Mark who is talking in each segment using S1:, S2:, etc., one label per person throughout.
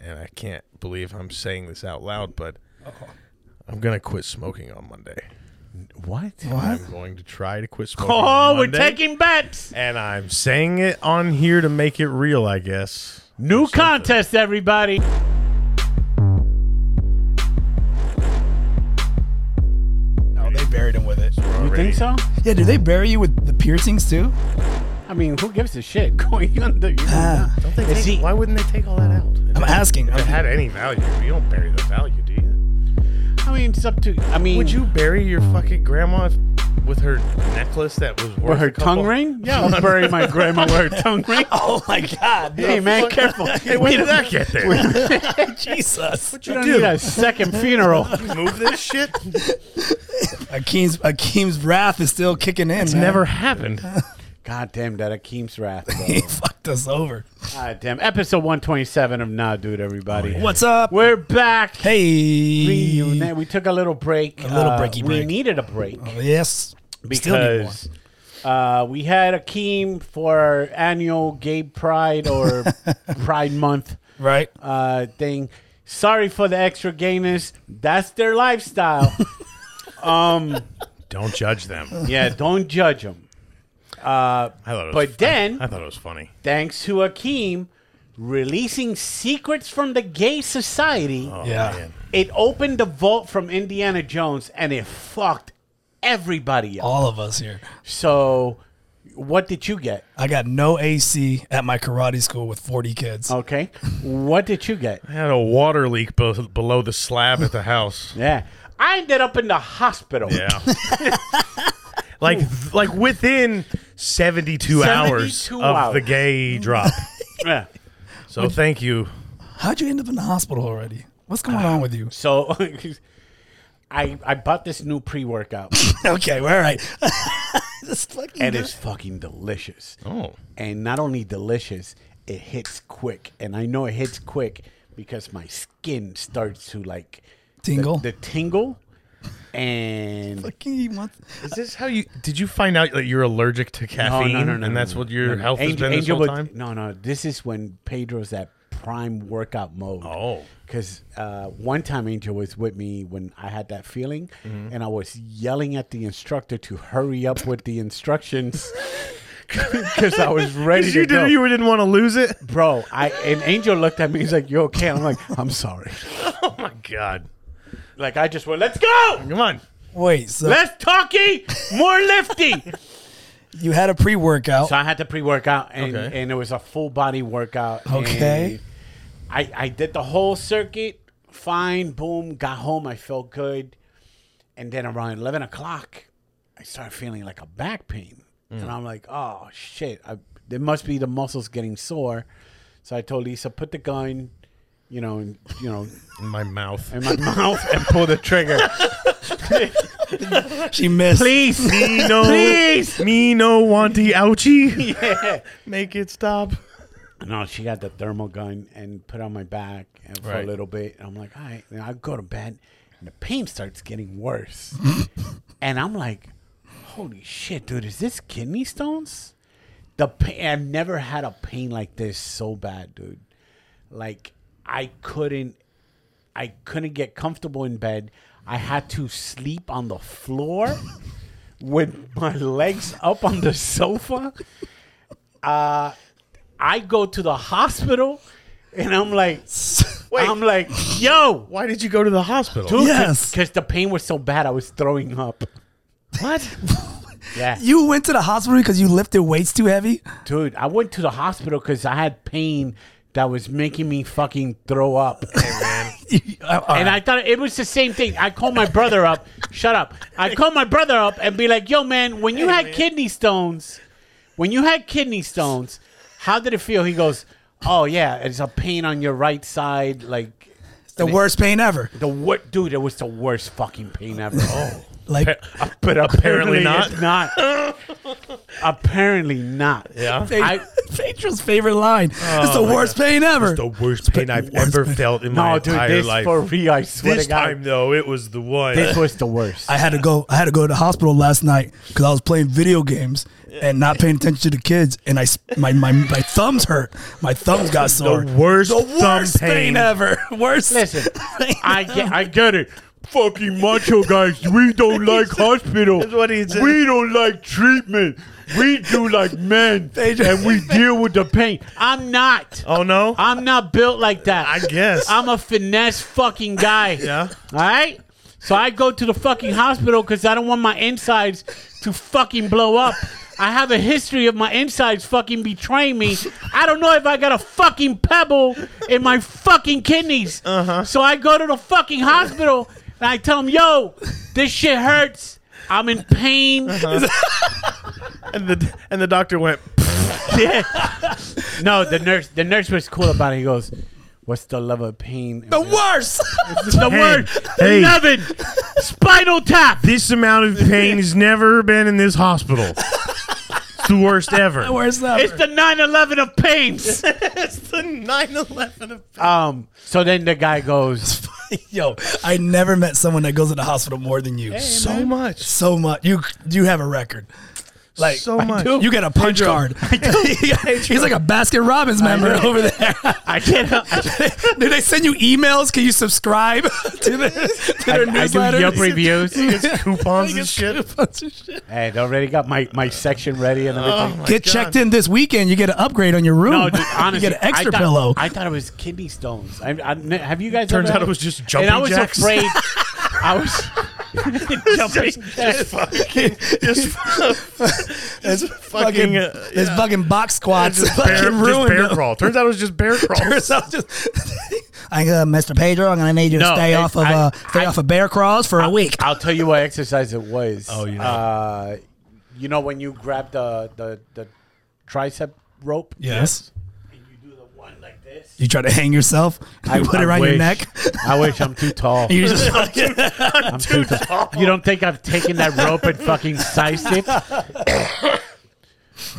S1: man, I can't believe I'm saying this out loud, but I'm gonna quit smoking on Monday.
S2: What?
S1: I'm going to try to quit smoking.
S2: Oh,
S1: on
S2: we're
S1: Monday,
S2: taking bets.
S1: and I'm saying it on here to make it real, I guess.
S2: New contest, everybody.
S3: No, they buried him with it.
S2: You think so?
S3: Yeah, do they bury you with the piercings too?
S2: I mean, who gives a shit? Going under. You
S3: Ah.
S1: Don't they
S2: Is
S1: take,
S2: he-
S1: why wouldn't they take all that out? If
S3: I'm
S1: it-
S3: asking.
S1: If it
S3: I'm-
S1: Uh, had any value, you don't bury the value, do you?
S2: I mean, it's up to. I mean,
S1: Would you bury your fucking grandma if- with her necklace that was worth
S2: or her
S1: a couple-
S2: tongue ring? Yeah, I'll bury my grandma with her tongue ring.
S3: Oh my God!
S2: Hey man, careful!
S1: Hey, when did that get there?
S3: Jesus!
S2: You don't need a second funeral.
S1: Move this shit.
S3: Akeem's Akeem's wrath is still kicking in.
S1: It's
S3: man.
S1: never happened.
S2: God damn that Akeem's wrath.
S3: He fucked us over.
S2: God damn. Episode 127 of Nah Dude, everybody.
S3: What's up?
S2: We're back.
S3: Hey.
S2: Reunion. We took a little break. A
S3: little breaky
S2: We
S3: break.
S2: needed a break
S3: Yes. Still need more.
S2: because uh, we had Akeem for our annual Gay Pride or Pride Month
S3: right.
S2: uh, thing. Sorry for the extra gayness. That's their lifestyle.
S1: Don't judge them.
S2: yeah, don't judge them.
S1: I thought it was
S2: But then-
S1: I, thought it was funny.
S2: Thanks to Akeem releasing secrets from the gay society.
S1: Oh,
S3: Yeah.
S1: man.
S2: it opened the vault from Indiana Jones and it fucked everybody up.
S1: Oh.
S3: All of us here.
S2: So, what did you get?
S3: I got no AC at my karate school with 40 kids.
S1: Oh.
S2: Okay. what did you get?
S1: I had a water leak be- below the slab at the house.
S2: Yeah. I ended up in the hospital.
S1: Yeah. like like within 72, hours
S2: 72
S1: of
S2: hours.
S1: the gay drop.
S2: Yeah.
S1: So thank you.
S3: How'd you end up in the hospital already? What's going
S1: Ah.
S3: on with you?
S2: So, I I bought this new pre workout
S3: Okay, we're all right. Just fucking
S2: and it's fucking delicious.
S1: Oh.
S2: And not only delicious, it hits quick. And I know it hits quick because my skin starts to like
S3: Tingle?
S2: The, the tingle. And
S3: fucking eat one-
S1: Is this how you did you find out that you're allergic to caffeine and that's what your
S2: no, no.
S1: health has
S2: Angel-
S1: been this
S2: Angel
S1: whole
S2: would-
S1: time?
S2: No, no. This is when Pedro's at prime workout mode.
S1: Oh.
S2: Because uh, one time Angel was with me when I had that feeling, and I was yelling at the instructor to hurry up with the instructions because I was ready to
S1: you
S2: go.
S1: didn't you didn't want to lose it?
S2: Bro, I and Angel looked at me. He's like, "You okay?" And I'm like, "I'm sorry."
S1: Oh my god.
S2: Like I just went, "Let's go,
S1: Come on.
S3: Wait, so
S2: less talky, more lifty."
S3: you had a pre workout.
S2: So I had to pre workout, and,
S1: Okay.
S2: and it was a full body workout. and
S3: Okay.
S2: I, I did the whole circuit, fine, boom, got home, I felt good. And then around 11 o'clock, I started feeling like a back pain. And I'm like, oh, shit, I, there must be the muscles getting sore. So I told Lisa, put the gun, you know, and, you know,
S1: In my mouth.
S2: in my mouth and pull the trigger.
S3: She missed.
S2: Please.
S1: Me no,
S2: Please!
S1: me no wanty ouchie.
S2: yeah.
S1: Make it stop.
S2: No, she got the thermal gun and put it on my back and for
S1: Right.
S2: a little bit. And I'm like, all right. And I go to bed and the pain starts getting worse. and I'm like, holy shit, dude, is this kidney stones? The pain, I've never had a pain like this so bad, dude. Like I couldn't, I couldn't get comfortable in bed. I had to sleep on the floor with my legs up on the sofa. I go to the hospital and I'm like,
S1: Wait.
S2: I'm like, yo,
S1: Why did you go to the hospital?
S3: Yes.
S2: because the pain was so bad, I was throwing up.
S1: What?
S2: Yeah,
S3: You went to the hospital because you lifted weights too heavy?
S2: dude, I went to the hospital because I had pain that was making me fucking throw up, and I thought it was the same thing. I called my brother up. Shut up. I called my brother up and be like, yo, man, when you had kidney stones, when you had kidney stones, how did it feel? He goes, oh yeah, it's a pain on your right side, like.
S3: the worst pain ever.
S2: The what, dude? It was the worst fucking pain ever. Oh,
S3: Like,
S1: But apparently
S2: Apparently
S1: not.
S2: it's not. apparently not.
S1: Yeah.
S2: I Oh
S3: Pedro's favorite line. it's the
S1: my
S3: worst pain ever.
S1: the worst pain I've
S3: worst
S1: ever
S3: pain.
S1: felt in my
S2: No, dude,
S1: entire
S2: this
S1: life.
S2: for real. I swear
S1: this
S2: to God,
S1: time though, it was the one.
S2: this was the worst.
S3: I had to go. I had to go to the hospital last night because I was playing video games and not paying attention to the kids, and I s- my my, my thumbs hurt. My thumbs got sore.
S1: worst
S3: the
S1: thumb
S3: worst
S1: pain.
S3: pain ever. Worst.
S2: Listen, I get, I get it.
S1: fucking macho guys. We don't like hospital. That's what he said.
S2: We don't like treatment. We do like men, and we deal with the pain. I'm not.
S1: oh no.
S2: I'm not built like that.
S1: I guess.
S2: I'm a finesse fucking guy.
S1: Yeah.
S2: All right. So I go to the fucking hospital because I don't want my insides to fucking blow up. I have a history of my insides fucking betraying me. I don't know if I got a fucking pebble in my fucking kidneys. Uh-huh. So I go to the fucking hospital and I tell them, yo, this shit hurts. I'm in pain.
S1: Uh-huh. and the and the doctor went.
S2: Yeah. No, the nurse the nurse was cool about it. He goes, What's the level of pain?
S3: the worst.
S2: the
S1: Hey,
S2: word
S1: hey.
S2: 11 spinal tap
S1: This amount of pain has never been in this hospital. It's the worst ever.
S3: the worst ever.
S2: it's the 9-11 of pains
S1: It's the 9-11 of
S2: um so then the guy goes
S3: Yo, I never met someone that goes to the hospital more than you. so
S1: So much.
S3: so much. You you have a record. Like
S1: So much.
S3: You get a punch card. He's like a Basket Robbins member over there.
S2: i can't I,
S3: do they send you emails? Can you subscribe to their, to
S2: I,
S3: their
S2: I do
S3: newsletter?
S2: Yelp reviews
S1: Coupons and shit.
S2: and already got my my section ready
S1: Oh
S2: and everything
S3: Get checked in this weekend. You get an upgrade on your room.
S2: no, dude, honestly,
S3: you get an extra
S2: I thought,
S3: pillow.
S2: I thought it was kidney stones. I, I, have you guys?
S1: Turns
S2: ever
S1: out it was just jumping
S2: And I was
S1: jacks.
S2: afraid. I was jumping jacks.
S1: fucking, just,
S3: it's
S1: fucking, uh,
S3: it's fucking box squats.
S1: just
S3: fucking
S1: bear, just
S3: ruined
S1: bear
S3: them.
S1: crawl. Turns out it was just bear crawl.
S3: So I'm just- I, uh, Mr. Pedro, I'm gonna need you to
S2: No,
S3: stay
S2: it-
S3: off of
S2: I-
S3: uh, stay
S2: I-
S3: off of bear crawls for a week.
S2: I'll tell you what exercise it was.
S1: Oh, you know.
S2: Uh, you know when you grab the the, the tricep rope.
S3: Yes.
S2: And you do the one like this.
S3: You try to hang yourself. You put it around your
S2: wish-
S3: neck.
S2: I wish I'm too tall.
S3: You just fucking
S2: I'm too, tall. You don't think I've taken that rope and fucking sized it?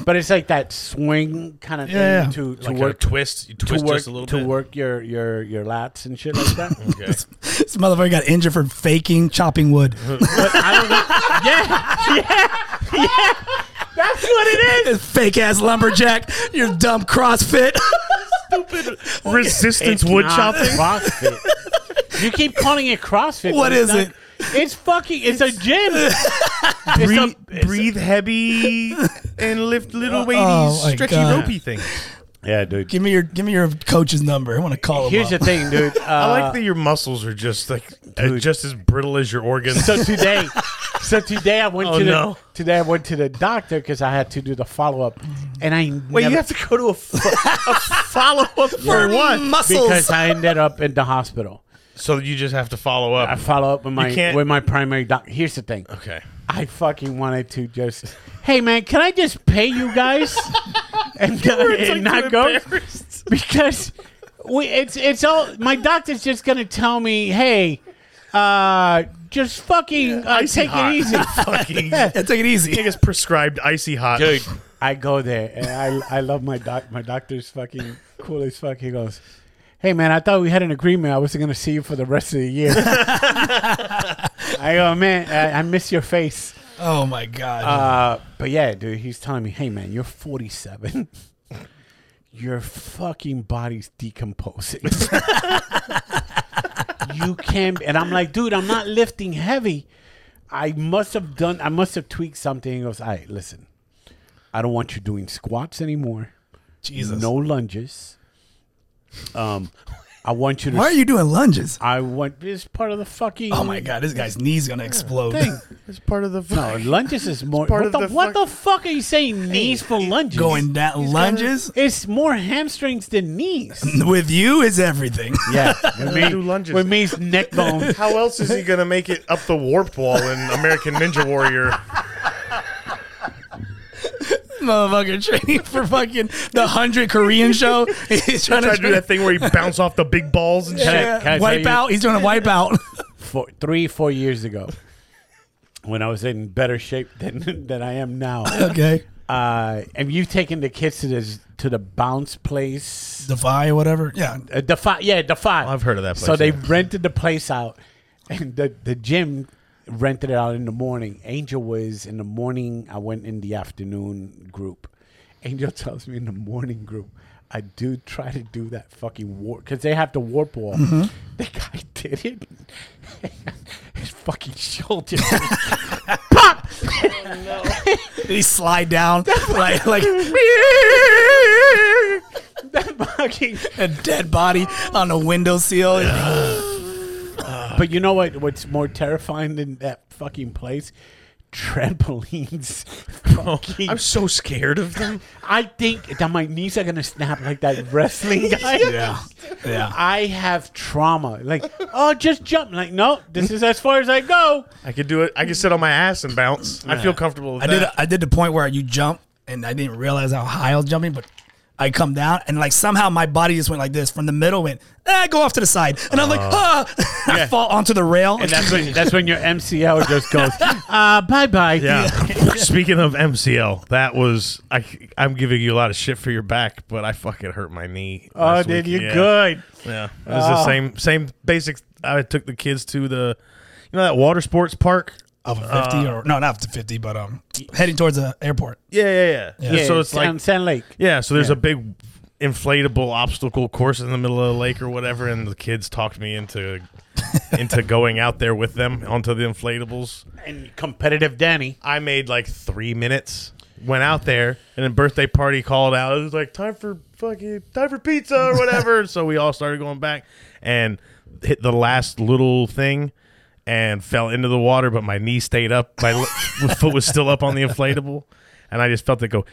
S2: but it's like that swing kind of
S3: Yeah, yeah.
S2: thing to, to
S1: Like
S2: work
S1: a twist. You
S2: to
S1: twist
S2: work
S1: just a little
S2: to
S1: bit.
S2: work your your your lats and shit like that.
S1: Okay.
S3: this motherfucker got injured for faking chopping wood.
S2: But I don't know. Yeah, yeah, yeah. That's what it is.
S3: Fake ass lumberjack. Your dumb CrossFit.
S1: Resistance
S2: It's
S1: wood
S2: not
S1: chopping.
S2: CrossFit. you keep calling it CrossFit.
S3: What
S2: but it's
S3: is it?
S2: It's fucking. It's, a gym. It's a-
S1: Breathe, breathe heavy and lift little weighty,
S3: Oh, my
S1: stretchy,
S3: God.
S1: ropey thing.
S2: yeah, dude.
S3: give me your give me your coach's number. I want to call him.
S2: Here's the
S3: up.
S2: thing, dude. Uh,
S1: I like that your muscles are just like uh, just as brittle as your organs.
S2: Uh, so today, so today I went
S1: Oh,
S2: to the
S1: no.
S2: today I went to the doctor because I had to do the follow up, and I
S1: Wait,
S2: never-
S1: you have to go to a, fo- a follow up for what?
S3: muscles.
S2: because I ended up in the hospital.
S1: So you just have to follow
S2: I
S1: up.
S2: follow up with my
S1: can't-
S2: with my primary doctor. Here's the thing.
S1: Ah, Okay.
S2: I fucking wanted to just, hey man, can I just pay you guys and, not- and not go? Because we, it's it's all my doctor's just gonna tell me, hey, uh, just fucking uh, take it easy.
S1: Fucking
S3: Yeah, take it easy.
S1: niggas prescribed icy hot.
S2: Dude, I go there and I I love my doc. My doctor's fucking cool as fuck. He goes, hey man, I thought we had an agreement. I wasn't gonna see you for the rest of the year. I go, man, I, I miss your face.
S3: Oh my god.
S2: Uh, but yeah, dude, he's telling me, hey man, you're 47. Your fucking body's decomposing. you can't, and I'm like, dude, I'm not lifting heavy. I must have done, I must have tweaked something. He goes, all right, listen, I don't want you doing squats anymore.
S3: Jesus.
S2: No lunges. Um, I want you to.
S3: Why are you doing lunges?
S2: I want this part of the fucking.
S3: Oh my god, this guy's knee's gonna explode.
S1: It's part of the
S2: No, lunges is more.
S1: part
S2: What
S1: of
S2: the,
S1: the fuck-
S2: what the fuck are you saying? Knees for lunges?
S3: Going down lunges
S2: It's more hamstrings than knees.
S3: with you is everything.
S2: Yeah, with me,
S1: do lunges.
S2: with me's neck bone.
S1: How else is he gonna make it up the warp wall in American Ninja Warrior?
S3: Motherfucker training for fucking the hundred Korean show. He's trying,
S1: Try to do that thing where he bounce off the big balls and shit.
S2: Can I- can I tell
S3: wipe
S2: you-
S3: out. He's doing a wipe out.
S2: four, three, four years ago, when I was in better shape than than I am now,
S3: okay.
S2: Uh, and you've taken the kids to this to the bounce place.
S3: Defy or whatever. Yeah.
S2: Uh, Defy, yeah, Defy.
S1: I've heard of that
S2: So
S1: place,
S2: they
S1: yeah.
S2: rented the place out, and the the gym rented it out in the morning. Angel was in the morning. I went in the afternoon group. Angel tells me in the morning group, I do try to do that fucking warp because they have the warp wall.
S1: Mm-hmm.
S2: The guy did it. His fucking shoulder. Pop!
S3: Did he slide down like like
S2: that fucking
S3: a dead body on a windowsill?
S2: But you know what? What's more terrifying than that fucking place? Trampolines. Fucking-
S1: I'm so scared of them.
S2: I think that my knees are gonna snap like that wrestling guy.
S3: Yeah. Yeah.
S2: I have trauma. Like, oh, just jump. Like, no, this is as far as I go.
S1: I could do it. I could sit on my ass and bounce. I feel comfortable with
S3: I
S1: that.
S3: did. I did the point where you jump, and I didn't realize how high I was jumping, but I come down, and like somehow my body just went like this from the middle, went ah, go off to the side, and I'm like ah, I fall onto the rail,
S2: And that's when that's when your MCL just goes, uh, bye bye.
S1: Yeah. Speaking of MCL, that was I. I'm giving you a lot of shit for your back, but I fucking hurt my knee.
S2: Oh,
S1: last
S2: dude,
S1: week.
S2: you're
S1: Yeah.
S2: good.
S1: Yeah, it was the same same basic. I took the kids to the, you know, that water sports park.
S3: of a fifty or no, not up to fifty, but um, heading towards the airport.
S1: Yeah, yeah, yeah.
S2: Yeah,
S1: so it's like
S2: Sand- Sand Lake.
S1: Yeah, so there's a big inflatable obstacle course in the middle of the lake or whatever, and the kids talked me into into going out there with them onto the inflatables.
S2: And competitive Danny.
S1: I made like three minutes, went out there, and then birthday party called out. It was like time for fucking time for pizza or whatever. so we all started going back and hit the last little thing and fell into the water, but my knee stayed up. My li- foot was still up on the inflatable. And I just felt it go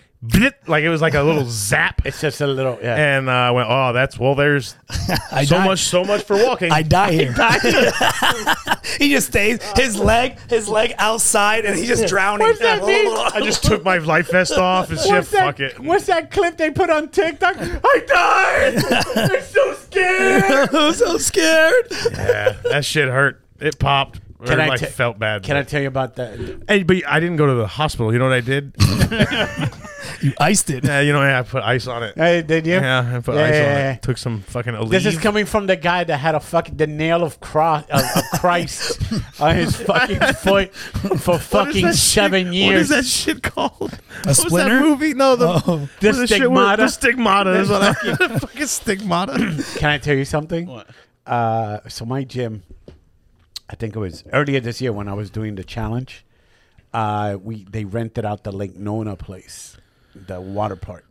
S1: like it was like a little zap
S2: It's just a little yeah.
S1: and uh, I went, "Oh, that's well. There's
S3: I
S1: so
S3: die.
S1: much, so much for walking."
S3: I die here. he just stays his leg, his leg outside, and he's just drowning.
S2: What's that mean?
S1: I just took my life vest off and shit.
S2: What's that,
S1: Fuck it.
S2: what's that clip they put on TikTok? I died. I'm so scared.
S3: I'm so scared.
S1: Yeah, that shit hurt. It popped.
S2: Can
S1: or,
S2: I
S1: like
S2: ta-
S1: felt bad.
S2: Can I tell you about that?
S1: Hey, but I didn't go to the hospital. You know what I did?
S3: You iced it.
S1: yeah, you know I put ice on it.
S2: Hey, did you?
S1: Yeah, I put ice
S2: uh, Yeah.
S1: on it. Took some fucking. Aleve.
S2: This is coming from the guy that had a fucking the nail of, cro- of, of Christ on his fucking foot for
S1: What is
S2: fucking
S1: that shit-
S2: seven
S1: What is
S2: years.
S1: that shit called?
S3: A splinter?
S1: What was that movie? No, the,
S3: Oh.
S1: what
S2: The
S1: is that shit where-
S2: stigmata.
S1: The stigmata is what I fucking stigmata.
S2: Can I tell you something? What? Uh, so my gym, I think it was earlier this year when I was doing the challenge. Uh, we they rented out the Lake Nona place, the water park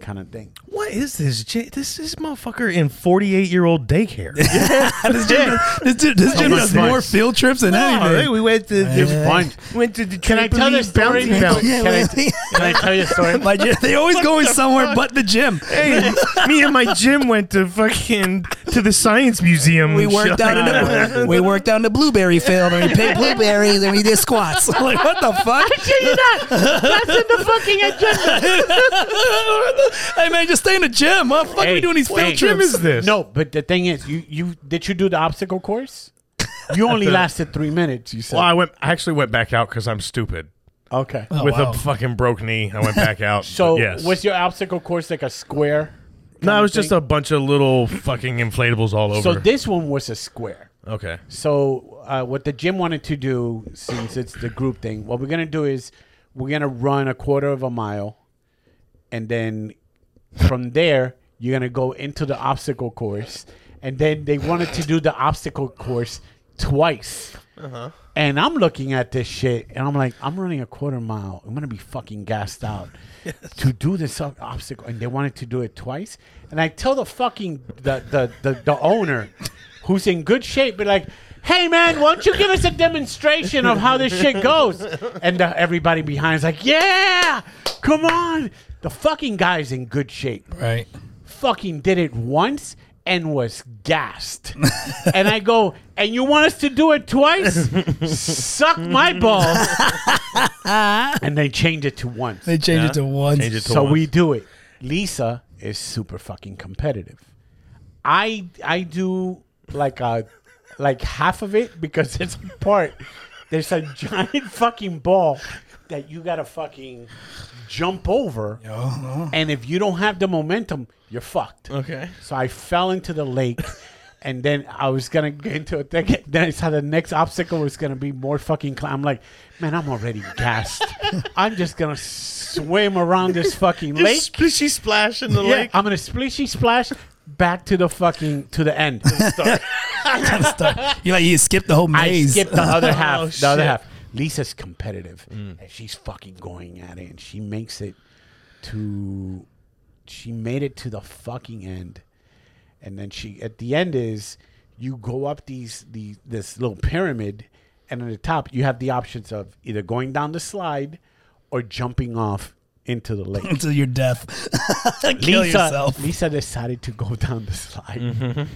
S2: kind of thing.
S1: what is this? J- This is motherfucker in forty-eight-year-old daycare.
S3: this gym, this dude, this gym
S1: my
S3: does
S1: God.
S3: more field trips than
S1: No,
S3: anything.
S1: we went to the
S3: Yeah.
S2: Fine.
S1: went to the
S2: Can I tell
S1: trampoline
S2: this story?
S1: bouncy bounce.
S3: Yeah,
S2: Can, I,
S3: wait.
S2: can I tell you a story?
S3: My gym, they always going somewhere but the gym.
S1: Hey, me and my Jim went to fucking to the science museum.
S3: We
S1: and
S3: worked
S1: shit
S3: out in
S1: like that.
S3: the we worked out in the blueberry field and we picked blueberries and we did squats. like what the fuck?
S2: That's in the fucking agenda.
S3: hey man, just stay in the gym. What the fuck are we
S2: Hey,
S3: doing these field
S2: wait.
S1: Jim
S3: trips?
S1: is this?
S2: No, but the thing is, you you did you do the obstacle course? You only lasted three minutes. You said
S1: Well, I went. I actually went back out because I'm stupid
S2: okay.
S1: with
S3: wow.
S1: a fucking broke knee. I went back out.
S2: Oh, So
S1: but yes.
S2: was your obstacle course like a square?
S1: no, it was just a bunch of little fucking inflatables all over.
S2: So this one was a square.
S1: okay.
S2: So uh, what the gym wanted to do, since it's the group thing, what we're gonna do is we're gonna run a quarter of a mile, and then from there you're gonna go into the obstacle course, and then they wanted to do the obstacle course twice. And I'm looking at this shit, and I'm like, I'm running a quarter mile. I'm gonna be fucking gassed out to do this ob- obstacle, and they wanted to do it twice. And I tell the fucking the the the, the owner, who's in good shape, be like, "Hey man, why don't you give us a demonstration of how this shit goes?" And uh, everybody behind's like, "Yeah, come on." The fucking guy's in good shape
S3: Right.
S2: fucking did it once and was gassed. and I go, and you want us to do it twice? Suck my balls. and they change it to once.
S3: They changed it to one.
S1: Change it to
S2: So
S1: one.
S2: we do it. Lisa is super fucking competitive. I I do like a like half of it because it's a part. There's a giant fucking ball that you gotta fucking jump over. And if you don't have the momentum, you're fucked.
S4: Okay.
S2: So I fell into the lake. And then I was gonna get into a thing. Then I saw the next obstacle was gonna be more fucking. Cl- I'm like, man, I'm already gassed. I'm just gonna swim around this fucking lake.
S1: Splishy splash in the
S2: Yeah,
S1: lake.
S2: I'm gonna splishy splash back to the fucking to the end.
S3: You like you skipped the whole
S2: I
S3: maze.
S2: skipped the other half.
S1: Oh,
S2: the other
S1: shit. Mm.
S2: half. Lisa's competitive, and she's fucking going at it, and she makes it to. She made it to the fucking end, and then she at the end is you go up these the this little pyramid, and at the top you have the options of either going down the slide or jumping off into the lake.
S3: Until your death. Kill
S2: Lisa,
S3: yourself. Mm-hmm.
S2: Lisa decided to go down the slide.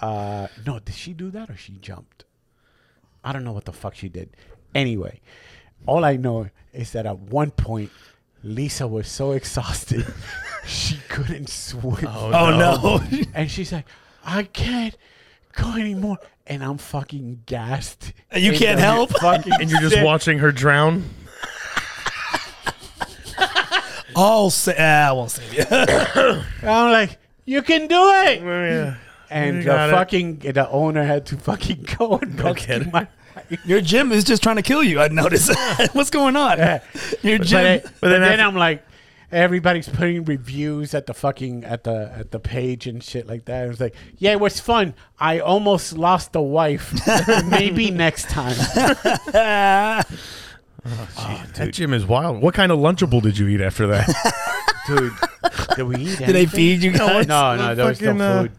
S2: Uh, no, did she do that or she jumped? I don't know what the fuck she did. Anyway, all I know is that at one point, Lisa was so exhausted she couldn't swim.
S3: Oh no.
S2: And she's like, I can't go anymore. And I'm fucking gassed.
S3: And you
S2: in
S3: can't
S2: the
S3: help?
S2: Fucking
S1: and you're just
S2: sit-
S1: watching her drown.
S3: I'll say ah, I won't say it.
S2: I'm like, you can do it.
S1: Yeah.
S2: And
S1: You
S2: the
S1: got it.
S2: fucking the owner had to fucking go and go
S1: kidding.
S2: my
S3: Your gym is just trying to kill you, I noticed. What's going on? Your
S2: But,
S3: gym
S2: it-
S1: But
S2: but
S1: then
S2: then,
S1: after-
S2: I'm like, everybody's putting reviews at the fucking at the at the page and shit like that. It was like, yeah, it was fun. I almost lost a wife. Maybe next time.
S1: That gym is wild. What kind of lunchable did you eat after that?
S2: Dude, did we
S3: Did
S2: eat?
S3: they
S2: anything?
S3: feed you guys?
S2: No, no, there was no
S1: Fucking, uh,
S2: food.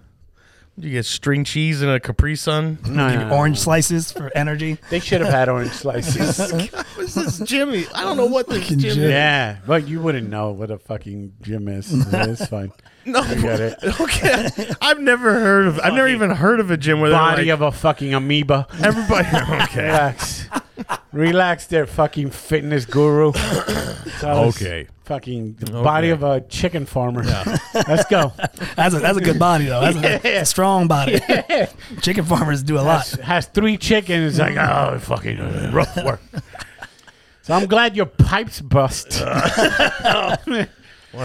S1: you get string cheese and a Capri Sun.
S2: No, no,
S3: Give you
S2: no.
S3: orange slices for energy.
S2: They should have had orange slices.
S1: What's this Jimmy? I don't know what this
S3: Fucking gym is.
S2: yeah, but you wouldn't know what a fucking gym is. It's fine.
S1: No,
S2: get it.
S1: okay. I've never heard of. I've never even heard of a gym where
S2: Body
S1: they're like,
S2: of a fucking amoeba.
S1: everybody. Okay.
S2: Relax. Relax there, fucking fitness guru. So it's
S1: Okay.
S2: Fucking the body of a chicken farmer. Let's go.
S3: That's a, that's a good body though. That's a- a, strong body. Chicken farmers do a lot.
S2: Has, has three chickens. Like, oh, fucking rough work. So I'm glad your pipes bust.
S1: What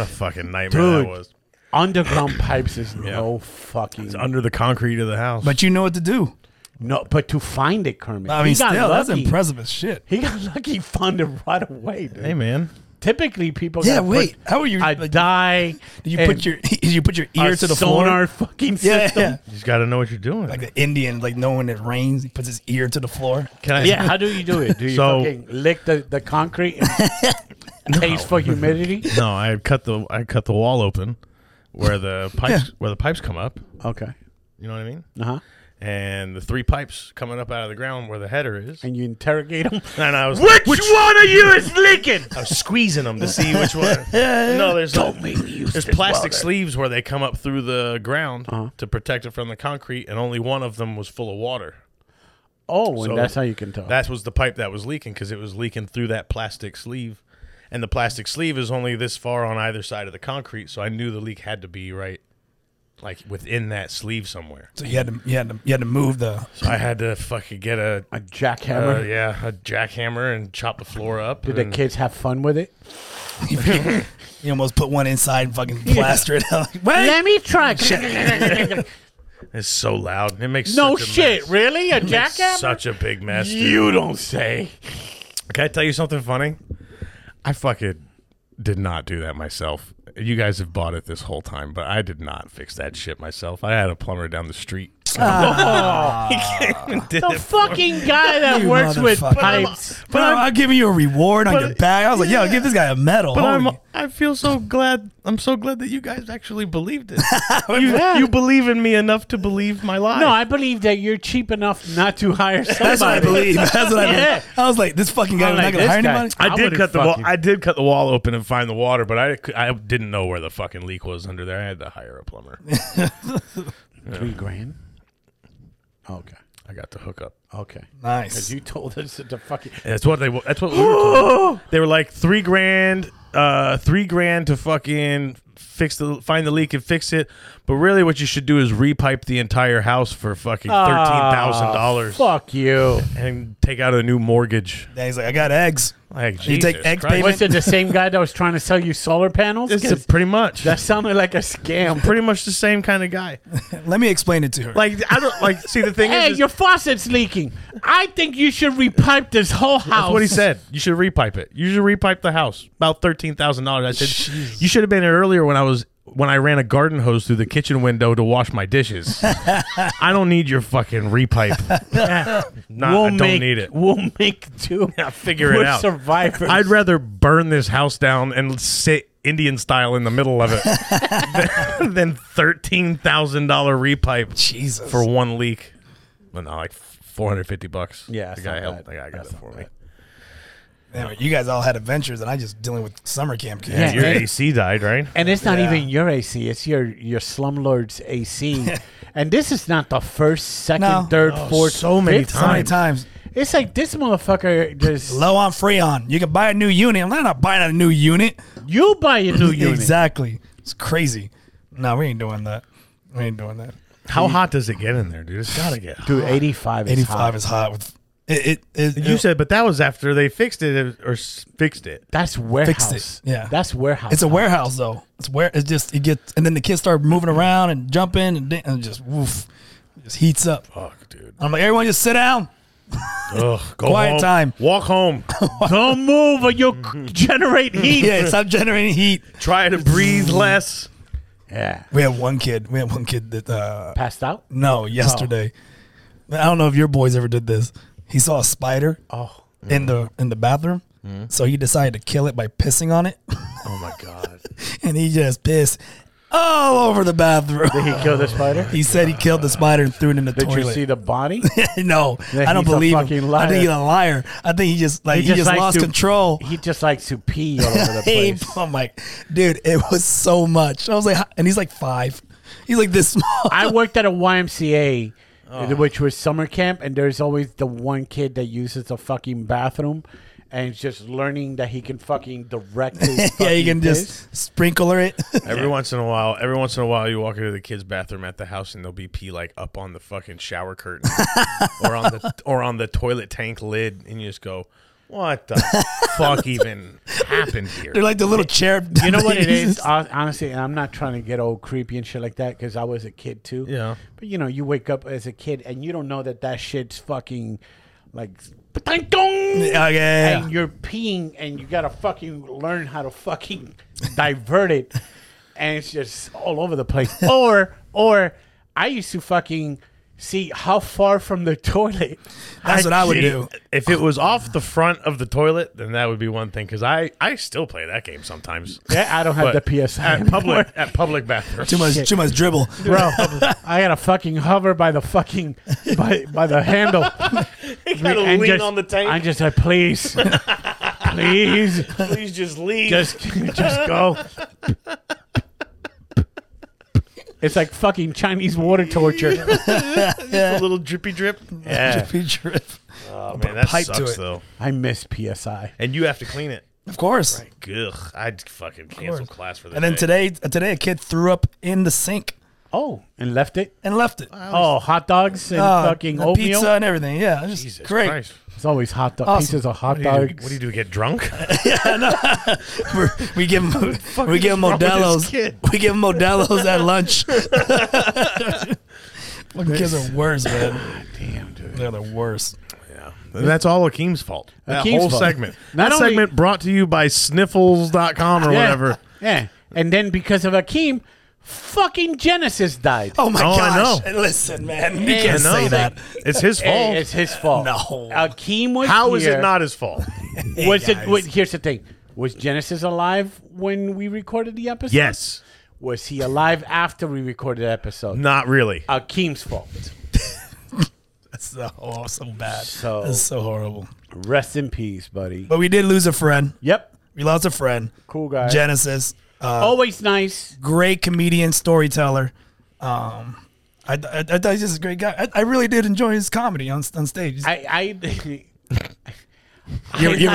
S1: a fucking nightmare
S2: Dude,
S1: that was.
S2: underground pipes is no fucking
S1: Under the concrete of the house.
S3: But you know what to do.
S2: no. But to find it, Kermit,
S3: I
S2: he
S3: mean,
S2: got
S3: still, that's
S2: lucky.
S3: impressive as shit.
S2: He got lucky. he Found it right away. Dude.
S1: hey, man.
S2: Typically, people.
S3: Yeah,
S2: gotta put
S3: wait. How are you?
S2: A
S3: like,
S2: die.
S3: did you put
S2: and
S3: your did you put your
S2: a
S3: ear to the floor?
S2: sonar fucking
S3: Yeah, yeah,
S2: system.
S3: yeah.
S1: You just got to know what you're doing.
S3: Like the Indian, like knowing it rains, he puts his ear to the floor.
S1: Can I,
S2: Yeah, how do you do it? Do you
S1: So-
S2: fucking lick the, the concrete and taste for humidity?
S1: No, I cut the I cut the wall open where the pipes where the pipes come up.
S2: Okay.
S1: You know what I mean?
S2: Uh huh.
S1: And the three pipes coming up out of the ground where the header is.
S2: And you interrogate them.
S1: And I was
S2: one of you is licking?
S1: I was squeezing them to see which one. no, there's
S2: Don't make me use
S1: there's
S2: this
S1: plastic
S2: welder.
S1: sleeves where they come up through the ground to protect it from the concrete, and only one of them was full of water.
S2: Oh, and
S1: So
S2: that's how you can tell.
S1: That was the pipe that was leaking because it was leaking through that plastic sleeve, and the plastic sleeve is only this far on either side of the concrete, so I knew the leak had to be right, like within that sleeve somewhere.
S3: So you had to you had to you had to move the.
S1: So I had to fucking get a.
S2: a
S1: uh,
S2: jackhammer.
S1: yeah, a jackhammer and chop the floor up.
S2: Did the
S1: and-
S2: kids have fun with it?
S3: You almost put one inside and fucking plaster it out. Wait,
S2: Let me try.
S1: It's so loud. It makes
S2: no
S1: such a
S2: shit,
S1: mess.
S2: really? A
S1: It's
S2: jackhammer?
S1: Such a big mess. dude.
S2: you don't say.
S1: Can I tell you something funny? I fucking did not do that myself. You guys have bought it this whole time, but I did not fix that shit myself. I had a plumber down the street. Ah. he came and did
S2: The
S1: it.
S2: fucking guy that
S3: You
S2: works with
S3: motherfucker.
S2: pipes.
S3: Bro, I'm giving you a reward on your back. I was like, yo, give this guy a medal.
S1: But I'm,
S3: Holy-
S1: I feel so glad. I'm so glad that you guys actually believed it. you, you believe in me enough to believe my lie.
S2: No, I believe that you're cheap enough not to hire somebody.
S3: That's what I believe. That's what I
S2: Yeah.
S3: believe. I was like, this fucking guy
S2: I'm
S3: was
S2: like,
S3: not gonna hire
S2: this
S3: anybody.
S2: guy-
S1: I,
S2: I
S1: did
S2: would've
S1: cut the wall.
S2: fucking-
S1: I did cut the wall open and find the water, but I, cou- I didn't know where the fucking leak was under there. I had to hire a plumber.
S2: Three grand? Okay.
S1: I got the hookup.
S2: Okay. Because
S3: Nice.
S2: you told us that the fucking.
S1: That's what they. wa- That's what we were told. They were like three grand, uh, three grand to fucking fix the find the leak and fix it. But really, what you should do is repipe the entire house for fucking thirteen thousand dollars
S2: Ah, Fuck you.
S1: and take out a new mortgage.
S3: Then he's like, I got eggs.
S1: Like
S3: You take
S1: Jesus
S3: egg
S1: Christ.
S3: payment?
S2: Was it the same guy that was trying to sell you solar panels?
S1: It's
S2: 'Cause
S1: a- pretty much.
S2: that
S1: That's
S2: sounded like a scam.
S1: pretty much the same kind of guy.
S3: Let me explain it to her.
S1: Like I don't like. See the thing
S2: Hey,
S1: is, is
S2: your faucet's leaking. I think you should repipe this whole house.
S1: That's what he said. You should repipe it. You should repipe the house. About thirteen thousand dollars. I said you should have been here earlier when I was when I ran a garden hose through the kitchen window to wash my dishes. I don't need your fucking repipe. nah,
S2: We'll
S1: I don't
S2: make,
S1: need it.
S2: We'll make two.
S1: I'll figure
S2: We're
S1: it out.
S2: survivors.
S1: I'd rather burn this house down and sit Indian style in the middle of it than, than thirteen thousand dollar repipe
S3: Jesus.
S1: for one leak. Well, no, like four hundred fifty bucks.
S2: Yeah,
S1: the
S2: it's
S1: guy
S2: not
S1: helped.
S2: bad.
S1: The guy got
S2: That's
S1: it
S2: not
S1: for me.
S2: bad.
S3: Anyway, you guys all had adventures, and I just dealing with summer camp kids.
S2: Yeah.
S1: Your AC died, right?
S2: And it's not
S3: Yeah.
S2: even your AC; it's your your slumlord's AC. and this is not the first, second,
S3: No.
S2: third, fourth,
S1: Oh, so many
S2: fifth
S3: So many
S1: Time.
S3: times.
S2: It's like this motherfucker. Just
S3: Low on Freon. You can buy a new unit. I'm not buying a new unit.
S2: you buy a new unit.
S3: Exactly. It's crazy. No, we ain't doing that. We ain't doing that.
S1: How hot does it get in there, dude? It's gotta get. hot.
S2: Dude, eighty five.
S3: Eighty
S2: Eighty
S3: five is hot. With it, it, it,
S1: You said, but that was after they fixed it or s- fixed it.
S2: That's warehouse.
S3: Yeah.
S2: that's warehouse.
S3: it's a warehouse though. It's where it's just it gets, and then the kids start moving around and jumping and, dan- and just woof, just heats up.
S1: Fuck, dude.
S3: I'm like, everyone, just sit down.
S1: Ugh, go
S3: Quiet
S1: home.
S3: time.
S1: Walk home.
S2: Don't move, or you'll generate heat.
S3: Yeah, it's not generating heat.
S1: Try to breathe less.
S2: Yeah.
S3: We had one kid. We had one kid that uh,
S2: Passed out.
S3: no yesterday. I don't know if your boys ever did this. He saw a spider
S2: Oh, Mm-hmm.
S3: in the in the bathroom, so he decided to kill it by pissing on it,
S1: Oh my god.
S3: and he just pissed all over the bathroom.
S2: did he kill the spider?
S3: He said he killed the spider and threw it in the
S2: Did
S3: toilet.
S2: you see the body?
S3: no,
S2: Yeah,
S3: I don't
S2: he's a
S3: believe
S2: fucking
S3: him. I
S2: liar.
S3: think he's a liar. I think he just like he, just,
S2: likes
S3: lost
S2: to-
S3: control.
S2: He just likes to pee all over the
S3: Hey,
S2: place.
S3: I'm like, dude, it was so much. I was like, "How-" and he's like five. He's like this small.
S2: I worked at a YMCA, which was summer camp, and there's always the one kid that uses the fucking bathroom and is just learning that he can fucking direct his
S3: yeah, you
S2: fucking
S3: can
S2: piss.
S3: just sprinkler it.
S1: Every once in a while, every once in a while, you walk into the kids' bathroom at the house, and there'll be pee like up on the fucking shower curtain, or on the or on the toilet tank lid, and you just go, "What the fuck even happened here?"
S3: They're like the little cherub.
S2: You know what it is? Hon- Honestly, and I'm not trying to get all creepy and shit like that because I was a kid too.
S1: Yeah.
S2: But you know, you wake up as a kid and you don't know that that shit's fucking like. "Patang-tong!"
S3: Yeah, yeah, yeah.
S2: and you're peeing and you gotta fucking learn how to fucking divert it and it's just all over the place or or i used to fucking see how far from the toilet
S3: That's what I would
S1: It-
S3: do.
S1: If it was off the front of the toilet, then that would be one thing. Because I, I still play that game sometimes.
S2: Yeah, I don't have
S1: But
S2: the PSI
S1: at public at public bathrooms.
S3: Too much,
S2: Shit.
S3: too much dribble.
S2: bro i gotta fucking hover by the fucking by, by the handle
S1: gotta
S2: And
S1: lean
S2: just-
S1: on the tank.
S2: i'm just like please please
S1: Please just leave.
S2: just just go it's like fucking chinese water torture
S1: a little drippy drip. Yeah.
S3: Drippy drip.
S1: Oh man, that
S3: pipe to
S1: sucks
S3: it.
S1: though.
S2: I miss PSI.
S1: And you have to clean it.
S3: Of course.
S1: Ugh, I'd fucking cancel class for that.
S3: And then today, today, a kid threw up in the sink
S2: Oh, and left it.
S3: and left it.
S2: Oh, hot dogs and
S3: Uh,
S2: fucking
S3: the
S2: oatmeal.
S3: pizza and everything. Yeah, it's just
S1: Jesus
S3: great.
S1: Christ.
S2: It's always hot dog
S3: Awesome.
S2: pieces of
S1: What
S2: hot
S1: do, you do?
S2: dogs.
S1: What do you do? Get drunk?
S3: We're, we give him we
S1: is
S3: give him
S1: wrong with this
S3: Modelo's
S1: kid?
S3: we give him Modelo's at lunch. Fucking kids are worse, man.
S2: Damn, dude.
S3: They're the worst.
S1: yeah. That's all Akim's fault. That
S2: Akeem's
S1: whole
S2: fault.
S1: segment.
S2: Not
S1: that
S2: only-
S1: segment brought to you by sniffles.com or
S2: Yeah.
S1: whatever.
S2: Yeah. And then because of Akeem, fucking Genesis died.
S3: Oh my
S1: Oh, I
S3: gosh!
S1: know.
S3: And Listen, man, you
S2: Hey,
S3: can't
S2: I know.
S3: say that.
S1: It's his fault.
S2: Hey, it's his fault.
S3: No.
S2: Akeem was
S1: How is
S2: here.
S1: it not his fault?
S2: Was
S3: Hey,
S2: it? Wait,
S3: guys.
S2: here's the thing. Was Genesis alive when we recorded the episode?
S1: yes.
S2: Was he alive after we recorded the episode?
S1: Not really.
S2: Akeem's fault.
S3: That's so, oh, so bad.
S2: So-
S3: That's so horrible.
S2: Rest in peace, buddy.
S3: But we did lose a friend.
S2: Yep.
S3: We lost a friend.
S2: Cool guy.
S3: Genesis, uh,
S2: Oh. Always nice.
S3: great comedian, storyteller. Um, I, I, I thought he's just a great guy. I, I really did enjoy his comedy on, on stage.
S2: I, I,
S3: You- you-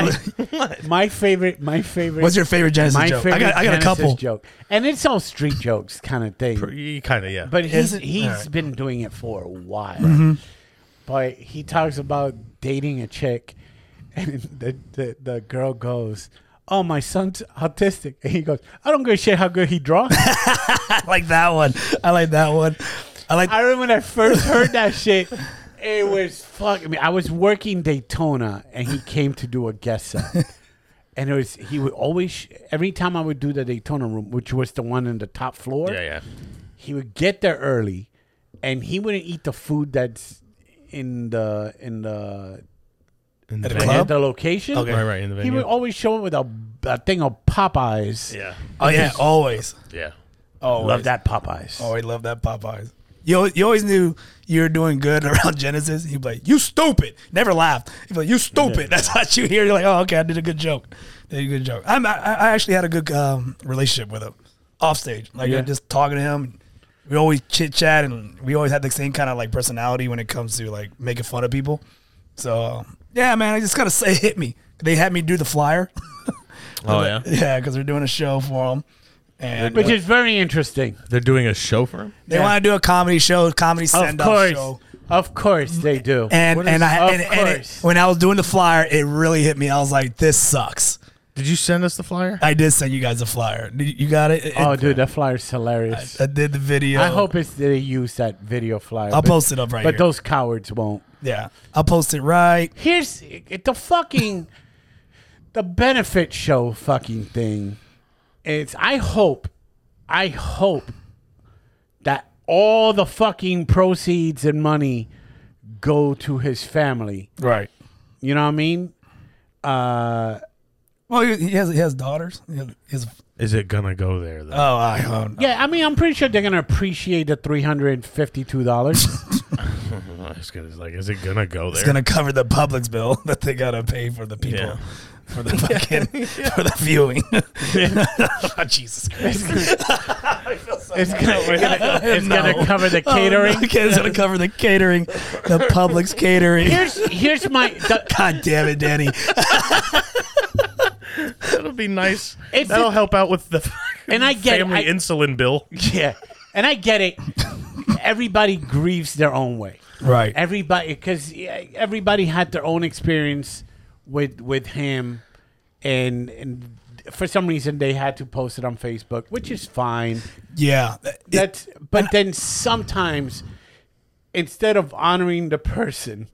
S2: my favorite, my favorite.
S3: What's your favorite Genesis
S2: my
S3: joke? I
S2: Favorite
S3: got- I got a
S2: Genesis
S3: couple.
S2: joke, and it's all street jokes kind of thing.
S1: kind of yeah.
S2: But he's
S3: Is it?
S2: he's
S3: Alright.
S2: been doing it for a while. But he talks about dating a chick, and the, the the girl goes, "Oh, my son's autistic," and he goes, "I don't give a shit how good he draws."
S3: I like that one. I like that one. I like.
S2: I remember when I first heard that shit. It was fucking me. I was working Daytona, and he came to do a guest set. And it was he would always sh- every time I would do the Daytona room, which was the one in the top floor.
S1: yeah, yeah.
S2: he would get there early and he wouldn't eat the food that's in the in the
S1: In the
S3: At a
S1: van.
S3: club?
S2: at the location.
S3: Okay.
S1: Right, right, in the
S2: He
S1: venue.
S2: would always show up with a, a thing of Popeyes.
S1: Yeah,
S3: oh yeah, always.
S1: yeah.
S3: Oh,
S2: Love that Popeyes.
S3: Always love that Popeyes. You always, you always knew you were doing good around Genesis. He'd be like, "You stupid!" Never laughed. He'd be like, "You stupid." That's what you hear. You're like, "Oh, okay, I did a good joke. Did a good joke." I'm, I, I actually had a good um, relationship with him off stage. Like
S2: Yeah.
S3: just talking to him. We always chit chat, and we always had the same kind of like personality when it comes to like making fun of people. So yeah, man, I just gotta say, it hit me. They had me do the flyer.
S1: Oh yeah.
S3: yeah, because we're doing a show for them. And
S2: Which is very interesting.
S1: They're doing a show for him.
S3: They
S2: Yeah.
S3: want to do a comedy show, comedy
S2: Of
S3: send up
S2: course.
S3: show.
S2: Of course they do.
S3: And
S1: What is-
S3: and I
S2: Of
S3: and, and it-
S2: course.
S3: when I was doing the flyer, it really hit me. I was like, "This sucks."
S1: Did you send us the flyer?
S3: I did send you guys a flyer. Did- You got it. It-
S2: oh dude, that flyer's hilarious.
S3: I did the video.
S2: I hope it's they use that video flyer.
S3: I'll
S2: but-
S3: post it up right
S2: But
S3: here.
S2: those cowards won't.
S3: Yeah, I'll post it right.
S2: here's it- the fucking the benefit show fucking thing it's i hope i hope that all the fucking proceeds and money go to his family
S3: Right.
S2: you know what i mean uh
S3: Well, he he has he has daughters. He has, he has-
S1: Is it gonna go there though?
S3: oh, I don't know.
S2: yeah i mean i'm pretty sure they're gonna appreciate the $352
S1: I was gonna- like, is it gonna go there?
S3: It's gonna cover the public's bill that they gotta pay for the people.
S1: Yeah.
S3: For the fucking for the viewing, Oh, Jesus Christ!
S2: it's gonna, we're gonna- it's
S3: No.
S2: gonna cover the
S3: Oh, no,
S2: catering
S3: okay, it's gonna cover the catering, the public's catering.
S2: here's here's my the,
S3: God damn it, Danny.
S1: That'll be nice.
S2: It's-
S1: That'll help out with the
S2: And I get it.
S1: family
S2: I-
S1: insulin bill.
S2: yeah and i get it everybody grieves their own way
S3: Right.
S2: everybody because everybody had their own experience with with him and and for some reason they had to post it on facebook which is fine
S3: Yeah. It-
S2: that's but then sometimes instead of honoring the person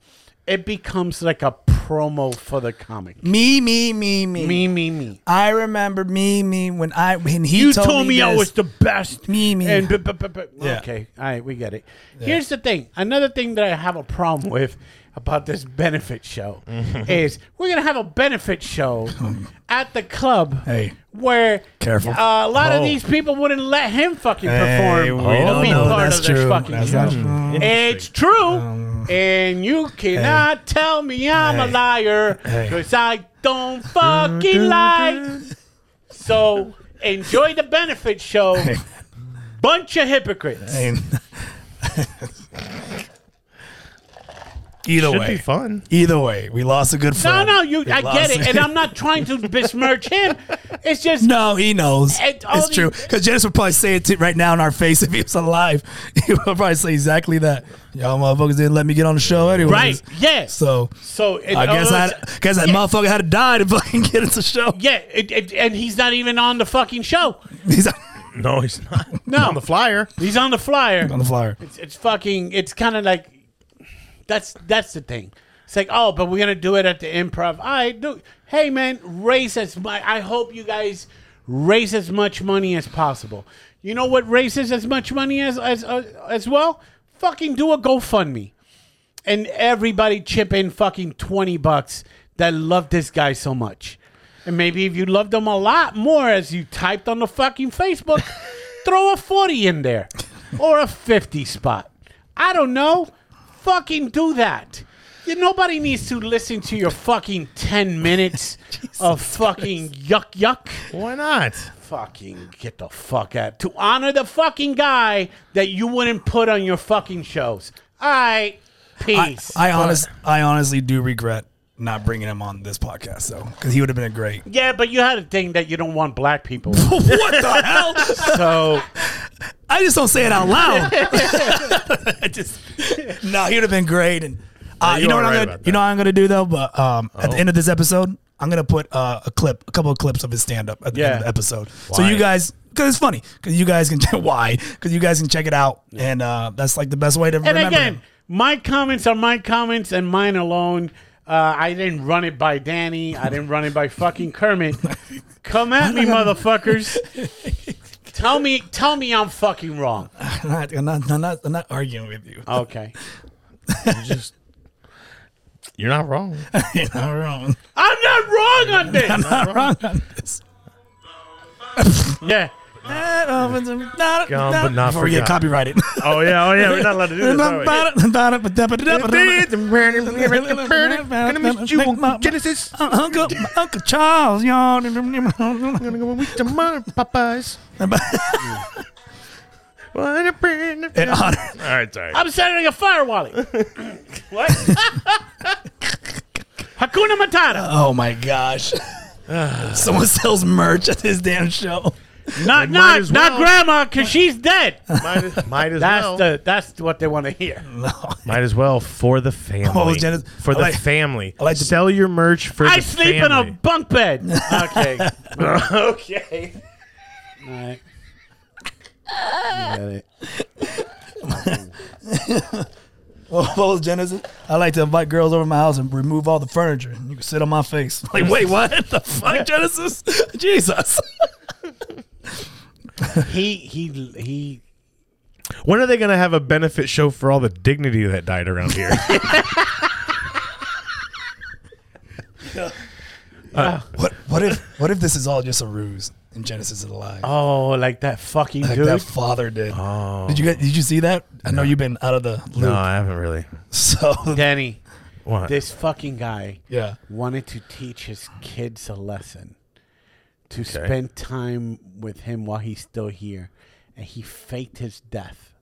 S2: it becomes like a promo for the comic
S3: me, me, me, me,
S2: me me me
S3: I remember me, me when I when he
S2: you
S3: told,
S2: told, me, I
S3: this.
S2: was the best.
S3: Me, me.
S2: And bu- bu- bu- bu-
S3: Yeah.
S2: Okay, all right, we get it. Here's the thing. Another thing that I have a problem with about this benefit show is we're gonna have a benefit show at the club.
S3: Hey.
S2: Where
S3: Careful.
S2: uh, a lot
S1: Oh.
S2: of these people wouldn't let him fucking
S3: Hey,
S2: perform.
S3: we
S2: or
S3: don't
S2: be
S3: know.
S2: part
S3: That's
S2: of this
S3: true.
S2: fucking
S3: That's
S2: show.
S3: not true.
S2: It's true, and you cannot tell me I'm a
S3: Um, Hey.
S2: liar
S3: Hey.
S2: because I don't fucking lie. So enjoy the benefit show. Bunch of hypocrites.
S3: And- either
S1: Should
S3: way,
S1: be fun.
S3: either way, we lost a good
S2: No,
S3: friend.
S2: no, you. I
S3: lost
S2: get it, and I'm not trying to besmirch him. It's just
S3: No, he knows.
S2: And all
S3: it's
S2: the-
S3: true. Because Janice would probably say it to, right now in our face if he was alive. He would probably say exactly that. Y'all motherfuckers didn't let me get on the show anyway.
S2: right. Yes. So,
S3: So
S2: it,
S3: I guess
S2: oh,
S3: I guess that
S2: yeah.
S3: motherfucker had to die to fucking get into the show.
S2: Yeah, it, it, and he's not even on the fucking show.
S3: He's like,
S1: No, he's not.
S2: No.
S1: on the flyer.
S2: He's on the flyer.
S3: on the flyer.
S2: It's, it's fucking. It's kind of like that's that's the thing. It's like oh, but we're gonna do it at the improv. I do. Hey man, raise as much. I hope you guys raise as much money as possible. You know what raises as much money as as uh, as well? Fucking do a GoFundMe, and everybody chip in fucking twenty bucks that love this guy so much. And maybe if you loved him a lot more as you typed on the fucking Facebook, throw a 40 in there or a 50 spot. I don't know. Fucking do that. Yeah, Nobody needs to listen to your fucking 10 minutes of fucking yuck yuck.
S1: Why not?
S2: Fucking get the fuck out. To honor the fucking guy that you wouldn't put on your fucking shows. All right.
S3: I,
S2: Peace.
S3: I honest, I honestly do regret not bringing him on this podcast though, because he would have been a great.
S2: yeah, but you had a thing that you don't want black people.
S3: what the hell?
S2: So
S3: I just don't say it out loud. I just no, he would have been great. And uh,
S1: you
S3: you, know
S1: are
S3: what
S1: right
S3: I'm
S1: about
S3: gonna,
S1: that. Oh.
S3: you know what I'm gonna do though. But um, at the end of this episode, I'm gonna put uh, a clip, a couple of clips of his stand up at the end
S2: Yeah.
S3: of the episode. So
S1: Why?
S3: you guys, because it's funny, because you guys can check why, because you guys can check it out, and uh, that's like the best way to
S2: And
S3: remember.
S2: again,
S3: him.
S2: my comments are my comments and mine alone. Uh, I didn't run it by Danny. I didn't run it by fucking Kermit. Come at me, motherfuckers. tell me, tell me I'm fucking wrong.
S3: I'm not, I'm not, I'm not, I'm not arguing with you.
S1: Oh.
S2: Okay,
S1: You just you're not wrong.
S3: You're not wrong.
S2: I'm not wrong on
S3: I'm
S2: this.
S3: not wrong on this.
S2: Yeah,
S3: That opens a- not-
S1: Gone but not
S3: before we get
S1: forgot.
S3: copyrighted.
S1: Oh yeah, oh yeah. We're not allowed to do this. Are we? Gonna miss you on Genesis.
S3: Uncle, Uncle Charles, y'all. That's
S1: Gonna go with tomorrow, Popeyes. What a brand of- All right, sorry.
S2: I'm setting a fire wallet. what? Hakuna Matata.
S3: oh my gosh. Someone sells merch at this damn show.
S2: Not,
S1: Uh, might
S2: not,
S1: as
S2: not
S1: well.
S2: grandma, cause she's dead.
S1: Might as, might as
S2: That's
S1: well.
S2: the, that's what they want to hear.
S3: No.
S1: might as well for the family.
S3: Oh, Genesis-
S1: for the
S3: I like-
S1: family.
S3: I like to-
S1: Sell your merch for
S2: I
S1: the
S2: sleep
S1: family.
S2: in a bunk bed. Okay. okay. All right.
S3: What was Genesis? I like to invite girls over to my house and remove all the furniture. You can sit on my face. Like, wait, what the fuck, Genesis? Jesus.
S2: He he he.
S1: When are they going to have a benefit show for all the dignity that died around here?
S3: What? What if? What if this is all just a ruse and Genesis is alive?
S2: Oh, like that fucking
S3: like
S2: dude.
S3: that father did. Did you get, did you see that? I know you've been out of the loop.
S1: Oh. no, I haven't really.
S3: So
S2: Danny,
S1: What?
S2: this fucking guy
S3: yeah.
S2: wanted to teach his kids a lesson. To spend time with him while he's still here, and he faked his death.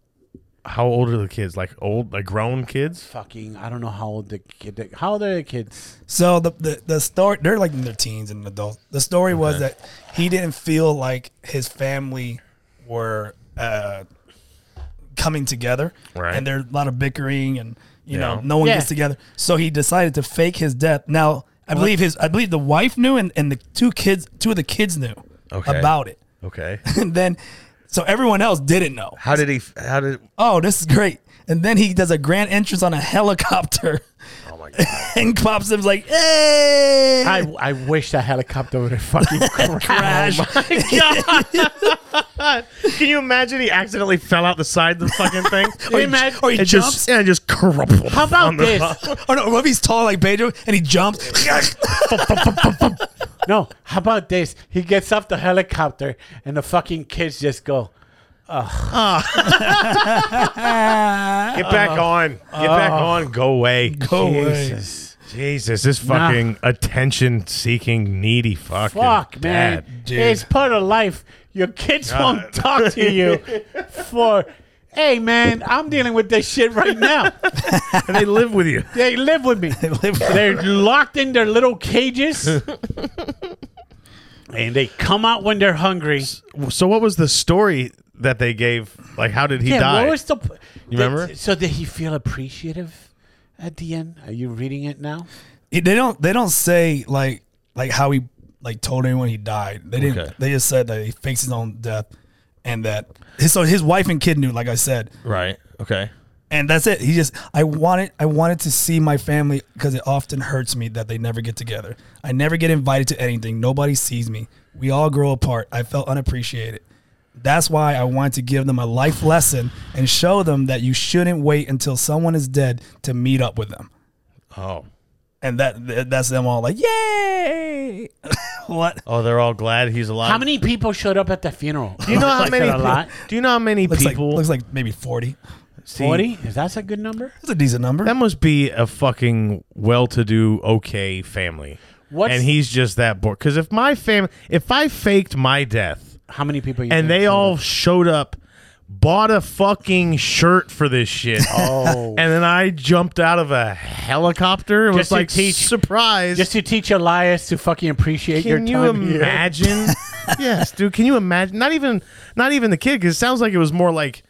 S1: How old are the kids? Like old, like grown kids?
S2: Fucking, I don't know how old the kid. How old are the kids?
S3: So the, the the story they're like in their teens and adults. The story was that he didn't feel like his family were uh, coming together,
S1: Right.
S3: and there's a lot of bickering and you know
S1: Yeah.
S3: no one
S2: Yeah.
S3: gets together. So he decided to fake his death. Now I believe his I believe the wife knew and, and the two kids two of the kids knew
S1: Okay.
S3: about it.
S1: Okay.
S3: and then so everyone else didn't know.
S1: How did he? How did?
S3: Oh, this is great. And then he does a grand entrance on a helicopter
S1: Oh my god!
S3: and pops him like, hey!
S2: I, I wish that helicopter would have fucking crashed.
S3: Crash.
S1: Oh Can you imagine? He accidentally fell out the side of the fucking thing.
S3: Or he,
S2: Imagine-
S3: or he
S1: it
S3: jumps.
S1: just and it just crumpled.
S2: How
S1: on
S2: about
S1: the
S2: this?
S3: or no, what if he's tall like Pedro and he jumps?
S2: No, how about this? He gets off the helicopter and the fucking kids just go,
S1: Get back on. Get back on. Uh, Go away.
S3: Go away.
S2: Jesus.
S1: Jesus, this fucking attention-seeking, needy fucking
S2: Fuck, man.
S1: dad.
S3: Dude.
S2: It's part of life. Your kids won't talk to you for, hey, man, I'm dealing with this shit right now.
S1: And they live with you.
S2: they live with me. They
S3: live with-
S2: are locked in their little cages. and they come out when they're hungry.
S1: So, what was the story that they gave? Like, how did he
S2: yeah,
S1: die?
S2: what was the. You
S1: remember?
S2: So did he feel appreciative at the end? Are you reading it now?
S3: they don't. They don't say like like how he like told everyone he died. They didn't.
S1: Okay.
S3: They just said that he fakes his own death, and that his, so his wife and kid knew. Like I said,
S1: right. Okay.
S3: and that's it. He just I wanted I wanted to see my family because it often hurts me that they never get together. I never get invited to anything. Nobody sees me. We all grow apart. I felt unappreciated. That's why I wanted to give them a life lesson and show them that you shouldn't wait until someone is dead to meet up with them.
S1: Oh.
S3: And that th- that's them all like yay. what?
S1: Oh, they're all glad he's alive.
S2: How many people showed up at the funeral?
S1: Do Um, you know how
S2: Like,
S1: many?
S2: A lot.
S1: Do you know how many
S3: Looks like
S1: people?
S3: looks like maybe 40.
S1: See,
S2: Forty? Is that a good number?
S3: That's a decent number.
S1: That must be a fucking well-to-do, okay family.
S2: What's-
S1: and he's just that bored. Because if my family, if I faked my death
S2: How many people? You
S1: and
S2: think
S1: they
S2: showed
S1: all
S2: up?
S1: showed up, bought a fucking shirt for this shit,
S2: Oh.
S1: and then I jumped out of a helicopter, it
S2: Just
S1: was
S2: to
S1: like
S2: teach-
S1: surprise.
S2: Just to teach Elias to fucking appreciate your
S1: can
S2: time.
S1: you
S2: here.
S1: imagine? yes, dude. Can you imagine? Not even, not even the kid. Because it sounds like it was more like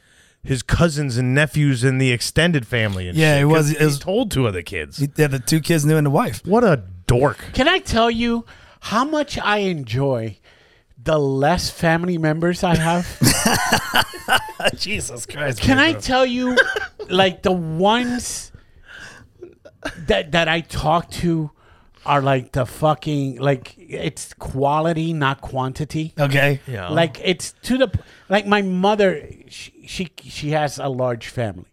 S1: his cousins and nephews and the extended family. And
S3: Yeah,
S1: shit,
S3: it was-
S1: 'cause
S3: it was-
S1: He told two other kids.
S3: They have the two kids, new and the wife.
S1: What a dork.
S2: Can I tell you how much I enjoy the less family members I have?
S3: Jesus Christ.
S2: Can I tell you, like the ones that that I talk to are like the fucking like it's quality, not quantity.
S3: Okay.
S1: Yeah.
S2: Like it's to the p- like my mother, she she, she has a large family.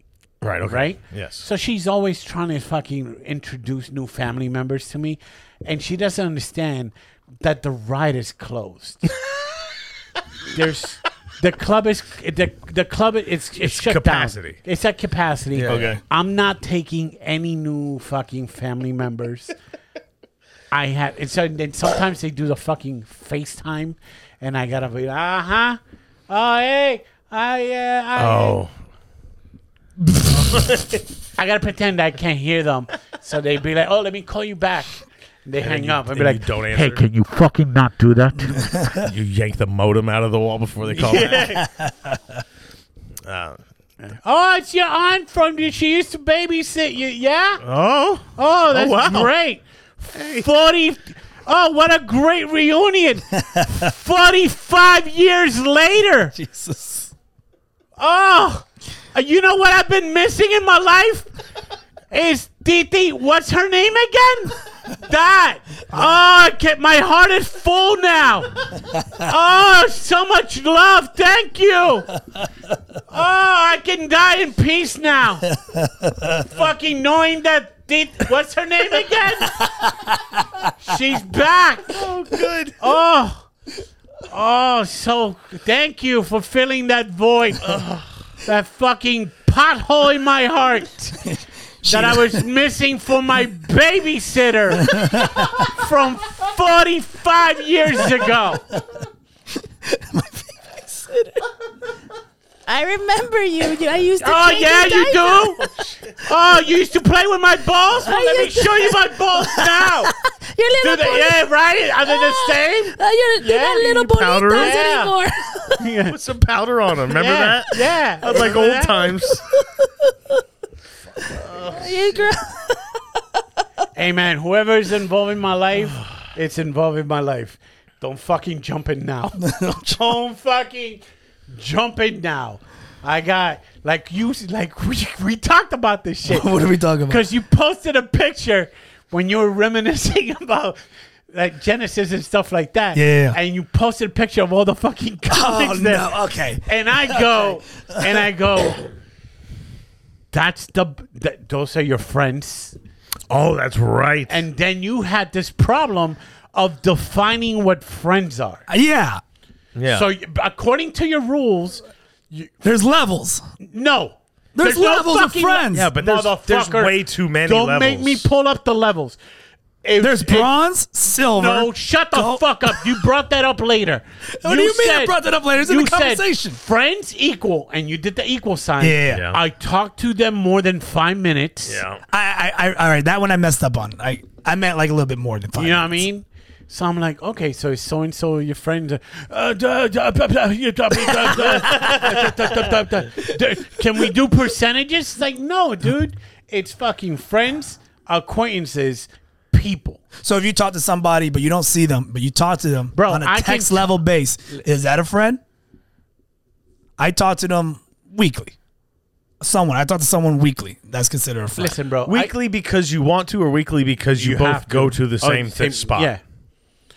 S1: right, okay.
S2: right?
S1: Yes.
S2: So she's always trying to fucking introduce new family members to me, and she doesn't understand that the ride is closed. There's the club is the the club is it's, it's shut
S1: capacity.
S2: down. It's at capacity.
S1: Okay.
S2: I'm not taking any new fucking family members. I have and so then sometimes they do the fucking FaceTime, and I gotta be uh huh, oh hey, I uh, I,
S1: oh.
S2: I gotta pretend I can't hear them. So they'd be like, "Oh, let me call you back." They hang up and be
S1: and you
S2: like,
S1: don't
S2: "Hey,
S1: answer."
S2: can you fucking not do that?"
S1: You yank the modem out of the wall before they call back. Uh,
S2: oh, it's your aunt from the, she used to babysit you. Yeah.
S1: oh.
S2: Oh, that's
S1: wow.
S2: great. Forty. Oh, what a great reunion! Forty-five years later.
S3: Jesus.
S2: Oh, you know what I've been missing in my life is Titi. What's her name again? That. Oh, I get my heart is full now. Oh, so much love. Thank you. Oh, I can die in peace now. Fucking knowing that. Titi, what's her name again? She's back.
S1: Oh, good.
S2: Oh, oh, so thank you for filling that void, that fucking pothole in my heart that I was missing for my babysitter from 45 years ago.
S4: I remember you. You- I used to.
S2: Oh,
S4: change
S2: yeah,
S4: your
S2: you
S4: diaper.
S2: do? Oh, you used to play with my balls? Well,
S4: Oh,
S2: let
S4: you
S2: me show you my balls now.
S4: Your
S2: Do
S4: little.
S2: they,
S4: boni-
S2: yeah, right? Are they the same?
S4: Uh, you don't do
S2: Yeah,
S4: that
S2: you
S4: little
S1: need powder.
S4: bonitas
S2: Yeah.
S4: anymore.
S1: Put some powder on them. Remember
S2: yeah,
S1: that?
S2: yeah.
S1: That's like
S2: Remember
S1: old
S2: that?
S1: times.
S4: you grow.
S2: Hey man, whoever is involved in my life, it's involved in my life. Don't fucking jump in now. Don't fucking jump in now. I got like you like we, we talked about this shit
S3: What are we talking about?
S2: because you posted a picture when you were reminiscing about like Genesis and stuff like that.
S3: Yeah, yeah, yeah.
S2: And you posted a picture of all the fucking comics
S3: Oh,
S2: there.
S3: no. Okay.
S2: And I go and I go. That's the th- those are your friends.
S1: Oh, that's right.
S2: And then you had this problem of defining what friends are.
S3: Uh, Yeah.
S1: yeah.
S2: So, y- according to your rules,
S3: There's levels.
S2: no.
S3: There's
S2: no
S3: levels of
S2: fucking le-
S3: friends.
S1: yeah, but there's, there's
S2: Motherfucker,
S1: way too many
S2: Don't
S1: levels.
S2: make me pull up the levels. If-
S3: There's
S2: if-
S3: bronze, silver.
S2: No, shut the
S3: gold.
S2: fuck up. You brought that up later.
S3: What do you mean I brought that up later? It's in
S2: you
S3: the conversation.
S2: Said friends equal, and you did the equal sign.
S3: Yeah.
S1: Yeah.
S2: I talked to them more than five minutes.
S1: Yeah.
S3: I, I, I, all right, that one I messed up on. I, I meant like a little bit more than five.
S2: You know what I
S3: minutes.
S2: mean? So I'm like, okay, so so and so your friend. uh, duh, duh, blah, blah, yeah, duh, blah, duh, duh, duh, duh, duh, duh, duh, duh. Can we do percentages? It's like, no, dude. It's fucking friends, acquaintances, people.
S3: So if you talk to somebody but you don't see them, but you talk to them
S2: Bro,
S3: on a
S2: I can-
S3: text level base, is that a friend? I talk to them weekly. Someone I talk to someone weekly. That's considered a friend.
S2: Listen, bro. I-
S1: Weekly because you want to, or weekly because you,
S2: You have
S1: both
S2: to.
S1: go to the
S2: Oh,
S1: same, thing spot.
S2: Yeah.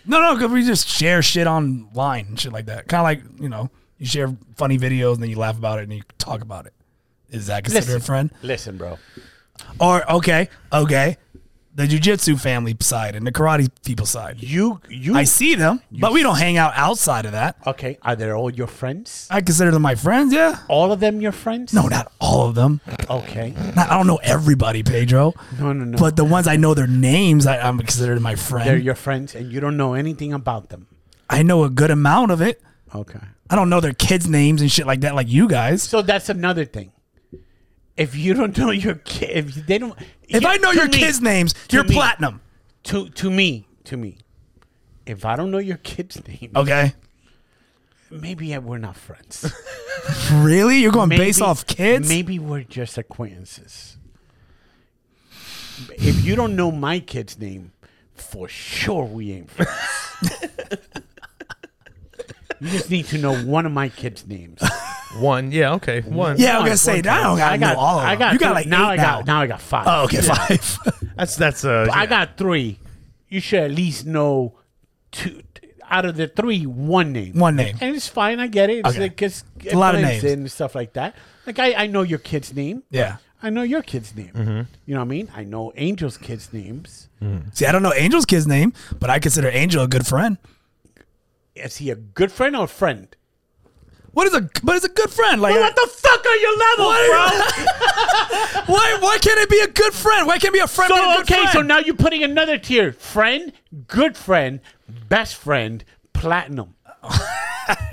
S3: No, no, because we just share shit online and shit like that. Kind of like you know, you share funny videos and then you laugh about it and you talk about it. Is that considered
S2: Listen.
S3: a friend?
S2: Listen, bro.
S3: Or okay, okay, the jujitsu family side and the karate people side.
S2: You you
S3: I see them, but we don't hang out outside of that.
S2: okay? Are they all your friends?
S3: I consider them my friends. Yeah.
S2: All of them your friends?
S3: No, not all of them.
S2: Okay.
S3: Not, I don't know everybody, Pedro.
S2: No, no, no.
S3: But the ones I know their names, I, I'm considered my friend.
S2: They're your friends, and you don't know anything about them.
S3: I know a good amount of it.
S2: Okay.
S3: I don't know their kids' names and shit like that, like you guys.
S2: So that's another thing. If you don't know your kid, if they don't,
S3: If I know
S2: to
S3: your
S2: me-
S3: kids' names, you're
S2: me.
S3: platinum.
S2: to to me, to me, if I don't know your kid's name,
S3: Okay.
S2: maybe we're not friends.
S3: Really? You're going
S2: maybe,
S3: based off kids?
S2: Maybe we're just acquaintances. If you don't know my kid's name, for sure we ain't friends. you just need to know one of my kids' names.
S1: One, yeah, okay, one.
S3: Yeah, I was
S2: One-
S3: gonna say
S2: one
S3: now I
S2: kid.
S3: don't gotta know all of
S2: I
S3: them.
S2: got
S3: You got
S2: two-
S3: like
S2: now
S3: eight
S2: I got
S3: now.
S2: now I got five.
S3: Oh, okay,
S2: Yeah.
S3: five.
S1: that's that's uh.
S2: I
S1: yeah.
S2: got three. You should at least know two out of the three, one name.
S3: One name.
S2: And it's fine. I get it. It's
S3: Okay.
S2: like, it's,
S3: a lot of
S2: blends
S3: names.
S2: and stuff like that. Like I, I know your kid's name.
S3: Yeah. Mm-hmm.
S2: I know your kid's name. You know what I mean? I know Angel's kids' names.
S3: See, I don't know Angel's kid's name, but I consider Angel a good friend.
S2: Is he a good friend or a friend?
S3: What is a but it's a good friend? Like
S2: What the fuck are your level,
S3: why why can't it be a good friend? Why can't it be a friend?
S2: bro?
S3: be a
S2: so
S3: good
S2: okay, so
S3: friend?
S2: now you're putting another tier: friend, good friend, best friend, platinum.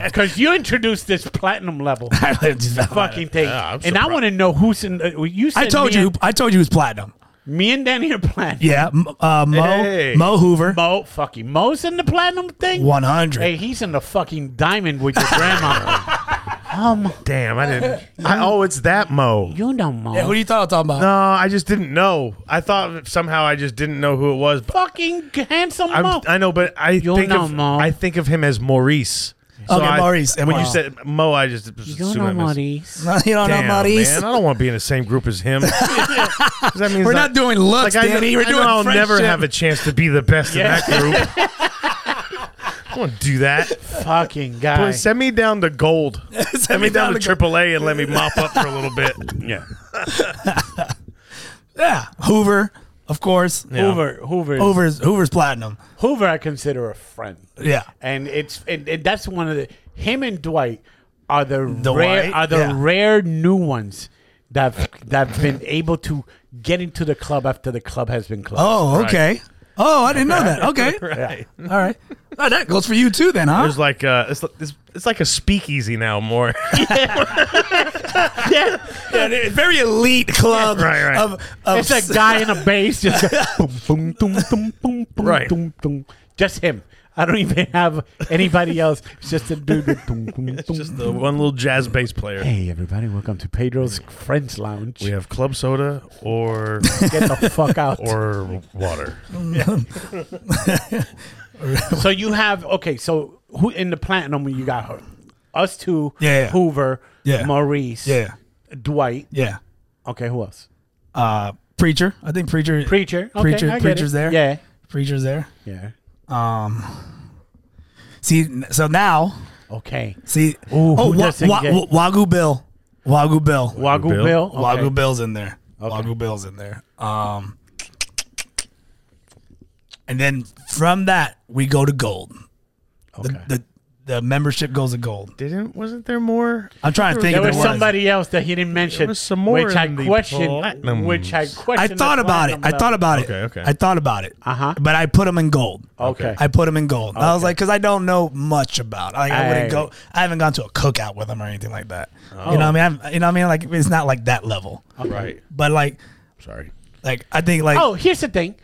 S2: Because you introduced this platinum level fucking thing,
S1: Yeah, I'm
S2: and I
S1: surprised.
S2: want to know who's in. Uh, you said
S3: I told
S2: me
S3: you
S2: and,
S3: I told you it was platinum.
S2: me and Danny are platinum.
S3: Yeah, M- uh, Mo
S1: Hey.
S3: Mo Hoover,
S2: Mo, fucking Mo's in the platinum thing.
S3: one hundred.
S2: Hey, he's in the fucking diamond with your grandma. um,
S1: Damn, I didn't. I, oh, it's that Mo.
S2: you know Mo.
S3: Yeah, who do you thought I was talking about?
S1: No, I just didn't know. I thought somehow I just didn't know who it was. But
S2: fucking handsome
S1: I'm,
S2: Mo.
S1: I know, but I
S2: You'll
S1: think
S2: know
S1: of,
S2: Mo.
S1: I think of him as Maurice.
S3: Okay,
S1: I-
S3: Maurice. And
S1: when
S3: wow.
S1: you said Mo, I just
S2: you
S1: assumed
S2: know
S1: him as-
S2: Maurice.
S3: No, you don't
S1: Damn,
S3: know Maurice.
S1: man, I don't want to be in the same group as him. 'Cause that means
S3: We're
S1: I-
S3: not doing looks,
S1: I,
S3: Danny.
S1: know-
S3: We're
S1: I know
S3: doing
S1: I'll never
S3: friendship.
S1: have a chance to be the best
S2: Yeah.
S1: in that group. I don't do that.
S2: Fucking guy.
S1: Please send me down to gold.
S3: Send
S1: Send me down,
S3: the-
S1: to AAA and let me mop up for a little bit. Yeah.
S3: Yeah, Hoover, of course.
S2: Hoover, Hoover, Hoover,
S3: Hoover's Hoover's platinum.
S2: Hoover. I consider a friend,
S3: Yeah.
S2: and it's and, and that's one of the him and Dwight are the
S3: Dwight,
S2: rare are the
S3: yeah.
S2: rare new ones that that've been able to get into the club after the club has been closed.
S3: Oh, okay. Oh, I didn't know that. Okay.
S1: Right.
S3: All right. Oh, that goes for you too, then, huh?
S1: There's like uh it's, it's it's like a speakeasy now more.
S2: yeah,
S3: very elite club.
S1: Right, right.
S3: Of, of
S2: it's
S1: Oh,
S2: a guy in a bass just boom, boom, boom, boom, boom, boom,
S1: Right.
S2: boom, boom. Just him. I don't even have anybody else. It's just a dude. with boom, boom, boom,
S1: Just the one little jazz bass player.
S2: Hey everybody, welcome to Pedro's Friends Lounge.
S1: We have club soda or
S2: Get the fuck out.
S1: or water.
S2: so you have okay, so who in the platinum you got her. Us two,
S3: Yeah, yeah.
S2: Hoover,
S3: Yeah.
S2: Maurice,
S3: Yeah.
S2: Dwight.
S3: Yeah.
S2: Okay, who else?
S3: Uh, preacher. I think preacher.
S2: Preacher. Okay,
S3: Preacher-
S2: I get
S3: Preacher's
S2: it.
S3: there?
S2: Yeah.
S3: preacher's there.
S2: Yeah.
S3: See, n- so now,
S2: Okay.
S3: see. oh,
S2: Ooh, who
S3: Wa-
S2: doesn't
S3: Wa-
S2: get-
S3: Wa- Wagyu Bill. Wagyu Bill.
S2: Wagyu Bill.
S1: Bill?
S2: Okay.
S3: Wagyu Bill's in there. Wagyu Bill's in there. Um, and then from that we go to gold.
S2: Okay.
S3: The, the the membership goes to gold.
S1: Didn't wasn't there more?
S3: I'm trying to think.
S2: there
S3: if
S2: was
S3: there was.
S2: somebody else that he didn't mention,
S1: was some more
S2: which I
S1: in the
S2: questioned.
S1: platinums.
S2: Which I
S3: I
S2: questioned.
S3: thought
S2: the
S3: about it. I
S2: platinum
S3: thought about it.
S1: Okay, okay.
S3: I thought about it.
S2: Uh-huh.
S3: But I put them in gold.
S2: Okay.
S3: I put them in gold. I was like, because I don't know much about. Like, I wouldn't
S2: Aight.
S3: go. I haven't gone to a cookout with them or anything like that.
S2: Oh.
S3: You know what I mean? I'm, you know what I mean? Like it's not like that level.
S1: Right.
S3: But like,
S1: Sorry.
S3: like I think like
S2: Oh, here's the thing.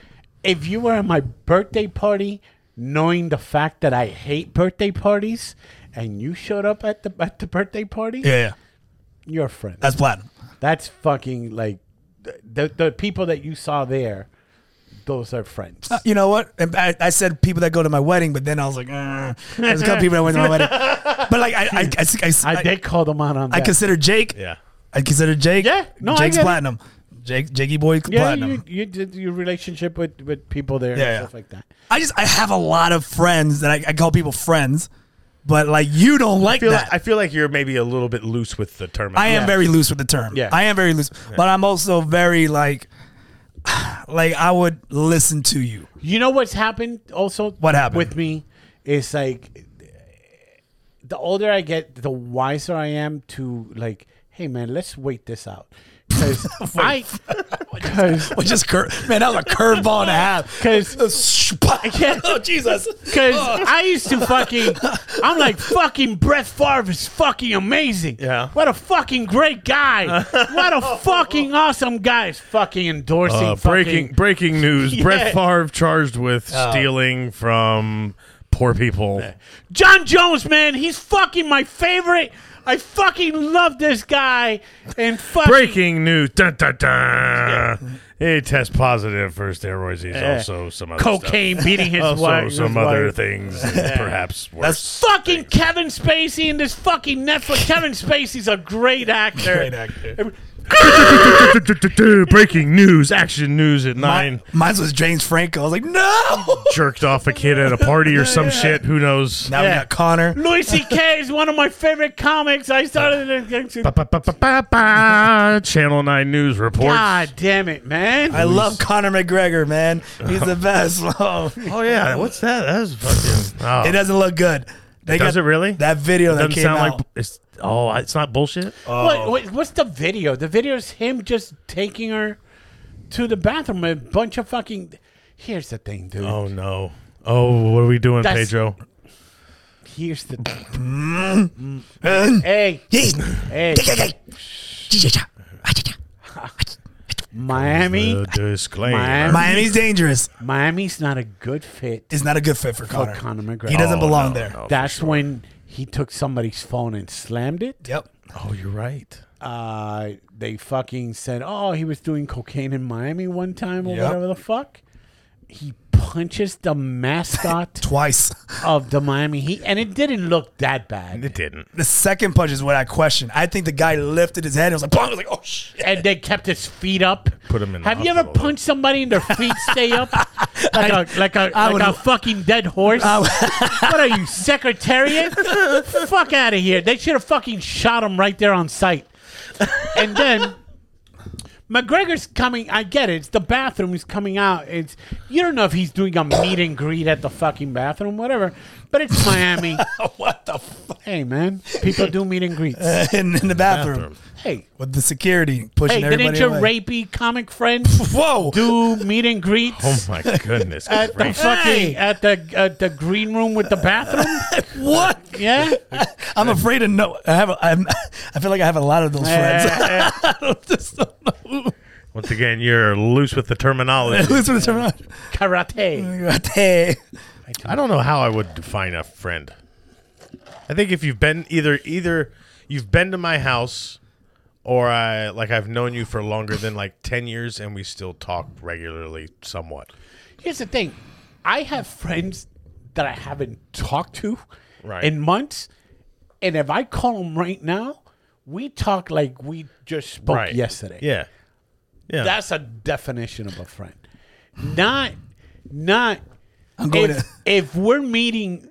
S2: If you were at my birthday party, knowing the fact that I hate birthday parties, and you showed up at the at the birthday party,
S3: yeah, yeah,
S2: you're a friend. That's,
S3: that's platinum.
S2: fucking like the, the the people that you saw there, those are friends.
S3: Uh, You know what? And I, I said people that go to my wedding, but then I was like, "Eh." there's a couple people that went to my wedding. But like I, I, I, I, I,
S2: I did call them out on that.
S3: I consider Jake.
S1: Yeah.
S3: I consider Jake.
S2: Yeah. No, I
S3: Jake's
S2: get it.
S3: platinum. Jake, Jakey boy
S2: yeah,
S3: platinum.
S2: you, you did your relationship with, with people there
S3: Yeah,
S2: and
S3: yeah.
S2: stuff like that.
S3: I just I have a lot of friends that I, I call people friends, but like you don't
S1: I
S3: like
S1: feel
S3: that.
S1: like, I feel like you're maybe a little bit loose with the term.
S3: I am very loose with the term.
S2: Yeah.
S3: I am very loose, but I'm also very like, Like I would listen to you.
S2: You know what's happened also?
S3: What happened?
S2: with me? It's like the older I get, the wiser I am to like, hey man, let's wait this out because I because
S3: Which is cur- man, that was a curveball and a half.
S2: 'Cause-
S3: Because oh Jesus, Oh.
S2: Cause I used to fucking, I'm like fucking Brett Favre is fucking amazing.
S1: Yeah.
S2: What a fucking great guy. What a fucking awesome guy is fucking endorsing
S1: Uh, breaking
S2: fucking.
S1: breaking news:
S2: Yeah.
S1: Brett Favre charged with stealing from poor people.
S2: John Jones, man, he's fucking my favorite. I fucking love this guy. And fucking
S1: Breaking news: dun, dun, dun. He test positive for steroids. He's
S2: Yeah.
S1: also some other stuff.
S2: cocaine beating his
S1: Also,
S2: wife.
S1: some
S2: his
S1: other
S2: wife.
S1: things, perhaps worse.
S2: Fucking Kevin Spacey in this fucking Netflix. Kevin Spacey's a great actor.
S3: Great actor.
S1: Breaking news, action news at nine.
S3: Mine was James Franco. I was like, no.
S1: Jerked off a kid at a party or some shit. Who knows?
S3: Now we
S2: Yeah.
S3: got Connor.
S2: Louis C.K. is one of my favorite comics. I started.
S1: Ba, ba, ba, ba, ba, ba. Channel Nine News reports.
S2: God damn it, man!
S3: I love Connor McGregor, man. He's the best. Oh,
S1: Oh yeah, what's that? That's fucking. Oh.
S3: it doesn't look good. They
S1: Does it really?
S3: That video that
S1: doesn't
S3: came
S1: sound
S3: out.
S1: like it's. Oh, it's not bullshit.
S2: What, what, what's the video? The video is him just taking her to the bathroom. A bunch of fucking. Here's the thing, dude.
S1: Oh no. Oh, what are we doing,
S2: That's-
S1: Pedro?
S2: Here's the.
S3: Mm.
S2: hey, hey, Miami.
S1: The disclaimer.
S2: Miami.
S3: Miami's dangerous.
S2: Miami's not a good fit
S3: It's not a good fit for
S2: for
S3: Connor.
S2: Conor McGregor.
S3: He doesn't
S1: Oh,
S3: belong
S1: no,
S3: there.
S1: no.
S2: That's when he took somebody's phone and slammed it.
S3: Yep.
S1: Oh, you're right.
S2: uh, they fucking said, oh, he was doing cocaine in Miami one time or
S3: Yep.
S2: whatever the fuck. He punches the mascot
S3: Twice.
S2: of the Miami Heat, and it didn't look that bad.
S1: It didn't.
S3: The second punch is what I question. I think the guy lifted his head and was like, "Bong!" I was like, oh shit.
S2: And they kept his feet up.
S1: Put him in the
S2: Have you ever
S1: hospital, though.
S2: punched somebody and their feet stay up like a like a
S3: I
S2: like a
S3: would-
S2: fucking dead horse? what are you, Secretariat? Fuck out of here! They should have fucking shot him right there on site. And then McGregor's coming. I get it. It's the bathroom. He's coming out. It's you don't know if he's doing a meet and greet at the fucking bathroom, whatever. But it's Miami.
S3: what the fuck?
S2: hey man, people do meet and greets.
S3: In, in the bathroom.
S1: Oh
S2: Hey.
S3: With the security pushing
S2: Hey,
S3: everybody
S2: didn't your
S3: away.
S2: rapey comic friend
S3: Whoa.
S2: do meet and greets?
S1: Oh my goodness.
S2: at the
S1: gracious.
S2: fucking at the at the green room with the bathroom.
S3: What?
S2: Yeah,
S3: I'm afraid of no. I have. A, I'm, I feel like I have a lot of those friends.
S2: Uh,
S1: Once again, you're loose with the terminology.
S3: Who's with the-
S2: karate.
S3: Hey.
S1: I don't know how I would define a friend. I think if you've been either either you've been to my house or I like I've known you for longer than like 10 years and we still talk regularly somewhat.
S2: Here's the thing, I have friends that I haven't talked to
S1: Right.
S2: in months, and if I call them right now, we talk like we just spoke Oh, yesterday.
S1: Yeah. Yeah.
S2: that's a definition of a friend. Not, not.
S3: I'm going
S2: If,
S3: to.
S2: if we're meeting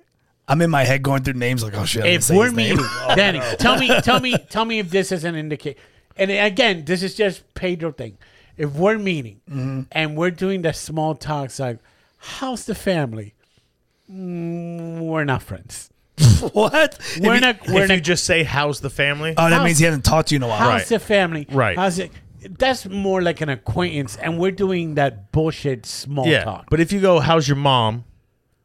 S3: I'm in my head going through names like, oh shit. I didn't
S2: if
S3: say
S2: we're
S3: his name.
S2: meeting,
S1: Oh,
S2: Danny, tell me, tell me, tell me if this is an indicator. And again, this is just Pedro thing. If we're meeting
S1: Mm-hmm.
S2: and we're doing the small talks like, "How's the family?" Mm, we're not friends.
S3: what?
S2: We're
S3: If you-
S2: not. We're
S1: if
S2: not.
S1: you just say how's the family?
S3: Oh, that
S2: How-
S3: means he hasn't talked to you in a while.
S2: how's
S1: Right.
S2: the family?
S1: Right.
S2: How's it? That's more like an acquaintance, and we're doing that bullshit small
S1: yeah.
S2: talk.
S1: But if you go how's your mom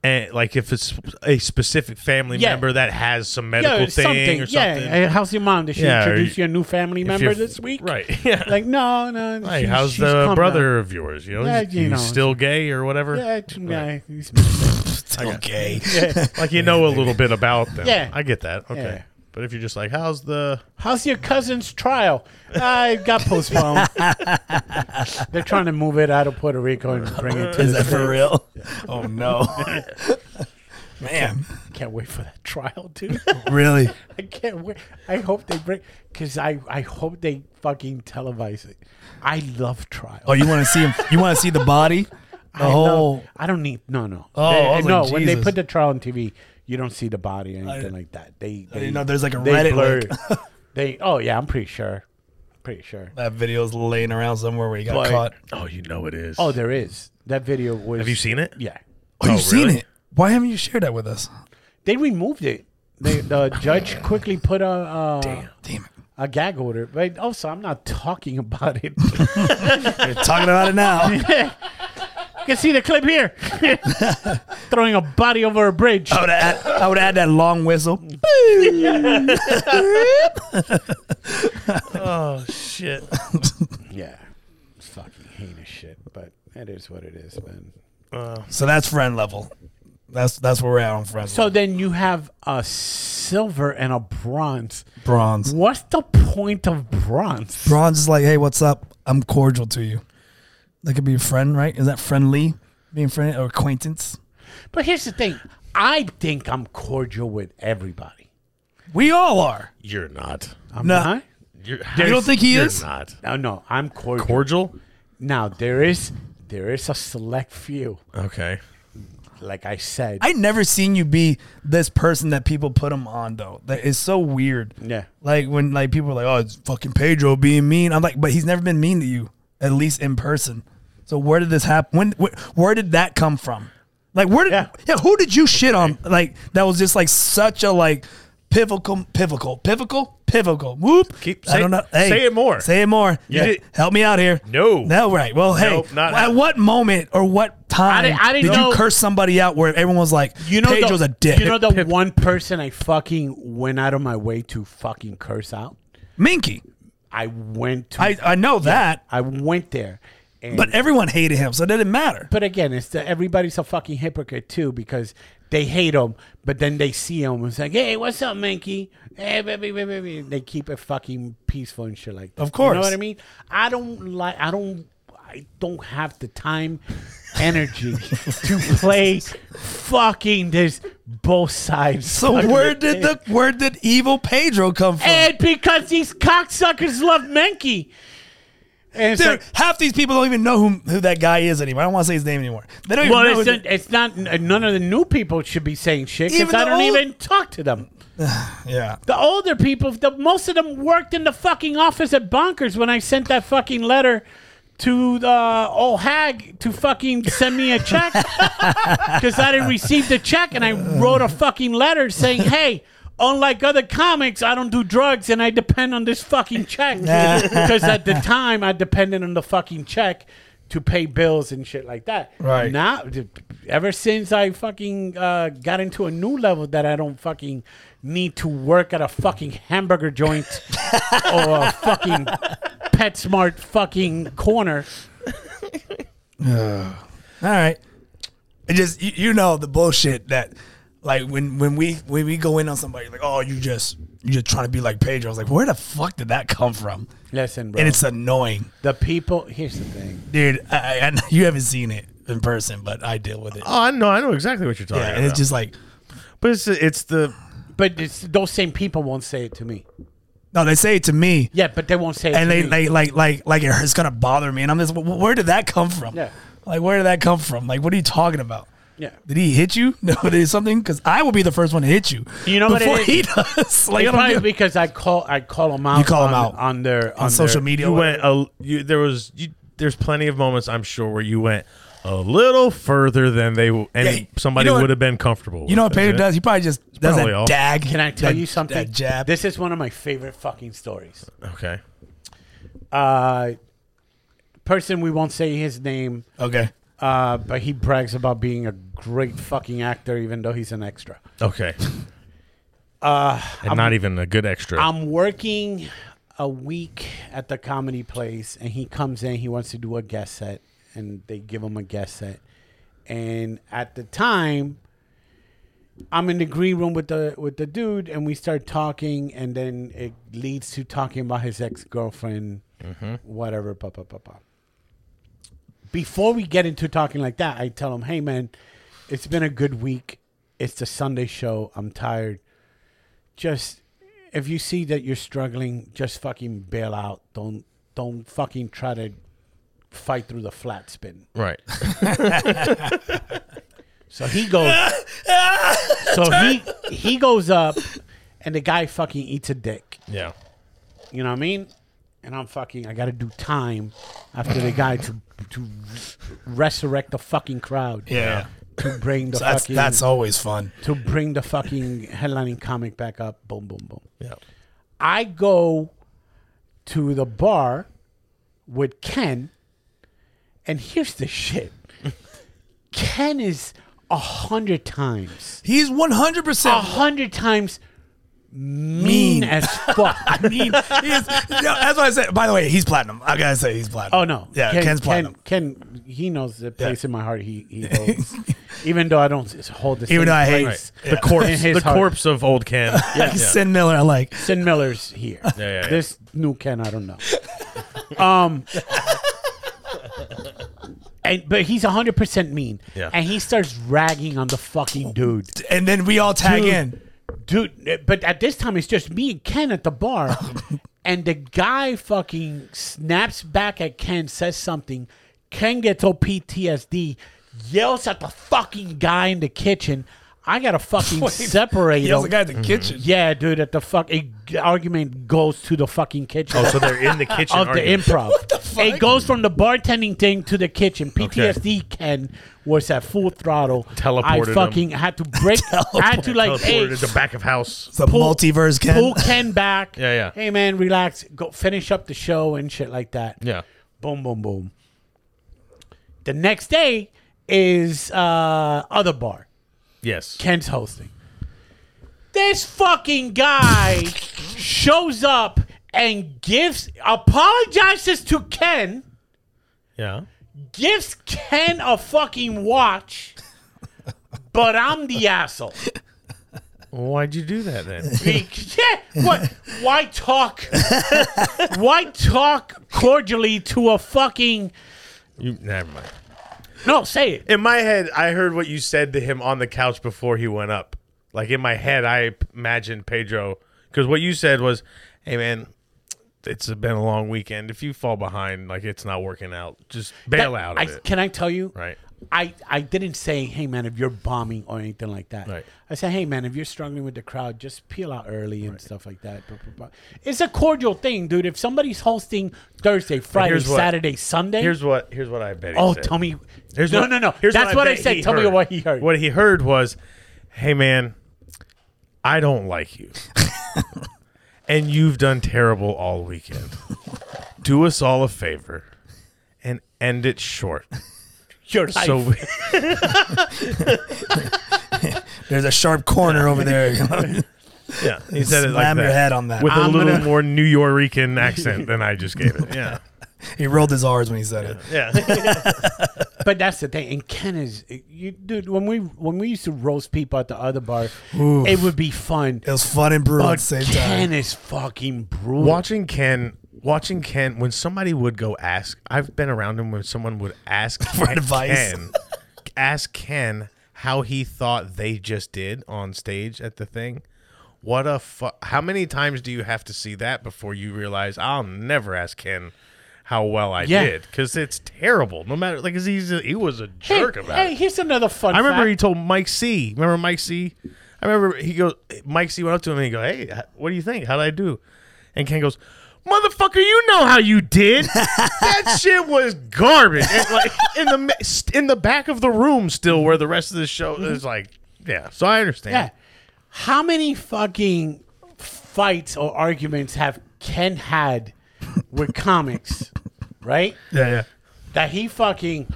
S1: and like if it's a specific family
S2: Yeah.
S1: member that has some medical
S2: yeah,
S1: thing
S2: something.
S1: or something.
S2: Yeah. Hey, how's your mom? Did she
S1: Yeah, or
S2: introduce
S1: you-
S2: you a new family
S1: If
S2: member
S1: you're-
S2: this week?
S1: Right. Yeah.
S2: Like no, no.
S1: Hey,
S2: she-
S1: how's
S2: she's
S1: the
S2: come now.
S1: brother of yours? You know,
S2: Yeah,
S1: he's,
S2: you
S1: he's
S2: know.
S1: still gay or whatever.
S2: Yeah, it's- yeah, he's-
S3: It's okay.
S1: Like you know a little bit about them.
S2: Yeah.
S1: I get that. Okay.
S2: Yeah.
S1: But if you're just like, how's the?
S2: How's your cousin's trial? I got postponed. They're trying to move it out of Puerto Rico and bring it to.
S3: Is that
S2: The,
S3: for real? Oh no. Man,
S2: can't wait for that trial, dude.
S3: really?
S2: I can't wait. I hope they bring because I I hope they fucking televise it. I love trial.
S3: Oh, you want to see him? You want to see the body?
S2: I,
S3: The
S2: love-
S3: whole.
S2: I don't need no no.
S3: Oh,
S2: They-
S3: I was
S2: no.
S3: like,
S2: when they
S3: Jesus.
S2: put the trial on TV, you don't see the body or anything
S3: I-
S2: like that. They,
S3: I
S2: they
S3: didn't know there's like a
S2: they
S3: Reddit
S2: blur.
S3: link.
S2: they oh yeah, I'm pretty sure. pretty sure.
S3: That video's laying around somewhere where he got
S2: But-
S3: caught.
S1: Oh, you know it is.
S2: Oh, there is. That video was.
S1: have you seen it?
S2: Yeah.
S3: Oh, you've seen
S1: really?
S3: it. Why haven't you shared that with us?
S2: They removed it. They, the judge quickly put a uh,
S3: Damn it.
S2: a gag order. But also, I'm not talking about it.
S3: You're talking about it now.
S2: You can see the clip here. Throwing a body over a bridge.
S1: Uh,
S3: I would add, I would add that long whistle. oh shit!
S2: Yeah. It's fucking heinous shit, but that is what it is, man.
S3: So that's friend level. That's that's where we're at on friend
S2: So
S3: level.
S2: then you have a silver and a bronze.
S3: Bronze.
S2: What's the point of bronze?
S3: Bronze is like, hey, what's up? I'm cordial to you. That could be a friend, right? Is that friendly? Being friend or acquaintance?
S2: But here's the thing I think I'm cordial with everybody.
S3: We all are.
S1: You're not.
S2: I'm
S3: No.
S2: not.
S1: You're,
S3: You don't think he
S1: you're
S3: is?
S1: Not
S2: No, no, I'm cordial.
S1: cordial.
S2: now there is there is a select few,
S1: Okay.
S2: like I said.
S3: I never seen you be this person that people put him on though. That is so weird.
S2: Yeah.
S3: Like when like people are like, oh, it's fucking Pedro being mean. I'm like, but he's never been mean to you, at least in person. So where did this happen? When where, where did that come from? Like where did yeah,
S2: Yeah.
S3: who did you shit on? Like that was just like such a like pivotal pivotal pivotal pivotal whoop.
S1: Keep-
S3: I
S1: say-
S3: don't know.
S1: say it more.
S3: Say it more.
S1: You
S3: Yeah.
S1: did-
S3: Help me out here.
S1: No.
S3: No. Right. Well, hey.
S1: Nope, not-
S3: at what moment or what time
S2: I didn't- I didn't
S3: did
S2: know-
S3: you curse somebody out where everyone was like,
S2: You know
S3: Pedro's
S2: the,
S3: a dick.
S2: You know the one person I fucking went out of my way to fucking curse out.
S3: Minky.
S2: I went to
S3: I,
S2: I,
S3: I know that,
S2: went there. And,
S3: but
S2: but
S3: everyone hated him, so it didn't matter.
S2: but again, it's the, everybody's a fucking hypocrite too because they hate him, but then they see him and it's like, hey, what's up, Minky? Hey, baby, baby, baby. They keep it fucking peaceful and shit like that.
S3: Of course.
S2: you know what I mean. I don't like. I don't. I don't have the time, energy to play fucking this both sides.
S3: So where did the where did evil Pedro come from?
S2: And because these cocksuckers love Menke. And it's
S3: Dude,
S2: like,
S3: half these people don't even know who, who that guy is anymore. I don't want to say his name anymore. They don't
S2: well,
S3: even
S2: it's
S3: know.
S2: not, it's not, none of the new people should be saying shit
S3: Even
S2: because I
S3: the
S2: don't
S3: old-
S2: even talk to them.
S3: who- yeah,
S2: The older people, the, most of them worked in the fucking office at Bonkers when I sent that fucking letter to the old hag to fucking send me a check because I didn't receive the check and I wrote a fucking letter saying, hey, unlike other comics, I don't do drugs and I depend on this fucking check because at the time I depended on the fucking check to pay bills and shit like that.
S3: Right.
S2: Now, ever since I fucking uh, got into a new level that I don't fucking need to work at a fucking hamburger joint or a fucking PetSmart fucking corner.
S3: all right. It just you, you know the bullshit that like when when we when we go in on somebody like oh you just you just trying to be like Pedro. I was like where the fuck did that come from?
S2: Listen, bro.
S3: And it's annoying,
S2: the people. Here's the thing.
S3: dude. I, I, I you haven't seen it in person, but I deal with it.
S1: Oh, I know. I know exactly what you're talking
S3: yeah, and
S1: about.
S3: it's just like
S1: but it's it's the
S2: But it's, those same people won't say it to me.
S3: no, they say it to me.
S2: Yeah, but they won't say it
S3: and
S2: to
S3: they
S2: me.
S3: like like like like it's gonna bother me, and I'm just "Wh- where did that come from?
S2: Yeah.
S3: Like where did that come from? Like what are you talking about?
S2: Yeah.
S3: Did he hit you? No, did something? Because I will be the first one to hit you.
S2: You know what it
S3: before
S2: is?
S3: he does. Like
S2: It's
S3: I don't
S2: probably
S3: give-
S2: because I call I call them out.
S3: call 'em
S2: on,
S3: out.
S2: on their on,
S3: on social
S2: their-
S3: media.
S1: you went a you, there was you, there's plenty of moments I'm sure where you went a little further than they w- and
S3: Yeah,
S1: somebody
S3: you know what-
S1: would have been comfortable.
S3: you know what Pedro does? He probably just does
S1: probably
S3: that
S1: all.
S3: dag.
S2: Can I tell
S3: that-
S2: you something?
S3: That jab.
S2: This is one of my favorite fucking stories.
S1: Okay.
S2: Uh, person we won't say his name,
S3: okay.
S2: uh, but he brags about being a great fucking actor, even though he's an extra.
S1: Okay. Uh, and not even a good extra.
S2: I'm working a week at the comedy place, and he comes in. He wants to do a guest set, and they give him a guest set. And at the time, I'm in the green room with the with the dude, and we start talking, and then it leads to talking about his ex girlfriend, whatever. Blah, blah, blah, blah. Before we get into talking like that, I tell him, "Hey, man, it's been a good week. It's the Sunday show. I'm tired just if you see that you're struggling, just fucking bail out. Don't don't fucking try to fight through the flat spin.
S1: right.
S2: So he goes. so he he goes up, and the guy fucking eats a dick.
S1: Yeah.
S2: You know what I mean? and I'm fucking. I got to do time after the guy to to resurrect the fucking crowd.
S3: Yeah.
S2: To bring the
S3: So that's
S2: fucking
S3: that's always fun.
S2: to bring the fucking headlining comic back up. Boom, boom, boom.
S1: Yeah.
S2: I go to the bar with Ken, and here's the shit. Ken is a hundred times,
S3: He's one hundred
S2: a
S3: percent
S2: hundred times mean,
S3: Mean.
S2: as fuck.
S3: mean. He is- no, that's what I said. By the way, he's platinum. I gotta say he's platinum.
S2: Oh no!
S3: Yeah, Ken's platinum.
S2: Ken, Ken, he knows the place in my heart. He, he holds, even though I don't s- hold the.
S3: Even
S2: same
S3: though I hate
S2: place
S1: The corpse,
S2: in his
S1: the
S2: heart.
S1: corpse of old Ken. yeah,
S3: Like Sin Miller, I like.
S2: Sin Miller's here.
S1: yeah, yeah.
S2: This new Ken, I don't know. um, and but he's hundred percent mean.
S1: Yeah.
S2: And he starts ragging on the fucking dude.
S3: And then we all tag
S2: Dude.
S3: in.
S2: Dude, uh, but at this time it's just me and Ken at the bar, and the guy fucking snaps back at Ken, says something. Ken gets all PTSD, yells at the fucking guy in the kitchen. I gotta fucking separate
S3: He has
S2: him.
S3: a guy at the kitchen.
S2: mm-hmm. Yeah, dude, at the fuck it, argument goes to the fucking kitchen
S1: Oh, so they're in the kitchen.
S2: of the
S1: arguing.
S2: improv. It goes from the bartending thing to the kitchen. PTSD Ken was at full throttle.
S1: Teleported
S2: I
S1: him.
S2: fucking had to break. I had to like, hey,
S1: Teleported to the back of house.
S3: It's a
S2: Pull-
S3: multiverse Ken.
S2: pull Ken back.
S1: Yeah, yeah.
S2: Hey man, relax. Go finish up the show and shit like that.
S1: Yeah.
S2: Boom, boom, boom. The next day is uh other bar.
S1: Yes.
S2: Ken's hosting. This fucking guy shows up and gives apologizes to Ken,
S1: Yeah.
S2: gives Ken a fucking watch, but I'm the asshole.
S1: Well, why'd you do that then?
S2: Be- yeah, what? Why talk? Why talk cordially to a fucking
S1: you never mind.
S2: no? Say it.
S1: In my head, I heard what you said to him on the couch before he went up. Like in my head, I p- imagined Pedro because what you said was, "Hey man, it's been a long weekend. If you fall behind, like it's not working out, just bail
S2: That-
S1: out of
S2: I-
S1: it."
S2: Can I tell you?
S1: Right.
S2: I, I didn't say, hey man, if you're bombing or anything like that.
S1: Right.
S2: I said, hey man, if you're struggling with the crowd, just peel out early and stuff like that. Blah, blah, blah. It's a cordial thing, dude. If somebody's hosting Thursday, Friday,
S1: here's what-
S2: Saturday, Sunday.
S1: Here's what here's what I bet. He
S2: oh,
S1: said.
S2: tell me.
S1: Here's
S2: no,
S1: what-
S2: no, no.
S1: here's
S2: That's what I,
S1: bet
S2: said.
S1: he
S2: Tell me
S1: heard.
S2: what he heard.
S1: What he heard was, "Hey man, I don't like you, and you've done terrible all weekend. Do us all a favor and end it short."
S2: Your life.
S1: So
S3: There's a sharp corner over there.
S1: yeah, he said it like
S3: Slam
S1: that.
S3: your head on that.
S1: with
S2: I'm
S1: a little
S2: gonna-
S1: more New Yorican accent than I just gave it. Yeah,
S3: he rolled his R's when he said it.
S1: yeah.
S2: But that's the thing. And Ken is, you, dude, when we when we used to roast people at the other bar, it would be fun.
S3: It was fun and brutal at
S2: But
S3: the same
S2: Ken
S3: time.
S2: is fucking brutal.
S1: watching Ken, watching Ken, when somebody would go ask, I've been around him when someone would ask for
S3: advice.
S1: Ken, ask Ken how he thought they just did on stage at the thing. What a fu- How many times do you have to see that before you realize I'll never ask Ken how well I
S2: Yeah.
S1: did because it's terrible. No matter like 'cause he's a, he was a jerk
S2: hey,
S1: about
S2: hey,
S1: it.
S2: here's another fun.
S1: I remember
S2: fact.
S1: he told Mike C. Remember Mike C. I remember he goes. Mike C. went up to him and he go, "Hey, h- what do you think? How would I do?" And Ken goes, "Motherfucker, you know how you did. that shit was garbage." And like in the mi- st- in the back of the room, still where the rest of the show is like, yeah. So I
S2: Yeah.
S1: understand.
S2: How many fucking fights or arguments have Ken had with comics, right?
S1: Yeah, yeah.
S2: That he fucking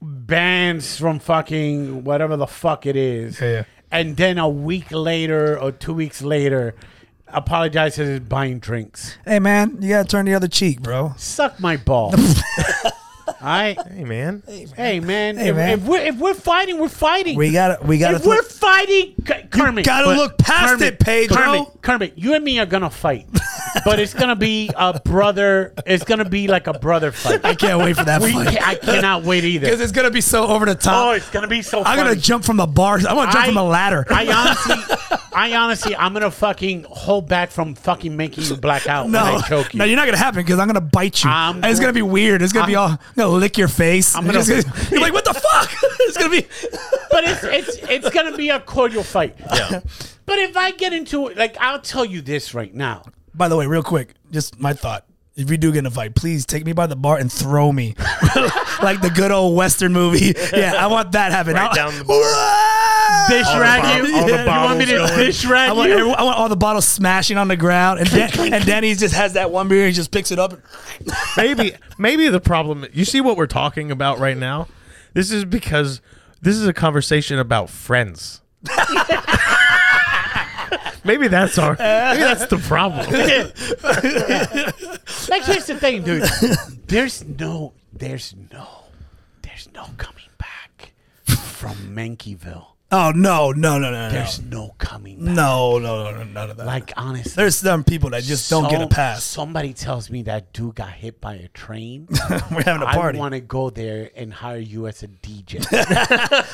S2: bans from fucking whatever the fuck it is.
S3: Yeah, yeah.
S2: And then a week later or two weeks later, apologizes and is buying drinks.
S3: Hey man, you gotta turn the other cheek, bro.
S2: Suck my balls. All right.
S1: Hey man,
S2: Hey, man.
S3: Hey,
S2: if,
S3: man.
S2: If, we're, if we're fighting, we're fighting.
S3: We gotta, we gotta.
S2: if we're
S3: Th-
S2: fighting, K- Kermit.
S3: gotta
S2: but-
S3: look past it, Pedro.
S2: Kermit, Kermit, you and me are gonna fight, but it's gonna be a brother. It's gonna be like a brother fight.
S3: I can't wait for that
S2: We ca-
S3: fight
S2: I cannot wait
S3: because
S2: either.
S3: it's gonna be so over the top.
S2: Oh, it's gonna be so.
S3: I'm gonna
S2: funny.
S3: jump from the bar. I'm gonna jump
S2: I-
S3: from a ladder.
S2: I honestly, I honestly, I'm gonna fucking hold back from fucking making you black out when
S3: no,
S2: I choke you.
S3: no, you're not gonna happen because I'm gonna bite you.
S2: I'm
S3: And it's gonna be weird. It's gonna be all. I'm gonna lick your face.
S2: I'm gonna-
S3: It's just gonna- you're like, what the fuck? it's gonna be.
S2: but it's it's it's gonna be a cordial fight. Yeah. But if I get into it, like I'll tell you this right now.
S3: By the way, real quick, just my thought. If you do get in a fight, please take me by the bar and throw me, like the good old Western movie. Yeah, I want that happen.
S1: Right
S3: I-
S1: down the bar.
S3: Whoa!
S5: Fish
S1: All the
S5: rag
S1: bottom-
S5: you?
S1: all the
S5: you want me to
S1: bottles going.
S5: fish rag
S3: I want,
S5: you?
S3: everyone- I want all the bottles smashing on the ground, and Dan, and Danny just has that one beer. He just picks it up.
S1: maybe maybe the problem you see what we're talking about right now this is because this is a conversation about friends maybe that's our maybe that's the problem
S2: Like here's the thing, dude. There's no, there's no, there's no coming back from Menkeyville.
S3: Oh no, no, no, no, no,
S2: There's no coming back.
S3: no, no, no, no, none of that.
S2: Like honestly,
S3: There's some people that just don't get a
S2: some-
S3: pass.
S2: Somebody tells me that dude got hit by a train.
S3: We're having a
S2: I
S3: party
S2: want to go there and hire you as a DJ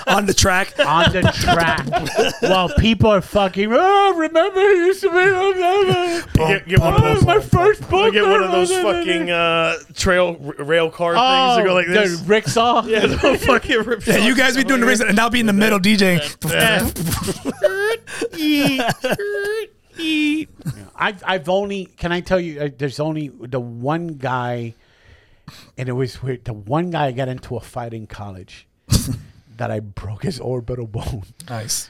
S3: on the track.
S2: on the track while people are fucking. Oh, remember it used to be.
S1: get, get one of
S2: Oh,
S1: those
S2: my first book.
S1: get one of those fucking uh, trail r- rail car things
S2: Oh,
S1: that go like this
S2: The ricksaw.
S1: yeah, the fucking rip
S3: Yeah, you guys be doing the reason, and I'll be in the middle DJing.
S2: I've I've only can I tell you? Uh, there's only the one guy, and it was weird. The one guy I got into a fight in college that I broke his orbital bone,
S3: Nice.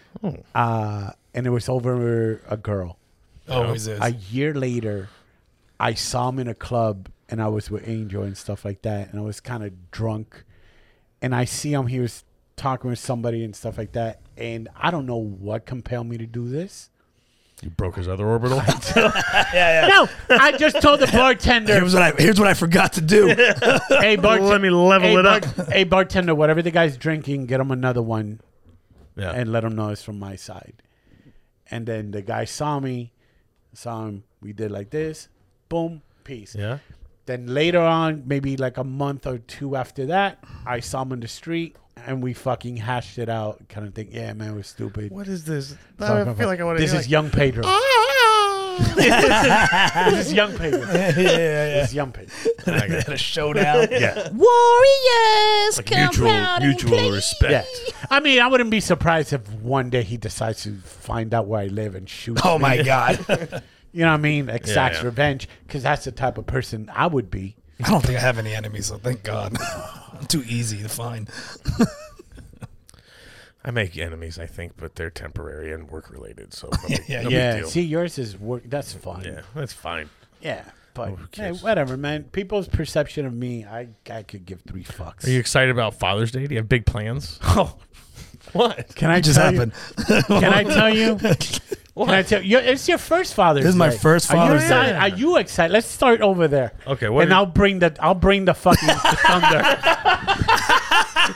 S2: uh, and it was over a girl.
S3: Always is.
S2: A year later, I saw him in a club, and I was with Angel and stuff like that, and I was kind of drunk, and I see him. He was talking with somebody and stuff like that, and I don't know what compelled me to do this.
S1: you broke his other orbital
S2: No, I just told the bartender.
S3: here's what I here's what I forgot to do.
S2: hey, bartender,
S1: Let me level
S2: hey,
S1: it up.
S2: bar- hey, bartender, whatever the guy's drinking, get him another one
S1: yeah
S2: and let him know it's from my side. And then the guy saw me, saw him. We did like this, boom, peace.
S1: yeah
S2: Then later on, maybe like a month or two after that, I saw him in the street and we fucking hashed it out, kind of thing. Yeah, man, we're stupid.
S1: what is this
S2: Blah,
S1: i
S2: blah,
S1: feel
S2: blah.
S1: like Ah! i want to
S2: This is young Pedro. this is young Pedro. This
S3: yeah, yeah,
S2: is young Pedro.
S3: yeah. Had a showdown.
S1: yeah
S4: Warriors, come out and play.
S2: Yeah.
S1: respect
S2: I mean, I wouldn't be surprised if one day he decides to find out where I live and shoot.
S3: Oh
S2: me.
S3: my god.
S2: You know what I mean? Exacts
S1: yeah.
S2: revenge because that's the type of person I would be.
S3: I don't think I have any enemies, so thank God. I'm too easy to find.
S1: i make enemies i think but they're temporary and work related so no big-
S3: Yeah,
S1: no big
S2: yeah.
S1: deal.
S2: See, yours is work. That's fun.
S1: yeah that's fine
S2: Yeah, But hey,
S1: cares?
S2: whatever, man. People's perception of me, I I could give three fucks.
S1: Are you excited about Father's Day? Do you have big plans?
S3: Oh,
S1: What?
S2: can I
S3: it just
S2: tell you-
S3: happened.
S2: Can I tell you? Can I tell you? It's your first Father's Day.
S3: This is my first
S2: Are you
S3: Father's Day.
S2: excited? Are you excited? Let's start over there.
S1: Okay, what
S2: and
S1: are-
S2: I'll bring the I'll bring the fucking thunder.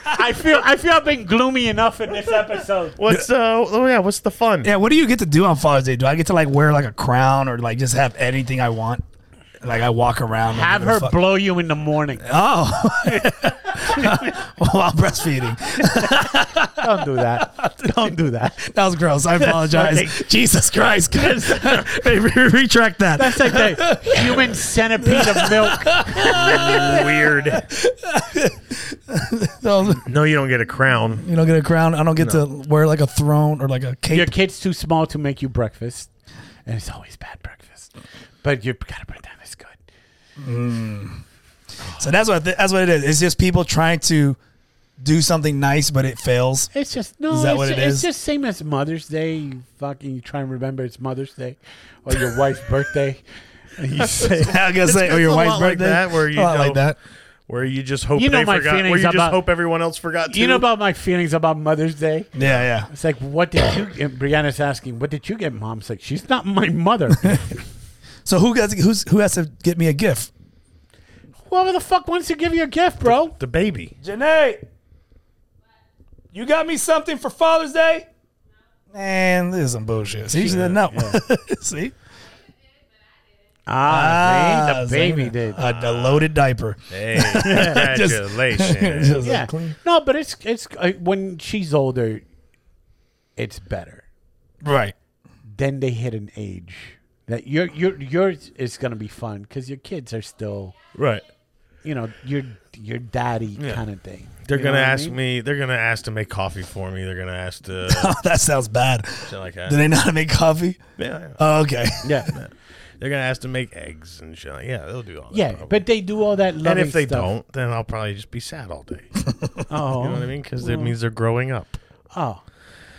S2: I feel I feel I've been gloomy enough in this episode.
S1: What's uh? Oh yeah, what's the fun?
S3: Yeah, what do you get to do on Father's Day? Do I get to like wear like a crown or like just have anything I want? Like I walk around. and
S2: Have
S3: give a
S2: her
S3: fuck-
S2: blow you in the morning.
S3: Oh, while breastfeeding.
S2: Don't do that. Don't do that.
S3: That was gross. I apologize. Jesus Christ, guys. hey, re- retract that.
S2: That's like the human centipede of milk.
S1: Weird.
S3: No,
S1: No, you don't get a crown.
S3: you don't get a crown. I don't get to wear like a throne or like a cape.
S2: Your kid's too small to make you breakfast, and it's always bad breakfast. But you gotta pretend it's good.
S3: So that's what th- that's what it is. It's just people trying to do something nice, but it fails.
S2: It's just no.
S3: Is that
S2: it's,
S3: what it
S2: it's
S3: is?
S2: just same as Mother's Day. You fucking you try and remember it's Mother's Day or your wife's birthday. And you say,
S3: I was gonna say, or
S1: it's
S3: your
S1: a
S3: wife's
S1: lot like
S3: birthday,
S1: that, where you
S3: a lot
S1: know-
S3: like that.
S1: Where you just hope
S2: You know
S1: they
S2: my
S1: forgot. Where you
S2: feelings
S1: just
S2: about-
S1: hope everyone else forgot. Too.
S2: you know about my feelings about Mother's Day.
S3: Yeah, yeah.
S2: It's like, what did you? And Brianna's asking, what did you get, Mom? It's like, she's not my mother.
S3: So who has who's who has to get me a gift?
S2: Whoever the fuck wants to give you a gift, bro.
S1: the baby.
S3: Janae, you got me something for Father's Day. Man, this is some bullshit. See, she didn't know. See,
S2: Ah,
S3: Ah,
S2: see, the baby
S3: Zena.
S2: did.
S3: a, a loaded diaper.
S1: Hey, congratulations.
S3: Just
S2: yeah.
S3: clean.
S2: No, but it's it's uh, when she's older, it's better.
S3: Right.
S2: Then they hit an age that your your yours is gonna be fun because your kids are still.
S1: right.
S2: you know, your your daddy kind of thing.
S1: They're
S2: You know
S1: gonna
S2: what I
S1: ask
S2: mean?
S1: me. They're gonna ask to make coffee for me. They're gonna ask to
S3: that sounds bad.
S1: shit like
S3: Do
S1: that.
S3: they know how to make coffee?
S2: uh,
S1: Yeah, yeah.
S3: Oh, okay.
S2: Yeah.
S5: They're gonna ask to make eggs and shit. Like, yeah, they'll do all that.
S2: Yeah,
S5: probably.
S2: but they do all that
S5: and
S2: loving
S5: if they
S2: stuff.
S5: don't, then I'll probably just be sad all day.
S2: oh,
S5: You know what I mean? Because it means they're growing up.
S2: oh,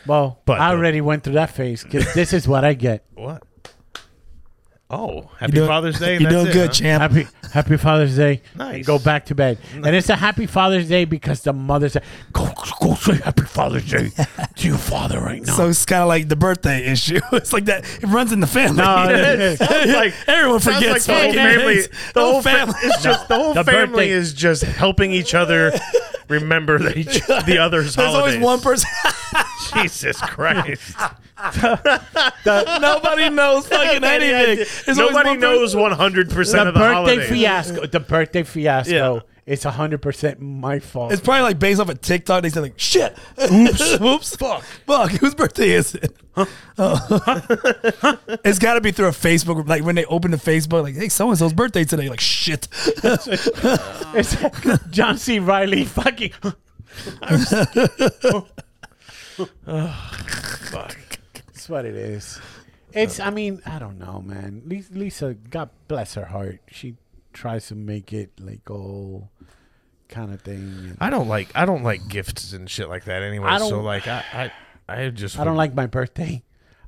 S2: well,
S5: But uh,
S2: I
S5: the-
S2: already went through that phase 'cause this is what I get.
S5: What? Oh,
S3: You
S5: happy
S3: doing-
S5: Father's Day.
S3: You're
S5: that's
S3: doing
S5: it,
S3: good,
S5: huh?
S3: champ.
S2: Happy Happy Father's Day.
S5: Nice.
S2: And go back to bed. And it's a Happy Father's Day because the mother said, "Go go say Happy Father's Day to your father right now."
S3: So it's kind of like the birthday issue. It's like that. It runs in the family.
S2: No, it is.
S5: Sounds like-
S3: everyone
S5: Sounds like
S3: forgets.
S5: the whole
S3: fucking
S5: family.
S3: names.
S5: The whole family is just the whole
S2: The
S5: family
S2: birthday-
S5: is just helping each other remember the, each, the other's
S3: There's
S5: holidays.
S3: always one person.
S5: Jesus Christ!
S3: Nobody knows fucking
S5: Nobody
S3: anything.
S5: idea-
S3: There's always
S5: Nobody
S3: one
S5: knows one hundred percent
S2: the
S5: of the
S2: birthday
S5: holidays.
S2: fiasco. The birthday fiasco.
S5: Yeah.
S2: It's hundred percent my fault.
S3: It's probably like based off of TikTok. They said like, "Shit, oops, oops, fuck, fuck." Whose birthday is it? Oh. it's got to be through a Facebook. group. Like when they open the Facebook, like, "Hey, so and so's birthday today." Like, shit.
S2: It's John C. Riley fucking. That's what it is. It's. I mean, I don't know, man. Lis- Lisa, God bless her heart. She tries to make it like all kind of thing.
S5: I don't like I don't like gifts and shit like that anyway.
S2: I don't-
S5: so like I I, I just
S2: I don't
S5: would-
S2: like my birthday.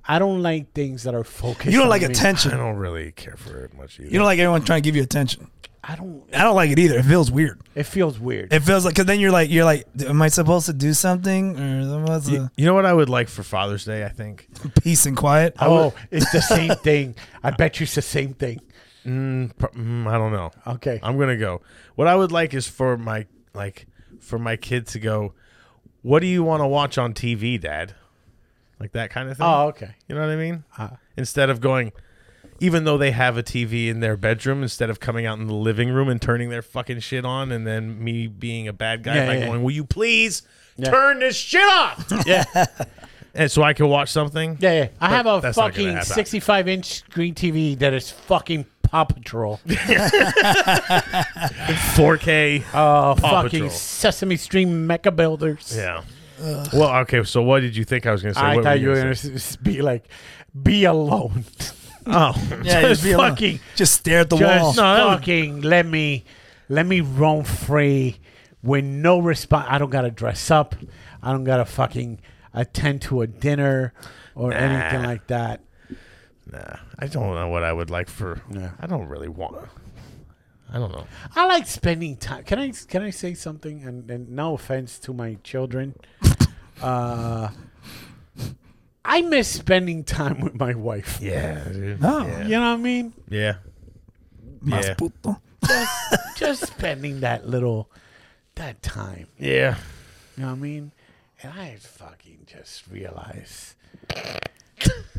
S2: I don't like things that are focused.
S3: You don't
S2: on
S3: like
S2: me.
S5: I
S3: attention.
S5: don't really care for it much either.
S3: You don't like everyone trying to give you attention.
S2: I don't.
S3: I don't like it either. It feels weird.
S2: It feels weird.
S3: It feels like because then you're like you're like, am I supposed to do something or am I supposed
S5: You,
S3: to
S5: you know what I would like for Father's Day? I think
S3: peace and quiet?
S2: oh, it's the same thing. I bet you it's the same thing.
S5: Mm, pro- mm, I don't know.
S2: Okay.
S5: I'm gonna go. What I would like is for my like for my kid to go. What do you want to watch on TV, Dad? Like that kind of thing.
S2: Oh, okay.
S5: You know what I mean?
S2: Uh,
S5: Instead of going, even though they have a TV in their bedroom, instead of coming out in the living room and turning their fucking shit on, and then me being a bad guy
S2: Yeah,
S5: by
S2: yeah, yeah.
S5: going, "Will you please
S2: Yeah.
S5: turn this shit off?"
S2: yeah.
S5: and so I can watch something.
S2: Yeah, yeah. I have a
S5: that's not gonna
S2: fucking
S5: happen.
S2: 65 inch screen TV that is fucking Paw Patrol.
S5: 4K.
S2: Oh, fucking
S5: Patrol.
S2: Sesame Street Mecha Builders.
S5: yeah. Well, okay. So what did you think I was gonna say?
S2: I
S5: What
S2: thought you were
S5: gonna
S2: going
S5: say?
S2: to be like, be alone.
S5: Oh,
S3: Yeah,
S2: just
S3: be alone.
S2: fucking-
S3: just stare at the wall.
S2: Just
S5: No, that would-
S2: fucking let me let me roam free with no response. I don't got to dress up. I don't got to fucking attend to a dinner or anything
S5: Nah.
S2: like that.
S5: Nah, I don't know what I would like for.
S2: Yeah.
S5: I don't really want. I don't know.
S2: I like spending time. Can I can I say something? And, and no offense to my children, uh, I miss spending time with my wife.
S5: Yeah, dude.
S3: Oh.
S5: yeah,
S2: You know what I mean?
S5: yeah.
S3: Mas
S5: Yeah.
S3: puto.
S2: Just spending that little that time.
S5: Yeah.
S2: You know what I mean? And I fucking just realized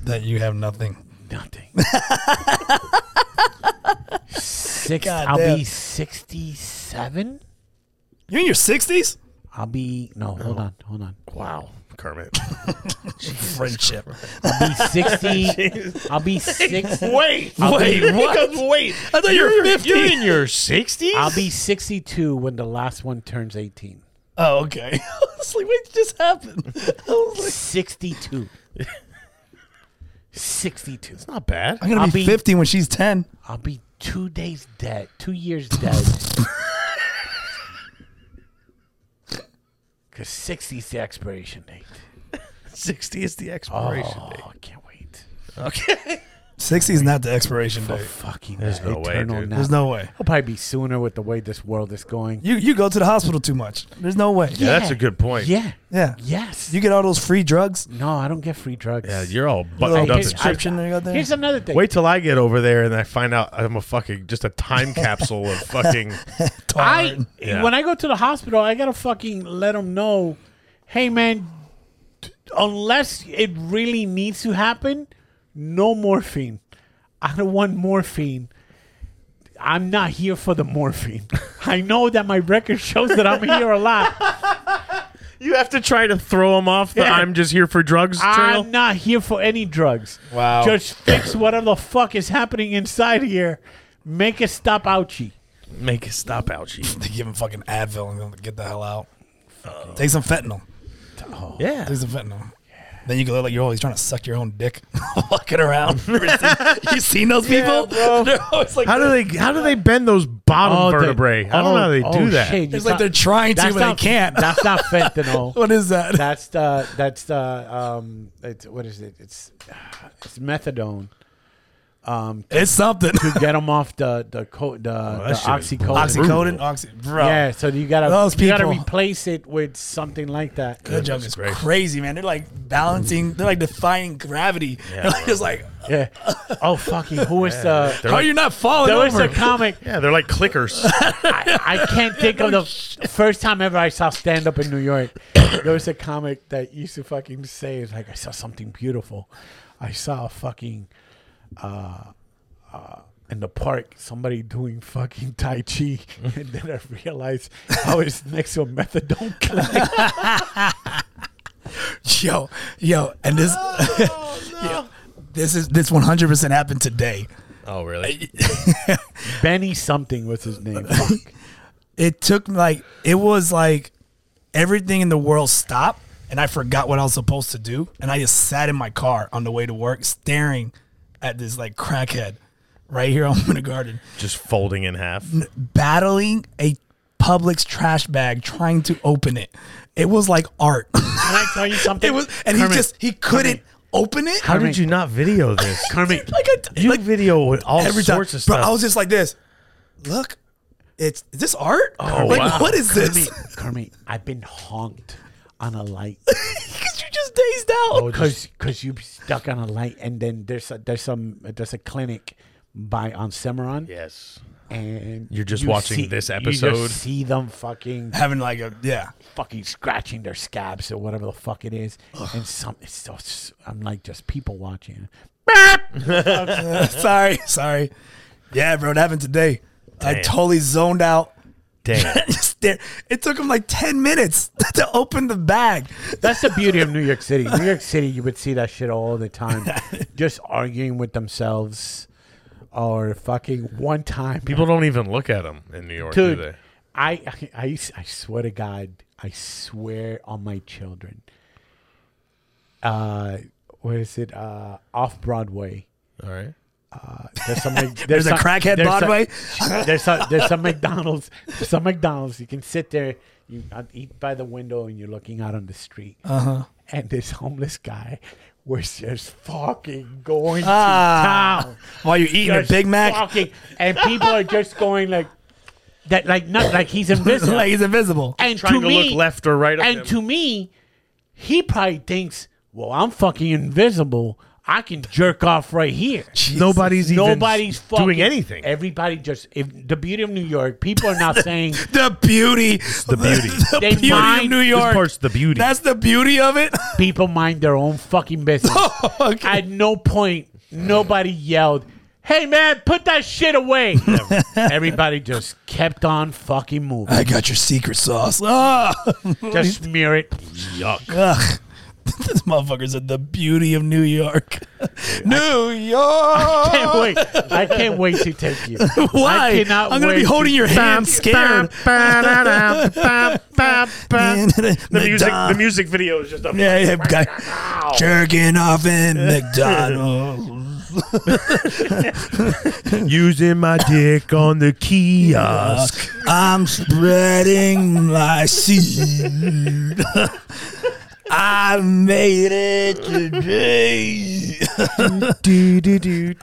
S3: That you have nothing.
S2: nothing. Six.
S3: God
S2: I'll
S3: damn.
S2: be sixty-seven.
S3: You in your sixties?
S2: I'll be no. Hold on. Hold on.
S5: Wow, Kermit.
S3: Friendship.
S2: I'll be sixty. I'll be six.
S5: wait,
S2: I'll
S5: wait,
S2: be-
S5: what? wait.
S3: I thought you were 50.
S5: You're in your sixties.
S2: I'll be 62 when the last one turns 18.
S3: Oh, okay. I was like, what just happened? I was like,
S2: 62. 62.
S5: not bad.
S3: I'm gonna
S2: I'll
S3: be,
S2: be-
S3: fifty when she's ten.
S2: I'll be two days dead, two years dead. Because 60 is the expiration date.
S5: Sixty is the
S2: Oh,
S5: expiration date.
S2: I can't wait.
S5: Okay.
S3: Sixty is not the expiration
S2: For
S3: date.
S2: fucking
S5: There's
S2: that
S5: no way,
S2: eternal
S5: dude.
S2: now.
S3: There's no way.
S2: It'll probably be sooner with the way this world is going.
S3: You you go to the hospital too much. There's no way.
S5: Yeah. that's a good point.
S2: Yeah.
S3: Yeah.
S2: Yes.
S3: You get all those free drugs.
S2: no, I don't get free drugs.
S5: Yeah, you're all
S3: Little
S5: buttoned up. and shit.
S3: prescription they got there.
S2: Here's another thing.
S5: Wait till I get over there and I find out I'm a fucking just a time capsule of fucking.
S2: I
S3: Tolerant.
S5: Yeah.
S2: when I go to the hospital, I gotta fucking let them know, hey man, t- unless it really needs to happen, no morphine. I don't want morphine. I'm not here for the morphine. I know that my record shows that I'm here a lot.
S5: You have to try to throw him off the
S2: Yeah.
S5: "I'm just here for drugs" trail.
S2: I'm not here for any drugs.
S3: Wow.
S2: Just fix whatever the fuck is happening inside here. Make it stop ouchie.
S5: Make it stop, ouchie.
S3: They give him fucking Advil and get the hell out. Take some fentanyl.
S5: Yeah,
S3: Take some fentanyl. Then you go like you're always trying to suck your own dick, walking around. you seen, those people?
S1: bro.
S3: They're always like
S1: How do they how do they bend those bottom
S2: Oh, the-
S1: vertebrae? I don't know how they
S2: oh,
S1: do that.
S2: shit, you
S3: It's like
S2: thought-
S3: they're trying to,
S2: that's
S3: but they
S2: not-
S3: can't.
S2: That's not fentanyl.
S3: What is that?
S2: that's the that's the um it's, what is it? It's it's methadone. Um,
S3: It's something.
S2: to get them off the the co- the, the
S1: Oh, that shit is
S2: oxycodone.
S3: Oxycodon, oxy, bro.
S2: Yeah, so you gotta
S3: Those
S2: you gotta
S3: people.
S2: replace it with something like that.
S3: That junk is
S1: gracious.
S3: crazy, man. They're like balancing. They're like defying gravity. they're like, just like,
S2: Yeah. Oh fucking who is the
S1: They're
S3: how are
S1: like-
S3: you not falling
S2: there was
S3: over?
S2: a comic.
S1: yeah, they're like clickers.
S2: I, I can't think of the first time ever I saw stand up in New York. There was a comic that used to fucking say, it's like, I saw something beautiful. I saw a fucking, uh, uh, in the park, somebody doing fucking Tai Chi. and then I realized I was next to a methadone clinic.
S3: yo, yo, and this, Oh, Yo, this is this 100 percent happened today.
S1: oh really?
S2: Benny something was his name. Fuck.
S3: It took like it was like everything in the world stopped, and I forgot what I was supposed to do, and I just sat in my car on the way to work, staring at this like crackhead right here on Winter Garden.
S1: Just folding in half.
S3: battling a Publix trash bag trying to open it. It was like art.
S2: Can I tell you something?
S3: it was, and he
S2: Kermit,
S3: just he couldn't open it.
S1: How
S2: Kermit.
S1: did you not video this?
S2: Kermit,
S3: Like a,
S1: You
S3: like
S1: video with all
S3: every time,
S1: sorts of
S3: bro.
S1: stuff.
S3: I was just like this. Look, it's is this art? Oh, like
S1: wow.
S3: what is this?
S2: Kermit, Kermit, I've been honked on a light.
S3: Because you just dazed out.
S2: because because you be stuck on a light and then there's a there's some there's a clinic by on Cimarron
S1: yes.
S2: and
S1: You're just
S2: you
S1: watching this
S2: You
S1: episode.
S2: just see them fucking
S3: Having like a yeah.
S2: fucking scratching their scabs or whatever the fuck it is, and some it's so s- I'm like just people watching.
S3: sorry, sorry. Yeah, bro, it happened today. I
S1: Damn.
S3: totally zoned out.
S1: Damn.
S3: Just stare- It took him like ten minutes to open the bag.
S2: That's the beauty of New York City. New York City, you would see that shit all the time, just arguing with themselves, or fucking one time
S1: People don't even look at them in New York, do
S2: dude.
S1: they?
S2: I, I I I swear to God, I swear on my children. Uh, where is it? Uh, off Broadway.
S1: All right.
S2: There's some. There's,
S3: There's a
S2: some-
S3: crackhead
S2: there's some-
S3: Broadway?
S2: there's some. There's some McDonald's. There's some McDonald's. You can sit there. You uh, eat by the window, and you're looking out on the street. Uh
S3: Uh-huh.
S2: huh. And this homeless guy was just fucking going
S3: Ah.
S2: to town.
S3: While you're eating a
S2: Just
S3: Big Mac,
S2: fucking- and people are just going like that, like not like he's invisible.
S3: like he's invisible.
S2: and
S1: Trying to
S2: me,
S1: look left or right.
S2: And to me, he probably thinks, "Well, I'm fucking invisible. I can jerk off right here."
S1: nobody's
S2: Nobody's fucking
S1: doing anything.
S2: Everybody just if, the beauty of New York. People are not saying
S3: the beauty, the
S1: beauty.
S3: the
S2: They
S3: beauty of
S2: mind-
S3: New
S2: this
S1: This
S3: York.
S1: part's the beauty.
S3: That's the beauty of it. Oh,
S2: people mind their own fucking business.
S3: Okay.
S2: At no point, nobody yelled, "Hey man, put that shit away." Everybody just kept on fucking moving.
S3: I got your secret sauce. Ah,
S2: Just smear it.
S1: Yuck.
S3: Ugh. this motherfucker said the beauty of New York. New York.
S2: Can't wait. I can't wait to take you.
S3: Why?
S2: I cannot
S3: I'm gonna be
S2: wait
S3: holding
S2: to-
S3: your hand, scared.
S1: the music. The
S3: McDonald's.
S1: music video is just a.
S3: Yeah, yeah, guy, jerking off in McDonald's.
S1: Using my dick on the kiosk.
S3: I'm spreading my seed. I made it today.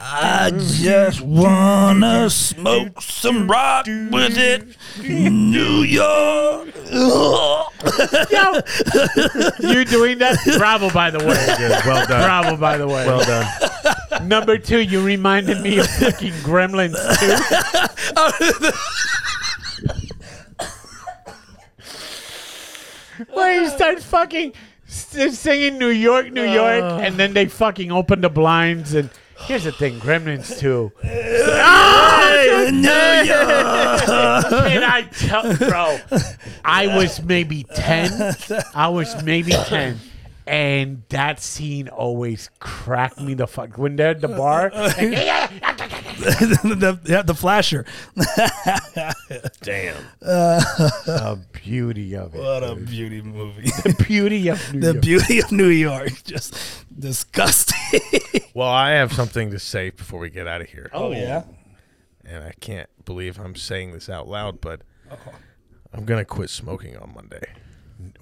S3: I just wanna smoke some rock with it. New York.
S2: Yo, you're doing that? Bravo, by the way.
S1: well done.
S2: Bravo, by the way.
S1: Well done.
S2: Number two, you reminded me of fucking Gremlins too. Where you start fucking s- singing New York, New York,
S1: Uh.
S2: and then they fucking open the blinds and. Here's the thing, Gremlins too.
S3: New York.
S2: Can I tell, bro? I was maybe ten. I was maybe ten, And that scene always cracked me the fuck when they're at the bar.
S3: the, yeah, the flasher.
S5: Damn.
S2: the beauty of it.
S3: What a beauty movie.
S2: beauty of New
S3: the
S2: York.
S3: beauty of New York. Just disgusting.
S5: Well, I have something to say before we get out of here.
S3: Oh, yeah.
S5: And I can't believe I'm saying this out loud, but I'm going to quit smoking on Monday.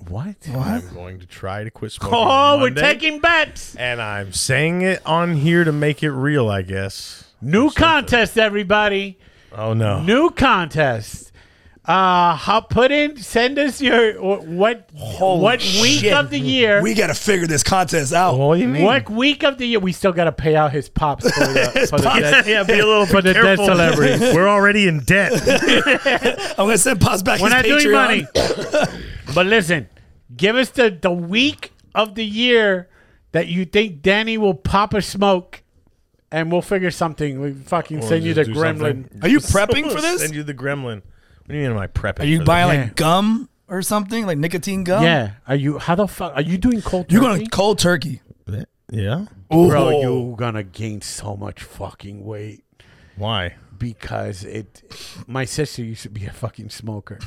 S2: what?
S5: I'm going to try to quit smoking.
S2: Oh,
S5: on
S2: we're
S5: Monday,
S2: taking bets.
S5: And I'm saying it on here to make it real, I guess.
S2: New contest, everybody.
S5: Oh, no.
S2: New contest. Uh, how put in? Send us your what what week
S3: shit.
S2: of the year?
S3: We got to figure this contest out.
S5: Well, what do you mean?
S2: What week of the year? We still got to pay out his pops for the, for the dead-
S5: yeah, be a little
S2: for the dead
S5: careful.
S2: celebrity.
S5: We're already in debt.
S3: I'm going to send Pops back
S2: We're
S3: his
S2: not
S3: Patreon.
S2: doing money. but listen, give us the, the week of the year that you think Danny will pop a smoke, and we'll figure something. We fucking send you the gremlin.
S3: Are you prepping for this?
S5: Send you the gremlin. What do you mean am I prepping?
S3: Are you
S5: for
S3: buying
S2: Yeah.
S3: like gum or something? Like nicotine gum?
S2: Yeah. Are you? How the fuck are you doing cold?
S3: You're
S2: turkey?
S3: going to cold turkey.
S5: this? Yeah.
S2: bro. You're gonna gain so much fucking weight
S5: Why?
S2: because it. My sister used to be a fucking smoker.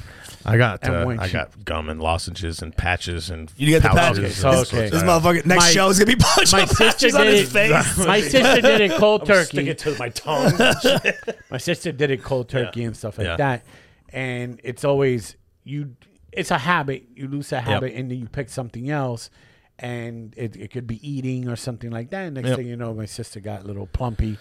S5: I got
S2: And
S5: uh,
S2: when
S5: I
S2: she-
S5: got gum and lozenges and patches and
S3: You got the
S5: pouches
S3: patches.
S5: and
S2: Okay,
S5: all
S2: so-
S5: sorts
S3: This
S5: of-
S3: motherfucker next
S2: My-
S3: show is gonna be punching
S2: My sister
S3: patches on
S2: did
S3: his
S2: it.
S3: face.
S2: My sister did it cold turkey.
S5: to my tongue.
S2: My sister did it cold turkey and stuff like
S5: Yeah.
S2: that. And it's always you. It's a habit. You lose a habit, and then you pick something else, and it, it could be eating or something like that. And next
S5: Yep.
S2: thing you know, my sister got a little plumpy,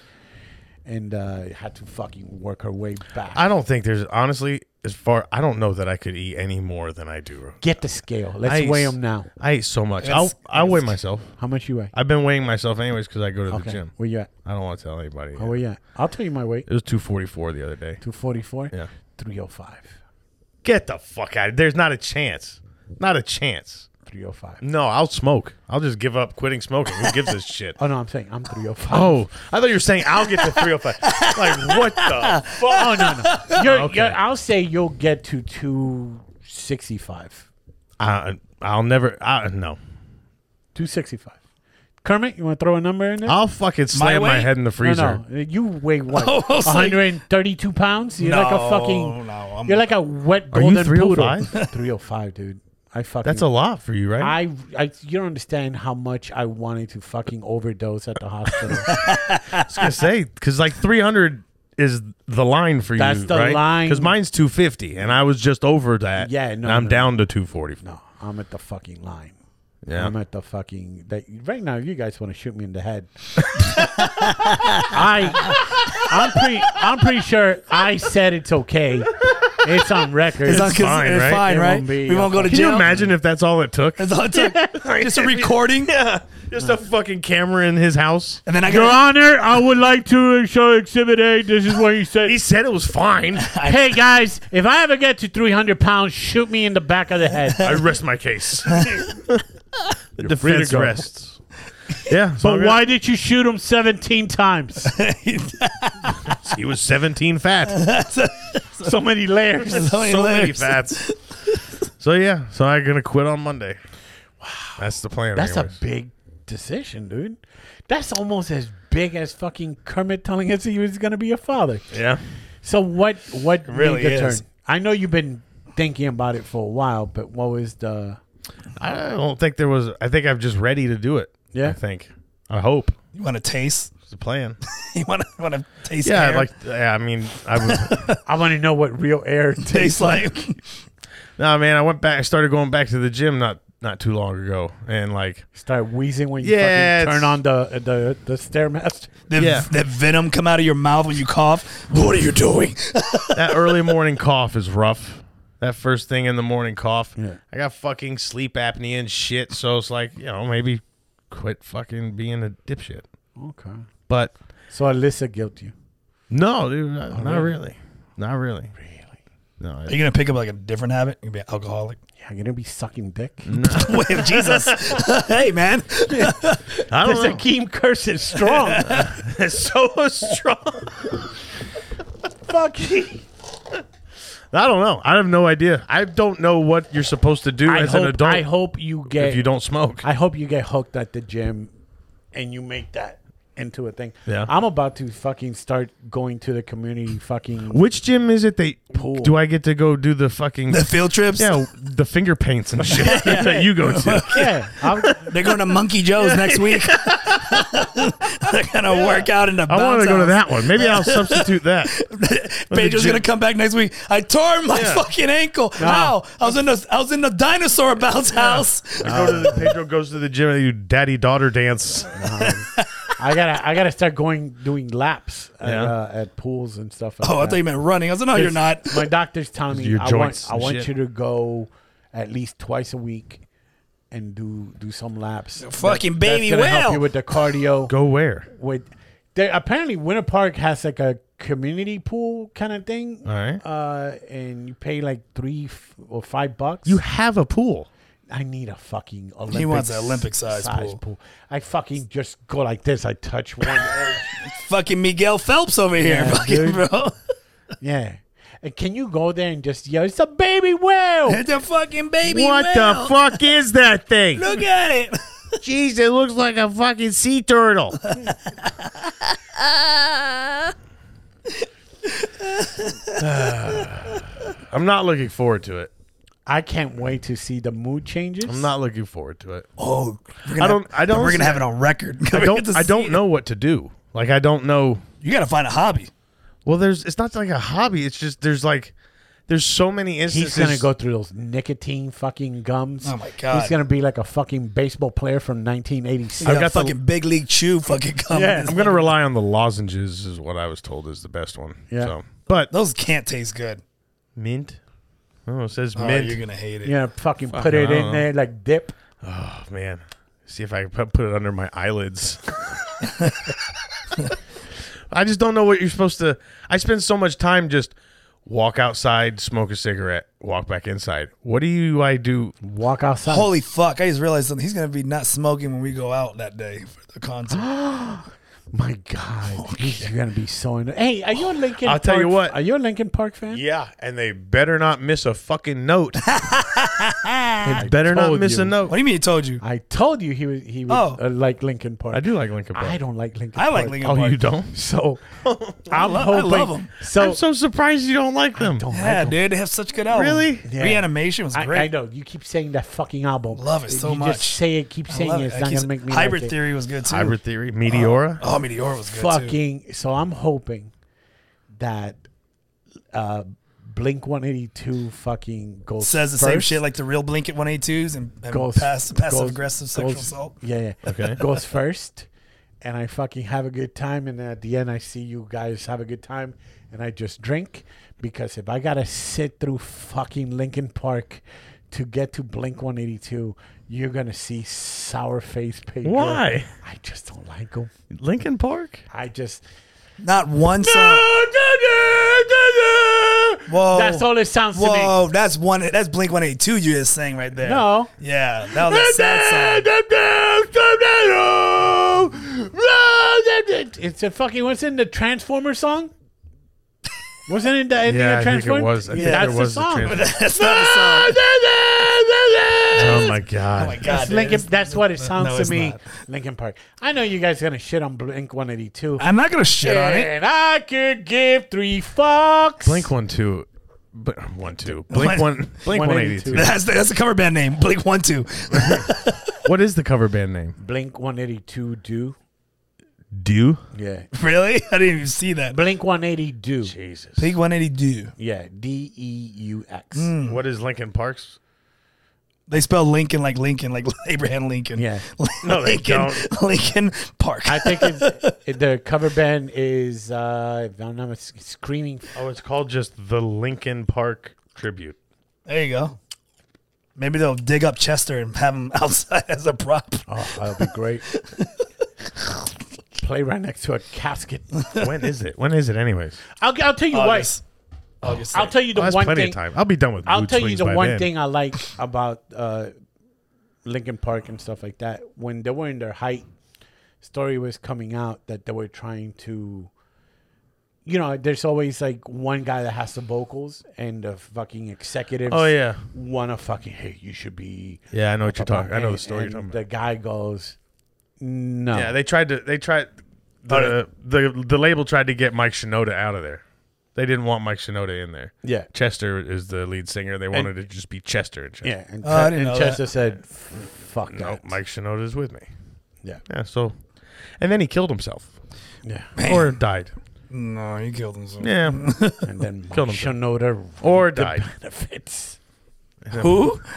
S2: and uh, had to fucking work her way back.
S5: I don't think there's honestly as far I don't know that I could eat any more than I do.
S2: Get the scale. Let's
S5: I
S2: 'em
S5: eat
S2: weigh
S5: s-
S2: them now.
S5: I eat so much. I'll
S3: That's-
S5: I'll weigh myself.
S2: How much you weigh?
S5: I've been weighing myself anyways because I go to the
S2: Okay.
S5: gym.
S2: Where you at?
S5: I don't want to tell anybody.
S2: Oh, where you at? I'll tell you my weight.
S5: It was two forty four the other day.
S2: Two forty four.
S5: Yeah.
S2: Three oh five.
S5: Get the fuck out! There's not a chance. Not a chance.
S2: Three oh five.
S5: No, I'll smoke. I'll just give up quitting smoking. Who gives a shit?
S2: Oh no, I'm saying I'm three oh five.
S5: Oh, I thought you were saying I'll get to 305. like, what the fuck?
S2: Oh no no. You're,
S5: Okay.
S2: you're, I'll say you'll get to two sixty five.
S5: I, I'll never. I, no.
S2: Two sixty five. Kermit, you want to throw a number in there?
S5: I'll fucking slam my,
S3: weight?
S5: head in the freezer.
S2: No, no. You weigh what?
S3: Oh, I was like-
S2: 132 pounds? You're like a
S3: No,
S2: fucking.
S3: no, I'm-
S2: you're like a wet
S5: Are you
S2: golden poodle.
S5: 305?
S2: 305, dude. I fucking.
S5: That's a lot for you, right?
S2: I, I, you don't understand how much I wanted to fucking overdose at the hospital.
S5: was going to say, because like 300 is the line for you.
S2: That's the line.
S5: Because mine's 250, and I was just over that.
S2: Yeah, no,
S5: And
S2: no,
S5: I'm
S2: no.
S5: down to 240.
S2: no, I'm at the fucking line.
S5: Yeah.
S2: I'm at the fucking. That, right now, you guys want to shoot me in the head. I, I'm pretty, I'm pretty sure I said it's okay. It's on record.
S3: It's, on cons-
S5: fine,
S3: it's
S5: right?
S3: fine,
S2: It
S3: right?
S2: won't be
S3: we won't go to
S5: Can you
S3: jail.
S5: imagine if that's all it took?
S3: That's all it took. Just a recording,
S5: Yeah. Just a fucking camera in his house.
S3: and then I
S2: Your
S3: got.
S2: Honor, I would like to show Exhibit A. This is what he said.
S5: He said it was fine.
S2: hey guys, if I ever get to 300 pounds, shoot me in the back of the head.
S5: I rest my case. the
S2: free to
S5: defense
S2: go.
S5: rests. Yeah,
S2: But why did you shoot him 17 times?
S5: He was 17 fat.
S2: so many layers.
S3: So many
S5: so many
S3: layers.
S5: fats. So yeah, so I'm gonna quit on Monday. Wow, that's the plan.
S2: That's a
S5: anyways.
S2: big decision, dude. That's almost as big as fucking Kermit telling us he was going to be a father.
S5: yeah.
S2: So what what
S3: really
S2: made the
S3: is.
S2: turn? I know you've been thinking about it for a while, but what was the
S5: I don't think there was. I think I'm just ready to do it.
S2: Yeah?
S5: I think. I hope.
S3: You want to taste?
S5: It's the plan.
S3: You want to want to taste?
S5: Yeah,
S3: air?
S5: like yeah, I mean, I was.
S2: I want to know what real air tastes
S3: taste
S2: like.
S3: like.
S5: no, man, I went back. I started going back to the gym not not too long ago, and like
S2: Start wheezing when you
S5: Yeah,
S2: fucking
S5: it's-
S2: turn on the the the stairmaster.
S3: That,
S5: Yeah.
S3: that venom come out of your mouth when you cough. What are you doing?
S5: that early morning cough is rough. That first thing in the morning cough.
S2: Yeah.
S5: I got fucking sleep apnea and shit. So it's like, you know, maybe quit fucking being a dipshit.
S2: Okay.
S5: But
S2: So Alyssa guilt you.
S5: no, dude, not,
S2: Oh,
S5: not really. Not really. Really? No.
S3: Are
S5: I,
S3: you gonna pick up like a different habit? You're gonna be an alcoholic.
S2: Yeah, you're gonna be sucking dick.
S3: Wait, Jesus. hey, man.
S5: I
S2: This
S5: don't know.
S2: Akeem curse is strong.
S5: It's so strong.
S2: Fuck. you.
S5: I don't know. I have no idea. I don't know what you're supposed to do
S2: I
S5: as
S2: hope,
S5: an adult
S2: I hope you get.
S5: if you don't smoke.
S2: I hope you get hooked at the gym, and you make that into a thing.
S5: Yeah.
S2: I'm about to fucking start going to the community fucking.
S5: Which gym is it? They
S2: Pool.
S5: do I get to go do the fucking
S3: The field trips.
S5: yeah the finger paints and shit that you go to?
S2: Yeah, I'm,
S3: They're going to Monkey Joe's next week. They're gonna work out in the.
S5: I want
S3: bounce
S5: to go to
S3: house.
S5: that one. Maybe I'll substitute that.
S3: Pedro's
S5: gym.
S3: gonna come back next week. I tore my
S5: Yeah.
S3: fucking ankle. How? I was in the I was in the dinosaur bounce house.
S5: go to the, Pedro goes to the gym and they do daddy daughter dance.
S2: I gotta. I gotta start going doing laps at,
S5: Yeah.
S2: uh, at pools and stuff. Like
S3: Oh, I
S2: that.
S3: thought you meant running. I was like, no, you're not.
S2: My doctor's telling me
S5: Your
S2: I
S5: joints
S2: want, I
S5: and
S2: want
S5: shit.
S2: you to go at least twice a week and do do some laps.
S3: Fucking
S2: That's
S3: baby
S2: gonna help you
S3: whale.
S2: with the cardio.
S5: Go where?
S2: With there, apparently Winter Park has like a community pool kind of thing.
S5: All right.
S2: Uh, and you pay like three f- or five bucks.
S5: You have a pool.
S2: I need a fucking Olympic.
S3: wants an Olympic-sized pool.
S2: I fucking just go like this. I touch one. edge.
S3: Fucking Miguel Phelps over here.
S2: Yeah,
S3: fucking
S2: dude.
S3: bro.
S2: yeah. And can you go there and just yell? It's a baby whale.
S3: It's a fucking baby
S5: what
S3: whale.
S5: the fuck is that thing?
S3: Look at it.
S5: Jeez, it looks like a fucking sea turtle. I'm not looking forward to it.
S2: I can't wait to see the mood changes.
S5: I'm not looking forward to it.
S3: Oh, we're gonna
S5: I don't. I don't.
S3: We're gonna have it on record.
S5: I don't. I don't know what to do. Like I don't know.
S3: You gotta find a hobby.
S5: Well, there's. It's not like a hobby. It's just there's like. There's so many
S2: He's
S5: instances.
S2: gonna go through those nicotine fucking gums.
S3: Oh my God.
S2: He's gonna be like a fucking baseball player from 1986.
S3: I've got
S5: got the-
S3: fucking big league chew fucking coming.
S2: Yeah.
S5: I'm gonna rely on the lozenges. Is what I was told is the best one.
S2: Yeah.
S5: So, but
S3: Those can't taste good.
S5: mint. Oh, it says
S3: Oh,
S5: mint.
S3: you're gonna hate it.
S2: You know, fucking put it
S5: I
S2: in
S5: don't
S2: there like dip.
S5: Oh man, see if I can put- put it under my eyelids. I just don't know what you're supposed to. I spend so much time just walk outside, smoke a cigarette, walk back inside. What do you? I do.
S2: Walk outside.
S3: Holy fuck! I just realized something. He's gonna be not smoking when we go out that day for the concert.
S2: my God, he's gonna be so. In- hey, are you a Lincoln?
S5: I'll tell you
S2: Park-
S5: what.
S2: Are you a Lincoln Park fan?
S5: Yeah, and they better not miss a fucking note. they better not
S2: told
S5: miss
S2: you.
S5: a note.
S3: what do you mean? You told you?
S2: I told you he was. He
S3: Oh.
S2: was uh, like Lincoln Park.
S5: I do like Lincoln Park.
S2: I don't like Lincoln.
S3: I like
S2: Park.
S3: Lincoln
S5: Oh,
S3: Park.
S5: you don't?
S2: So
S3: I,
S2: I'm
S3: love, I
S2: hoping.
S3: love them.
S2: So,
S5: I'm so surprised you don't like them.
S2: don't
S3: Yeah,
S2: like 'em.
S3: dude, they have such good albums.
S5: Really?
S2: Yeah.
S3: Reanimation was
S2: I,
S3: great.
S2: I know you keep saying that fucking album.
S3: Love it so
S2: you
S3: much.
S2: Just say it. Keep
S3: I
S2: saying
S3: love
S2: it.
S3: it.
S2: It's
S3: I
S2: not
S3: keep-
S2: gonna make me.
S3: Hybrid
S2: like it.
S3: Theory was good too.
S5: Hybrid Theory, Meteora.
S3: Oh, Meteor was good too.
S2: fucking so i'm hoping that uh blink 182 fucking goes
S3: Says the same
S2: first,
S3: shit like the real Blink at 182s and, and
S2: goes
S3: pass, passive
S2: goes-
S3: aggressive sexual
S2: goes-
S3: assault.
S2: yeah yeah
S5: Okay.
S2: goes first and i fucking have a good time and at the end i see you guys have a good time and i just drink because if i gotta sit through fucking linkin park to get to blink 182 you're gonna see sour face Pedro.
S5: Why?
S2: i just don't like him
S5: Lincoln Park.
S2: i just
S3: Not one song. Whoa.
S2: Oh, that's all it sounds to me
S3: Whoa, that's one. That's Blink 182 you just sang right there.
S2: No.
S3: Yeah, that was a sad song.
S2: It's a fucking. What's in the Transformer song? Wasn't it the,
S5: Yeah,
S2: the
S5: I think
S2: Transformer?
S5: it was. I think
S3: Yeah.
S5: it
S2: That's the
S5: was the
S2: song.
S5: Transformers.
S3: That's not a song.
S5: Oh my god!
S3: Oh my God,
S2: That's
S3: dude,
S2: Linkin.
S3: it's-
S2: That's what it sounds
S3: no,
S2: to
S3: it's
S2: me.
S3: not.
S2: Linkin Park. I know you guys gonna shit on Blink One Eighty Two.
S3: I'm not gonna shit on it.
S2: And I could give three fucks.
S5: Blink one two, but one two. Blink one. Blink one eighty
S2: 182.
S5: two.
S3: That's the, that's the cover band name. Blink 182.
S5: What is the cover band name?
S2: Blink One Eighty Two. Do
S5: Do
S2: yeah.
S3: Really? I didn't even see that.
S2: Blink One Eighty Do
S5: Jesus.
S3: Blink 182.
S2: yeah. D E U X.
S5: What is Lincoln Park's?
S3: They spell Lincoln like Lincoln, like Abraham Lincoln.
S2: Yeah.
S5: No, they
S3: Lincoln, Lincoln Park.
S2: I think it's, it, the cover band is uh, if I'm not mis- screaming
S5: Oh, it's called just the Lincoln Park tribute.
S3: there you go. Maybe they'll dig up Chester and have him outside as a prop.
S2: Oh, that'll be great. Play right next to a casket.
S5: when is it? When is it? Anyways,
S2: I'll, I'll tell you why.
S3: August. August.
S2: I'll tell you the
S5: oh, that's
S2: one
S5: plenty
S2: thing.
S5: of time. I'll be done with.
S2: I'll
S5: mood
S2: tell you
S5: swings
S2: the
S5: by
S2: one
S5: then.
S2: thing I like about uh, Lincoln Park and stuff like that. When they were in their height, story was coming out that they were trying to you know, there's always like one guy that has the vocals and the fucking executives.
S5: Oh, yeah.
S2: want to fucking hey, you should be.
S5: Yeah, I know what you're talking. I know the story you're
S2: And
S5: talking
S2: The
S5: about.
S2: guy goes, no.
S6: Oh.
S5: Yeah, they tried to. They tried. The, the the label tried to get Mike Shinoda out of there. They didn't want Mike Shinoda in there.
S2: Yeah.
S5: Chester is the lead singer. They wanted it to just be Chester and Chester.
S2: yeah. And,
S3: Oh, I
S2: Ch-
S3: didn't
S2: and
S3: know
S2: Chester said, "F- fuck
S5: No,
S2: that.
S5: Mike Shinoda's with me.
S2: Yeah.
S5: Yeah, so and then he killed himself
S2: Yeah.
S5: or died.
S3: No, he killed himself.
S5: Yeah.
S2: And then Mike
S5: Killed himself.
S2: Shinoda
S5: Or
S2: reaped the
S5: died.
S2: benefits.
S3: Who?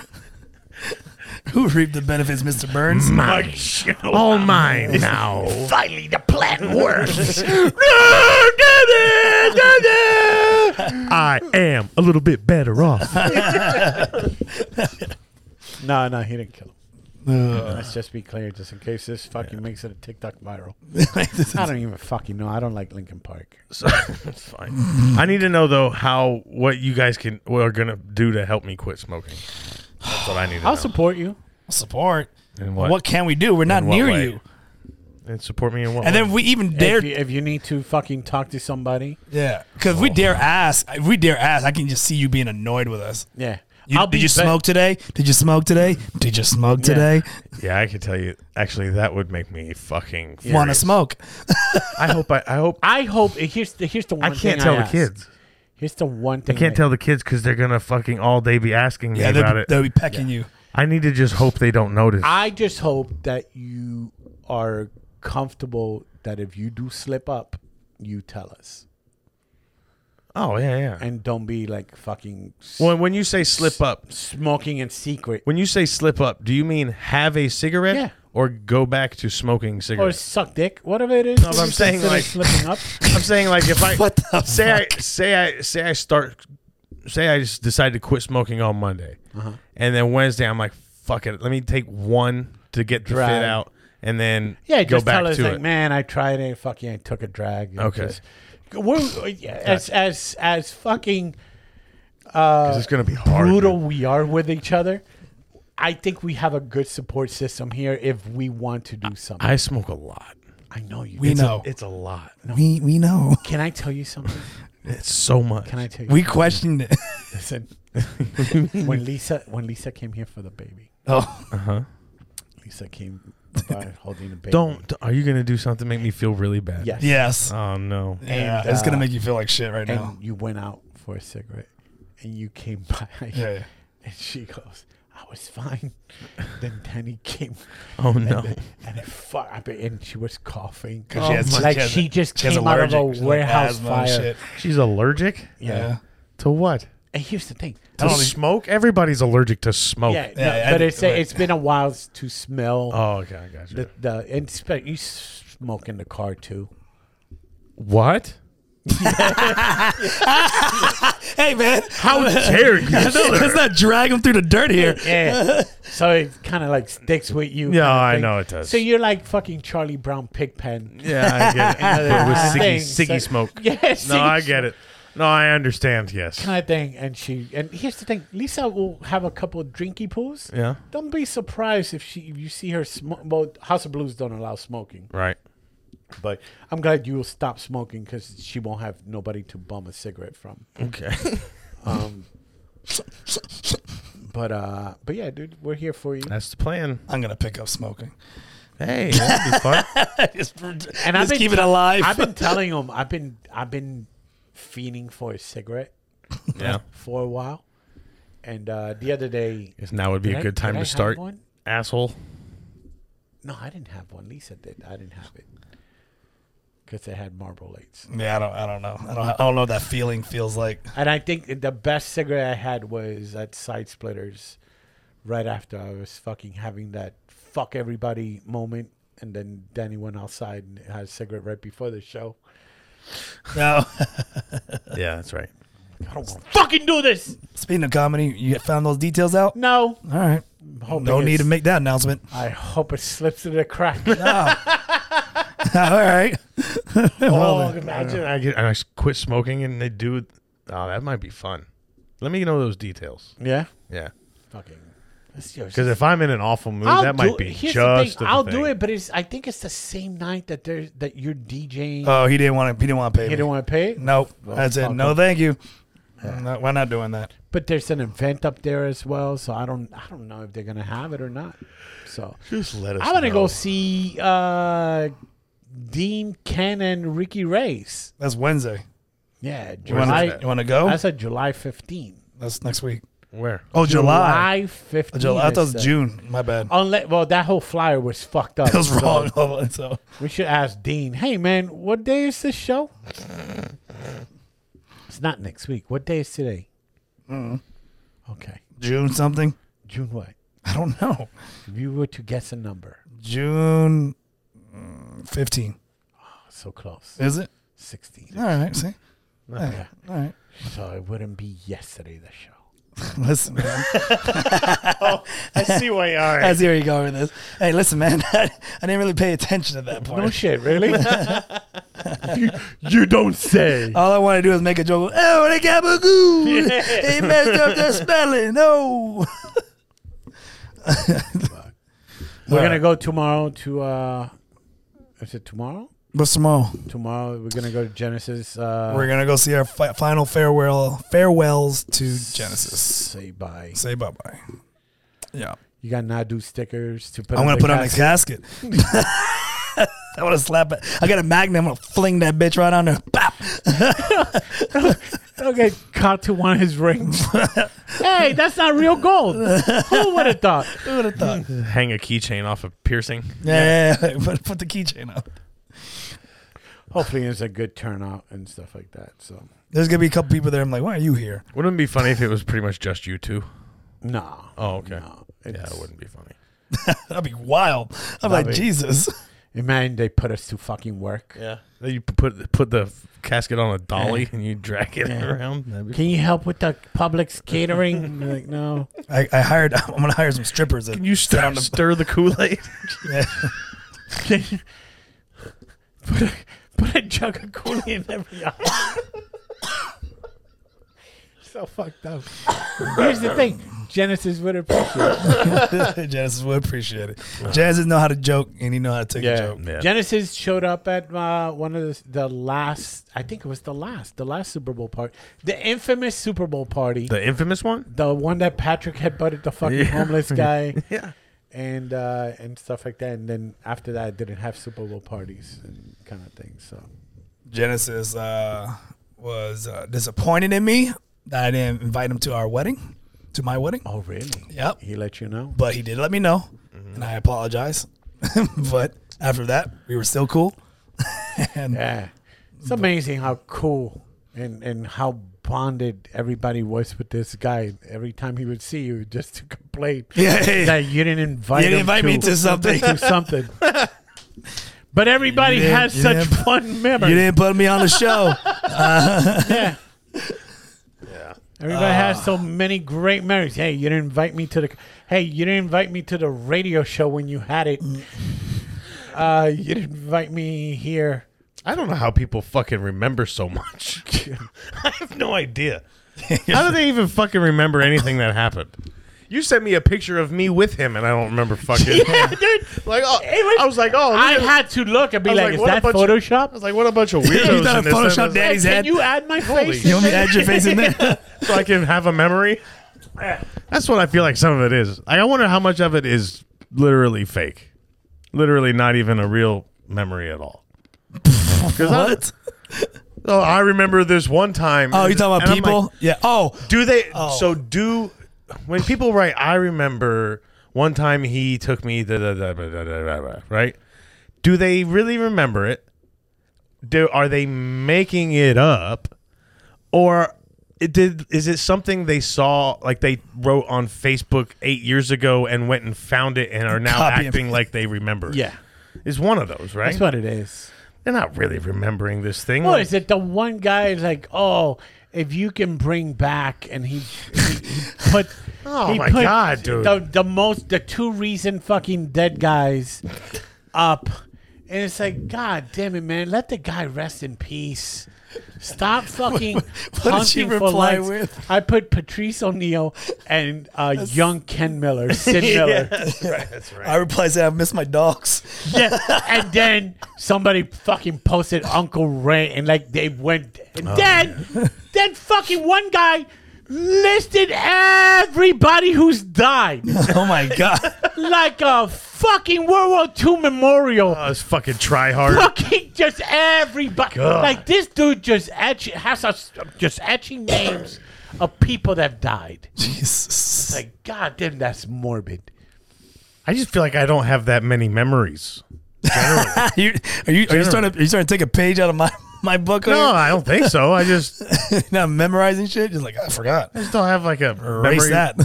S3: Who reaped the benefits, Mr. Burns?
S5: Mine. All mine now.
S6: Finally, the plan works.
S5: I am a little bit better off.
S2: No, no, he didn't kill him.
S3: Uh,
S2: Let's just be clear, just in case this fucking makes it a TikTok viral.
S3: this is-
S2: I don't even fucking know. I don't like Lincoln Park.
S5: So, it's fine. I need to know though how what you guys can what are gonna do to help me quit smoking. That's what I need to
S2: I'll
S5: know.
S2: support you.
S3: support.
S5: and
S3: What?
S5: what,
S3: can we do? We're not
S5: what
S3: near
S5: way?
S3: you.
S5: and support me in what?
S3: And then
S5: way?
S3: we even dare,
S2: if, you, if you need to fucking talk to somebody,
S3: yeah, because
S5: Oh.
S3: we dare ask. If we dare ask, I can just see you being annoyed with us.
S2: yeah,
S3: You,
S2: I'll
S3: did
S2: be
S3: you
S2: ba-
S3: smoke today? Did you smoke today? Did you smoke today?
S5: yeah, I can tell you. Actually, that would make me fucking.
S3: Want to
S5: furious.
S3: smoke?
S5: I hope. I, I hope.
S2: I hope here's the here's the one.
S5: I can't
S2: thing
S5: tell the
S2: ask.
S5: kids.
S2: Here's the one thing.
S5: I can't tell the kids because they're gonna fucking all day be asking me
S3: Yeah, they'll
S5: about
S3: be,
S5: it.
S3: they'll be pecking you.
S5: I need to just hope they don't notice.
S2: I just hope that you are comfortable that if you do slip up, you tell us
S5: oh yeah, yeah.
S2: and don't be like fucking s-
S5: When when you say slip up,
S2: smoking in secret
S5: when you say slip up, do you mean have a cigarette
S2: Yeah.
S5: or go back to smoking
S2: or
S5: cigarettes?
S2: suck dick, whatever it is. No,
S5: but I'm saying, like-
S2: slipping up.
S5: I'm saying like if I
S3: What
S2: Oh,
S3: the
S5: say I say I say I start say I just decide to quit smoking on Monday,
S2: Uh-huh.
S5: and then Wednesday I'm like fuck it, let me take one to get the
S2: Right.
S5: fit out, and then
S2: Yeah,
S5: go
S2: just
S5: back
S2: tell us
S5: to
S2: like,
S5: it.
S2: man, I tried it. Fuck yeah, I took a drag. you know,
S5: Okay.
S2: just- we're as as as fucking uh,
S5: 'Cause it's gonna be hard.
S2: brutal
S5: dude.
S2: we are with each other. I think we have a good support system here if we want to do something. I,
S5: I smoke a lot.
S2: know you.
S3: We
S2: do.
S3: know.
S5: It's a lot.
S3: We we know.
S2: Can I tell you something?
S5: It's so much.
S2: Can I tell you?
S3: We questioned it.
S2: listen. when Lisa when Lisa came here for the baby,
S3: Oh,
S2: Lisa came by holding the baby.
S5: Don't. Are you gonna do something to make me feel really bad?
S2: Yes.
S3: yes.
S5: Oh no.
S3: yeah,
S2: And,
S3: it's gonna
S2: uh,
S3: make you feel like shit right
S2: And
S3: now.
S2: you went out for a cigarette, and you came by.
S3: Yeah, yeah.
S2: And she goes, I was fine. then Danny came
S5: Oh no.
S2: and, and it fu- I bet- and she was coughing.
S3: Cause she has-
S2: like
S3: she has-
S2: Oh she just
S3: she has
S2: came out of a
S3: allergic- she's like
S2: warehouse
S3: asthma and
S2: fire.
S3: shit.
S5: She's allergic
S2: Yeah.
S3: yeah. Oh,
S5: to what?
S2: And here's the thing.
S5: To smoke. Everybody's allergic to smoke.
S2: Yeah, no,
S3: yeah, I
S2: but
S3: think-
S2: it's it's been a while s- to smell
S5: Oh, okay, I got you.
S2: the the and spe- you s- smoke in the car too.
S5: what?
S3: Hey man,
S5: How dare you?
S3: let's not drag him through the dirt here.
S2: Yeah, so it kind of like sticks with you.
S5: Yeah,
S2: kinda
S5: I
S2: thing.
S5: know it does.
S2: So you're like fucking Charlie Brown pigpen.
S5: yeah, I get it.
S2: Yeah,
S5: But with
S2: that's the
S5: Siggy,
S2: thing.
S5: Siggy
S2: So-
S5: smoke.
S2: Yes.
S5: No, I get it. No, I understand. Yes.
S2: kind of thing. And she and here's the thing: Lisa will have a couple of drinky poos.
S5: Yeah.
S2: Don't be surprised if she if you see her smoke. Well, House of Blues don't allow smoking,
S5: Right.
S2: but I'm glad you will stop smoking because she won't have nobody to bum a cigarette from.
S5: Okay.
S2: Um, but uh, but yeah, dude, we're here for you.
S5: That's the plan.
S3: I'm gonna pick up smoking.
S5: Hey, that'd be fun.
S3: just
S2: And I've been
S3: keep it
S2: tell-
S3: alive.
S2: I've been telling him I've been I've been fiending for a cigarette
S5: yeah.
S2: for a while, and uh, the other day.
S5: Guess now would be
S2: did
S5: a
S2: I-
S5: good time
S2: did I
S5: to
S2: have
S5: start,
S2: one?
S5: asshole.
S2: No, I didn't have one. Lisa did. I didn't have it because they had Marlboro Lights.
S3: yeah, I don't. I don't know. I don't. I don't know what that feeling feels like.
S2: And I think the best cigarette I had was at Side Splitters, right after I was fucking having that fuck everybody moment. And then Danny went outside and had a cigarette right before the show.
S3: No.
S5: Yeah, that's right.
S2: I don't want to fucking do this.
S3: Speaking of comedy, you found those details out.
S2: No.
S3: All right.
S2: I'm hoping
S3: No need
S2: it's-
S3: to make that announcement.
S2: I hope it slips through the crack.
S3: All right.
S5: Oh, imagine I get and I s- quit smoking and they do. Oh, that might be fun. Let me know those details.
S2: yeah.
S5: Yeah.
S2: Fucking. That's yours.
S5: Because if I'm in an awful mood, that might be
S2: here's
S5: just.
S2: the
S5: the
S2: thing. I'll do
S5: thing.
S2: it, but it's I think it's the same night that there's that you're DJing.
S3: Oh, he didn't want to. He didn't want to pay.
S2: you
S3: me.
S2: didn't want to pay,
S3: Nope.
S2: Well,
S3: That's it.
S2: fuck
S3: No,
S2: it.
S3: thank you. No, we're not doing that.
S2: but there's an event up there as well, so I don't I don't know if they're gonna have it or not. So
S5: Just let us.
S2: I'm gonna
S5: know.
S2: go see uh, Dean Ken and Ricky Ray's.
S3: That's Wednesday.
S2: Yeah,
S3: You want
S2: July.
S3: to? You want to go?
S2: I
S3: That's,
S2: said July 15.
S3: next week.
S5: where.
S3: Oh, July. Oh,
S2: July Oh, 15.
S3: July. I thought it
S2: is the-
S3: was June. My bad.
S2: Unle- well, that whole flyer was fucked up.
S3: That was
S2: so
S3: wrong. so
S2: We should ask Dean. Hey, man, what day is this show? it's not next week. What day is today? Okay,
S3: June something.
S2: June what?
S3: I don't know.
S2: If you were to guess a number,
S3: June mm, fifteen.
S2: so close.
S3: Is it?
S2: 16.
S3: All right. See.
S5: Okay.
S3: All right.
S2: So it wouldn't be yesterday. The show.
S3: Listen, man.
S5: I see why. All right.
S3: That's here you go with this. Hey, listen, man. I, didn't really pay attention at that point.
S2: No shit, really. you, you don't say.
S3: All I want to do is make a joke. Oh, they got bagoo. They messed up their spelling. No.
S2: We're gonna go tomorrow to. uh Is it tomorrow?
S3: What's tomorrow?
S2: Tomorrow we're gonna go to Genesis. Uh,
S3: We're gonna go see our fi- final farewell farewells to Genesis.
S2: Say bye.
S3: Say bye bye. Yeah,
S2: You got Nadu stickers to put.
S3: I'm gonna
S2: on the
S3: put on a
S2: casket.
S3: casket. I want to slap it. I got a magnum. I'm gonna fling that bitch right on there. Bop.
S2: I'll get caught to one of his rings. hey, that's not real gold. Who would have thought?
S3: Who would have thought? yeah,
S5: Hang a keychain off a piercing.
S3: yeah, yeah. Put, put the keychain up.
S2: Hopefully, it's a good turnout and stuff like that. So,
S3: There's gonna be a couple people there. I'm like, why are you here?
S5: Wouldn't it be funny if it was pretty much just you two?
S2: no.
S5: Oh, okay.
S2: No,
S5: Yeah,
S2: it's-
S5: it wouldn't be funny.
S3: That'd be wild. I'm like,
S2: That'd be-
S3: Jesus.
S2: Imagine they put us to fucking work.
S5: Yeah. You p- put put the f- casket on a dolly and you drag it around. That'd be-
S2: Can you help with the Publix catering? They're like, no.
S3: I, I hired. I'm gonna hire some strippers. that
S5: Can you
S3: sit
S5: stir,
S3: on the-
S5: stir the Kool Aid?
S3: Yeah.
S2: Put a, put a jug of Kool in every eye. so fucked up. Here's the thing Genesis would appreciate it.
S3: Genesis would appreciate it. Genesis know how to joke, and he know how to take a
S2: Yeah.
S3: joke.
S5: Yeah.
S2: Genesis showed up at uh, one of the, the last, I think it was the last, the last Super Bowl party, the infamous Super Bowl party, the,
S5: The infamous one?
S2: one that Patrick had butted the fucking
S5: Yeah.
S2: homeless guy
S5: Yeah.
S2: and uh, and stuff like that. And then after that, I didn't have Super Bowl parties and kind of things. So
S3: Genesis uh, was uh, disappointed in me that I didn't invite him to our wedding, to my wedding.
S2: oh really?
S3: Yep.
S2: He let you know.
S3: But he did let me know,
S5: Mm-hmm.
S3: and I apologize. but after that, we were still cool. and
S2: Yeah, it's amazing how cool and and how bonded everybody was with this guy. Every time he would see you, just to complain.
S3: yeah, yeah,
S2: that you didn't invite.
S3: You didn't
S2: him
S3: invite me to something.
S2: to something. But everybody
S3: You didn't-
S2: has
S3: you
S2: such
S3: didn't-
S2: fun
S3: you
S2: memories.
S3: didn't put me on the show.
S2: Yeah. Everybody
S3: Ah.
S2: has so many great memories. Hey, you didn't invite me to the. Hey, you didn't invite me to the radio show when you had it.
S3: Mm.
S2: Uh, you didn't invite me here.
S5: I don't know how people fucking remember so much. I have no idea. How do they even fucking remember anything that happened? You sent me a picture of me with him, and I don't remember fucking.
S2: dude.
S5: Like, oh, I was like, oh,
S2: I
S5: look at-
S2: had to look and be
S5: I was
S2: like,
S5: like,
S2: "Is
S5: what a
S2: that
S5: bunch of-
S2: Photoshop?"
S5: I was like, what a bunch of weirdos.
S3: You done
S5: in this
S3: Photoshop
S5: sentence.
S3: daddy. Daddy's
S2: Can
S3: head.
S2: you add my face?
S3: you want me to add your face in there?
S5: so I can have a memory. That's what I feel like some of it is. Like, I wonder how much of it is literally fake, literally not even a real memory at all.
S3: what?
S5: Oh, I remember this one time.
S3: Oh, you talking about
S5: and I'm like,
S3: people? yeah. Oh,
S5: do they?
S3: Oh.
S5: So do when people write? I remember one time he took me. Da, da, da, da, da, da, da, right? Do they really remember it? Do are they making it up, or it did? Is it something they saw like they wrote on Facebook eight years ago and went and found it and are now
S3: Copy and
S5: acting like they remember? It?
S2: Yeah,
S5: is one of those right?
S2: that's what it is.
S5: They're not really remembering this thing.
S2: What is it? The one guy is like, "Oh, if you can bring back," and he, he, he put.
S5: Oh
S2: he
S5: my God, dude.
S2: The, the most the two recent fucking dead guys up, and it's like, God damn it, man! Let the guy rest in peace. Stop fucking
S3: did she
S2: hunting for
S3: reply
S2: likes.
S3: with?
S2: I put Patrice O'Neill and uh, young Ken Miller, Sid Miller,
S3: I replied, "I miss my dogs."
S2: yeah. and then somebody fucking posted Uncle Ray, and like they went,
S5: Oh,
S2: and then then fucking one guy listed everybody who's died
S3: Oh my god!
S2: like a fucking World War II memorial.
S5: Oh, it's fucking try hard.
S2: fucking just everybody.
S5: God.
S2: Like this dude just etching has us just etching names of people that have died.
S3: Jesus.
S2: Like goddamn, that's morbid.
S5: I just feel like I don't have that many memories.
S3: You- are you are you starting to, are you starting to take a page out of my my book?
S5: No,
S3: over
S5: I don't think so. I just
S3: here? now memorizing shit. Just like I forgot.
S5: I just don't have like a
S3: Erase
S5: memory
S3: that.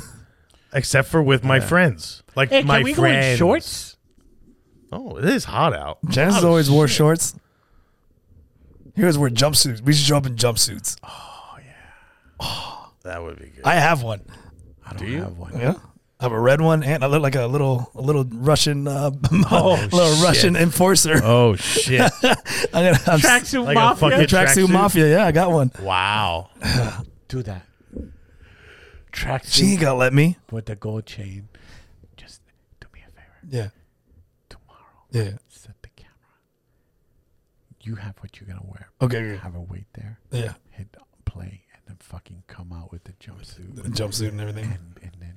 S5: except for with my friends. Like
S2: Hey,
S5: my
S2: can we
S5: friends.
S2: go in shorts?
S5: Oh, it is hot out. Oh,
S3: Janice always wore shorts. Here's where jumpsuits. We should show up in jumpsuits.
S5: That would be good.
S3: I have one.
S5: Do you?
S3: Yeah. I have a red one, and I look like a little, a little Russian, uh, little
S5: shit.
S3: Russian enforcer.
S5: Oh shit!
S3: I'm gonna, I'm,
S2: Tracksuit
S5: Like a
S2: mafia.
S5: fucking-
S3: Oh. tracksuit
S5: Tracksuit?
S3: mafia. Yeah, I got one.
S5: wow.
S2: Do that.
S3: She
S2: Tracksuit
S3: ain't gonna let me.
S2: with the gold chain. Just do me a favor.
S3: Yeah,
S2: Tomorrow,
S3: yeah.
S2: set the camera. You have what you're gonna wear.
S3: Okay, okay.
S2: Have a wait there.
S3: yeah.
S2: Hit play and then fucking come out with the jumpsuit.
S3: The jumpsuit and everything.
S2: and and then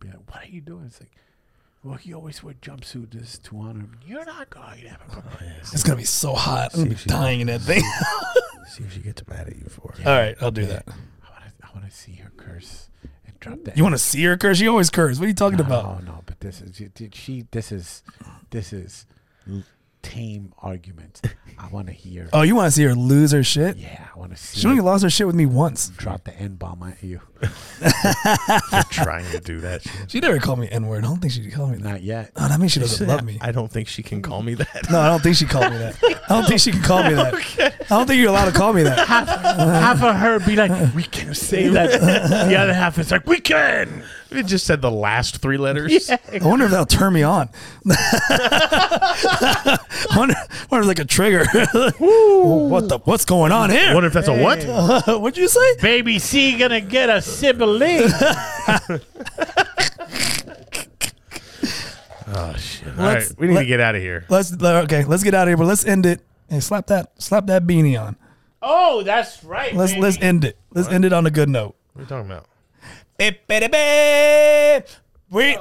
S2: be like, "What are you doing?" It's like, "Well, he always wear jumpsuit this to honor him. You're not going to have a
S3: It's gonna be so hot. I'm gonna be
S2: if she-
S3: dying in that thing.
S5: See if she gets mad at you for it.
S3: All right, I'll do that.
S2: I want to, I want to see her curse and drop that.
S3: You want to see her curse? She always curse. What are you talking about?
S2: No, no, but this is she- did she. This is this is l- tame arguments. I want to hear.
S3: Oh, you want to see her lose her shit?
S2: Yeah, I want to see.
S3: She only
S2: her
S3: lost her shit with me once.
S2: Drop the N bomb at you.
S5: Trying to do that. Shit.
S3: She never called me N word. I don't think she called me that.
S2: Not yet.
S3: Oh, that means she doesn't love me.
S5: I don't think she can call me that.
S3: No, I don't think she called me that. I don't think she can call me that. I don't think you're allowed to call me that.
S2: Half, half of her be like, we can say that. The other half is like, we can.
S5: It just said the last three letters.
S3: I wonder if that'll turn me on. I wonder, wonder if like a trigger. what the? What's going on
S5: I
S3: here?
S5: wonder if that's a what?
S3: What'd you say?
S2: Baby C gonna get a sibling.
S5: Oh shit! All
S3: Let's-
S5: right, we need
S3: let-
S5: to get out of here.
S3: Let's okay. Let's get out of here, but let's end it and slap that slap that beanie on.
S2: Oh, that's right.
S3: Let's
S2: baby.
S3: let's end it. Let's end it on a good note.
S5: What are you talking about?
S3: We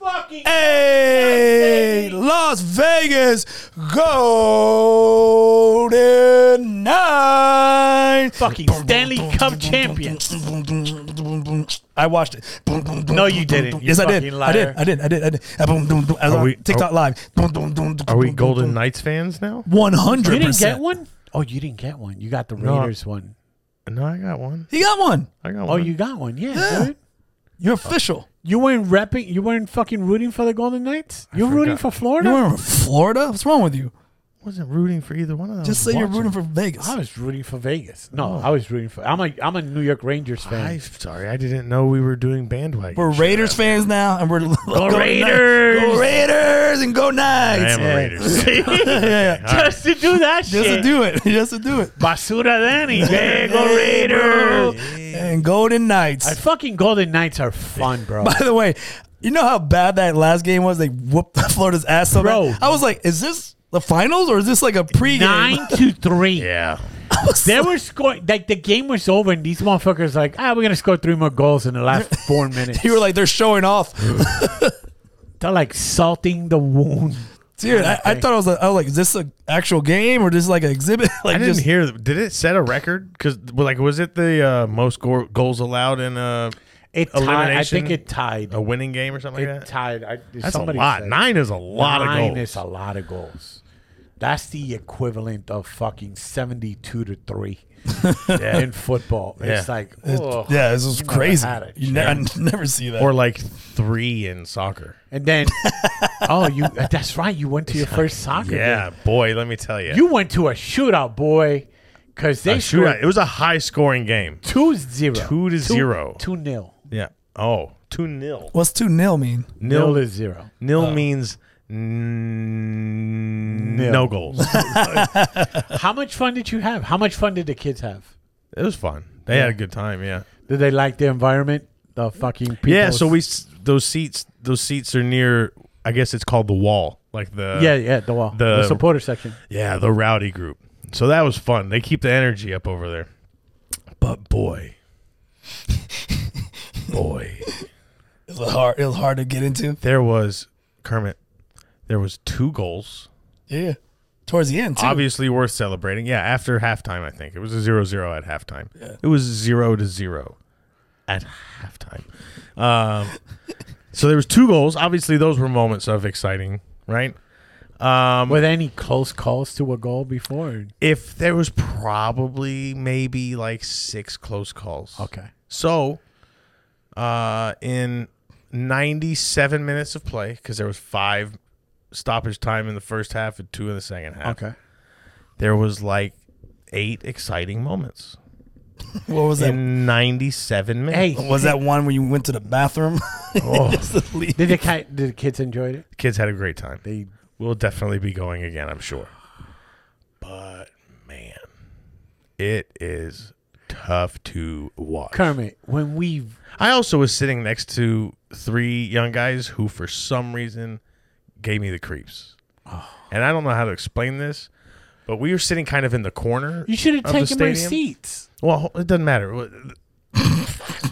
S2: fucking
S3: hey Las Vegas Golden Nine.
S2: fucking Stanley Cup champion.
S3: I watched it.
S2: No, you didn't. You
S3: yes, I did.
S2: fucking
S3: I did.
S2: liar.
S3: I did. I did. I did. I boom, boom, boom. I was
S5: Are
S3: on
S5: we-
S3: TikTok live.
S5: Are we Golden Knights fans now?
S3: One hundred.
S2: You didn't get one? Oh, you didn't get one. You got the
S5: No.
S2: Raiders one.
S5: No, I got one.
S3: He got one.
S5: I got
S2: Oh,
S5: one.
S2: you got one. Yeah,
S3: Yeah.
S2: dude.
S3: You're official.
S2: You weren't repping. You weren't fucking rooting for the Golden Knights. You're rooting for
S5: forgot.
S2: Florida.
S3: You were from Florida. What's wrong with you?
S5: wasn't rooting for either one of them.
S3: Just say you're rooting for Vegas.
S2: I was rooting for Vegas. No, I was rooting for. I'm a. I'm a New York Rangers
S5: I'm
S2: fan.
S5: sorry, I didn't know we were doing bandwagon.
S3: We're Raiders fans now, and we're go,
S2: Raiders!
S3: Go Raiders and go
S5: I
S3: Knights!
S5: am a Raiders. fan.
S3: yeah, yeah.
S2: Just to do that
S3: Just
S2: shit.
S3: to do it, just to do it,
S2: Basura Danny. Yeah, go
S3: Bro.
S2: Raiders.
S3: and Golden
S2: I
S3: Knights.
S2: fucking Golden Knights are fun, bro.
S3: By the way, you know how bad that last game was? They whooped Florida's ass so
S2: Bro.
S3: bad. I was like, is this the finals or is this like a pregame?
S2: Nine to three.
S5: yeah.
S3: I was
S2: They
S3: like-
S2: were scoring like the game was over, and these motherfuckers like, ah, we're gonna score three more goals in the last four minutes.
S3: you were like, they're showing off,
S2: they're like salting the wound.
S3: dude. I, I thought I was like, I was like, is this an actual game or just like an exhibit? like,
S5: I didn't
S3: just
S5: hear. Did it set a record? Because like, was it the uh, most go- goals allowed in a
S2: It tied. I
S5: Elimination?
S2: think it tied.
S5: a winning game or something
S2: It
S5: like that?
S2: tied. I,
S5: That's a
S2: somebody
S5: lot.
S2: said-
S5: Nine is a lot
S2: Nine
S5: of goals.
S2: is a lot of goals. That's the equivalent of fucking seventy-two to three in football. It's
S5: Yeah.
S2: like, oh.
S3: It-
S2: ugh.
S3: yeah, this was
S2: you never
S3: crazy.
S2: had a
S3: You ne- I never see that.
S5: Or like three in soccer.
S2: and then, oh, you. That's right. You went to your first soccer. game.
S5: Yeah, boy, let me tell you.
S2: You went to a shootout, boy, because
S5: A
S2: they scored
S5: shootout. It was a high scoring game.
S2: two zero.
S5: Two to zero.
S2: Two nil.
S5: Yeah. Oh, two nil.
S3: What's two nil mean?
S2: Nil
S5: Nil
S2: to zero.
S5: nil means Mm,
S2: Nil.
S5: no goals.
S2: How much fun did you have? How much fun did the kids have?
S5: it was fun. They had a good time. Yeah.
S2: Did they like the environment? The fucking people.
S5: Yeah. So we s- those seats those seats are near. I guess it's called the wall, like the
S2: yeah, yeah, the wall, the,
S5: the-
S2: supporter section.
S5: yeah the rowdy group. So that was fun. They keep the energy up over there. But boy, boy,
S3: It was hard. It was hard to get into.
S5: there was Kermit. There was two goals.
S3: Yeah. Towards the end, too.
S5: obviously worth celebrating. Yeah, after halftime, I think it was a zero-zero at halftime. It was zero to zero at halftime. Um, so there was two goals. Obviously, those were moments of exciting, right? Um,
S2: Were there any close calls to a goal before?
S5: if there was probably maybe like six close calls.
S2: Okay.
S5: So, uh, in 97 minutes of play, because there was five stoppage time in the first half and two in the second half.
S2: Okay.
S5: there was like eight exciting moments
S3: what was that?
S5: in 97 minutes.
S2: Hey,
S3: was that one when you went to the bathroom?
S5: Oh.
S3: Just to leave.
S2: did the ki- did the kids enjoy it?
S5: The kids had a great time.
S2: They
S5: We'll definitely be going again, I'm sure. But man, it is tough to watch.
S2: Kermit when we
S5: I also was sitting next to three young guys who, for some reason, gave me the creeps. And I don't know how to explain this, but we were sitting kind of in the corner.
S2: you should have
S5: of the
S2: taken my
S5: stadium.
S2: seats.
S5: Well, it doesn't matter.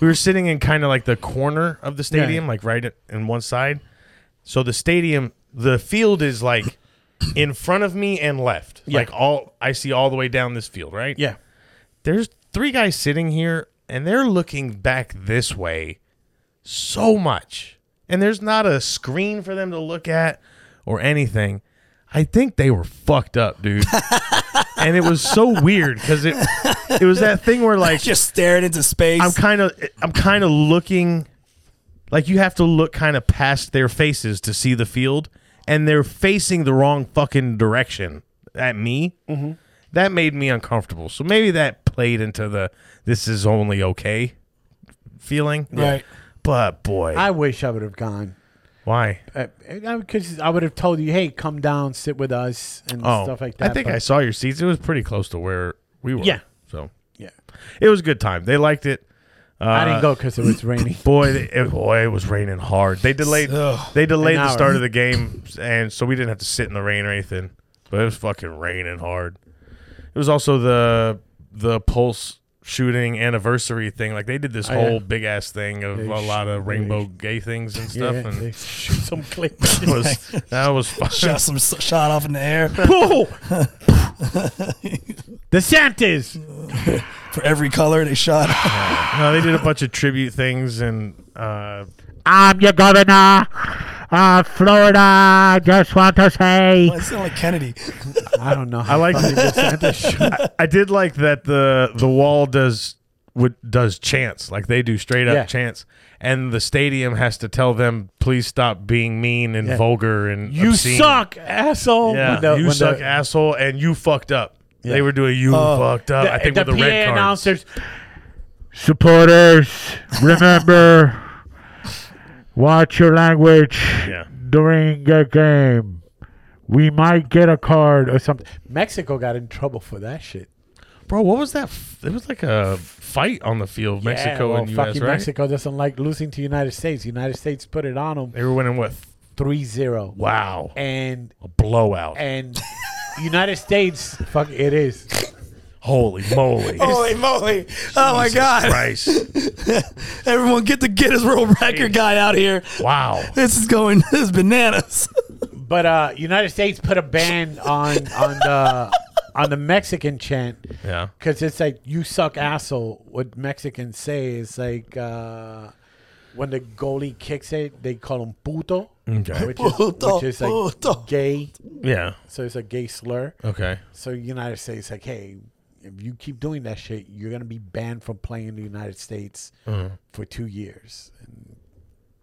S5: we were sitting in kind of like the corner of the stadium, like right in one side. So the stadium, the field is like in front of me and left.
S2: Yeah.
S5: Like all I see all the way down this field, right?
S2: Yeah.
S5: There's three guys sitting here and they're looking back this way so much. And there's not a screen for them to look at or anything. I think they were fucked up, dude. and it was so weird because it it was that thing where like
S3: Just staring into space.
S5: I'm kind of I'm kind of looking like you have to look kind of past their faces to see the field and they're facing the wrong fucking direction at me. Mm-hmm. That made me uncomfortable. So maybe that played into the this is only okay feeling.
S3: Right.
S5: But boy,
S2: I wish I would have gone.
S5: why?
S2: Because I would have told you, hey, come down, sit with us, and
S5: Oh,
S2: stuff like that.
S5: I think
S2: but-
S5: I saw your seats. It was pretty close to where we were.
S2: Yeah.
S5: So
S2: Yeah.
S5: it was a good time. They liked it. Uh,
S2: I didn't go because it was raining.
S5: Boy, they- it, boy, it was raining hard. They delayed.
S3: Ugh.
S5: They delayed
S2: An
S5: the
S2: hour.
S5: start of the game, and so we didn't have to sit in the rain or anything. But it was fucking raining hard. It was also the the pulse shooting anniversary thing. Like they did this
S2: Oh, yeah.
S5: whole big ass thing of
S2: They
S5: a lot
S2: sh-
S5: of
S2: they
S5: rainbow
S2: sh-
S5: gay things and stuff.
S2: Yeah,
S5: and
S2: they shoot some clip.
S5: that was that was fun.
S3: shot some shot off in the air
S2: DeSantis.
S3: for every color they shot.
S5: no, they did a bunch of tribute things and. Uh,
S1: I'm your governor of Florida. I just want to say
S3: It sounded like Kennedy.
S2: I don't know.
S5: I
S2: How
S5: like I, I did like that the the wall does would does chants like they do straight up
S2: Yeah.
S5: chants and the stadium has to tell them please stop being mean and
S2: Yeah.
S5: vulgar and
S2: you
S5: obscene."
S2: suck, asshole.
S5: yeah
S2: When the-
S5: you
S2: when
S5: suck
S2: the-
S5: asshole and you fucked up
S2: Yeah.
S5: they were doing you
S3: Oh.
S5: fucked up Uh, I think
S2: the
S5: with the
S2: PA
S5: red card
S2: announcers.
S1: supporters, remember, watch your language
S5: yeah
S1: during the game. We might get a card or something.
S2: Mexico got in trouble for that shit.
S5: bro what was that f- it was like a fight on the field Mexico
S2: Yeah, well,
S5: and
S2: fucking
S5: U.S. right
S2: Mexico doesn't like losing to United States. United States put it on them
S5: they were winning what
S2: 3-0.
S5: wow
S2: And
S5: a blowout
S2: and United States, fuck it is.
S5: holy moly
S3: Holy moly! oh my God!
S5: Christ
S3: Everyone, get the Guinness World Record guy out here.
S5: wow
S3: This is going. This is bananas.
S2: But uh, United States put a ban on on the on the Mexican chant
S5: yeah
S2: because it's like you suck asshole. What Mexicans say is like uh, when the goalie kicks it, they call him puto,
S5: okay
S2: which is
S3: Puto,
S2: which is like
S3: puto.
S2: gay.
S5: yeah
S2: So it's a gay slur.
S5: okay.
S2: So United States like, hey, if you keep doing that shit, you're gonna be banned from playing in the United States for two years. And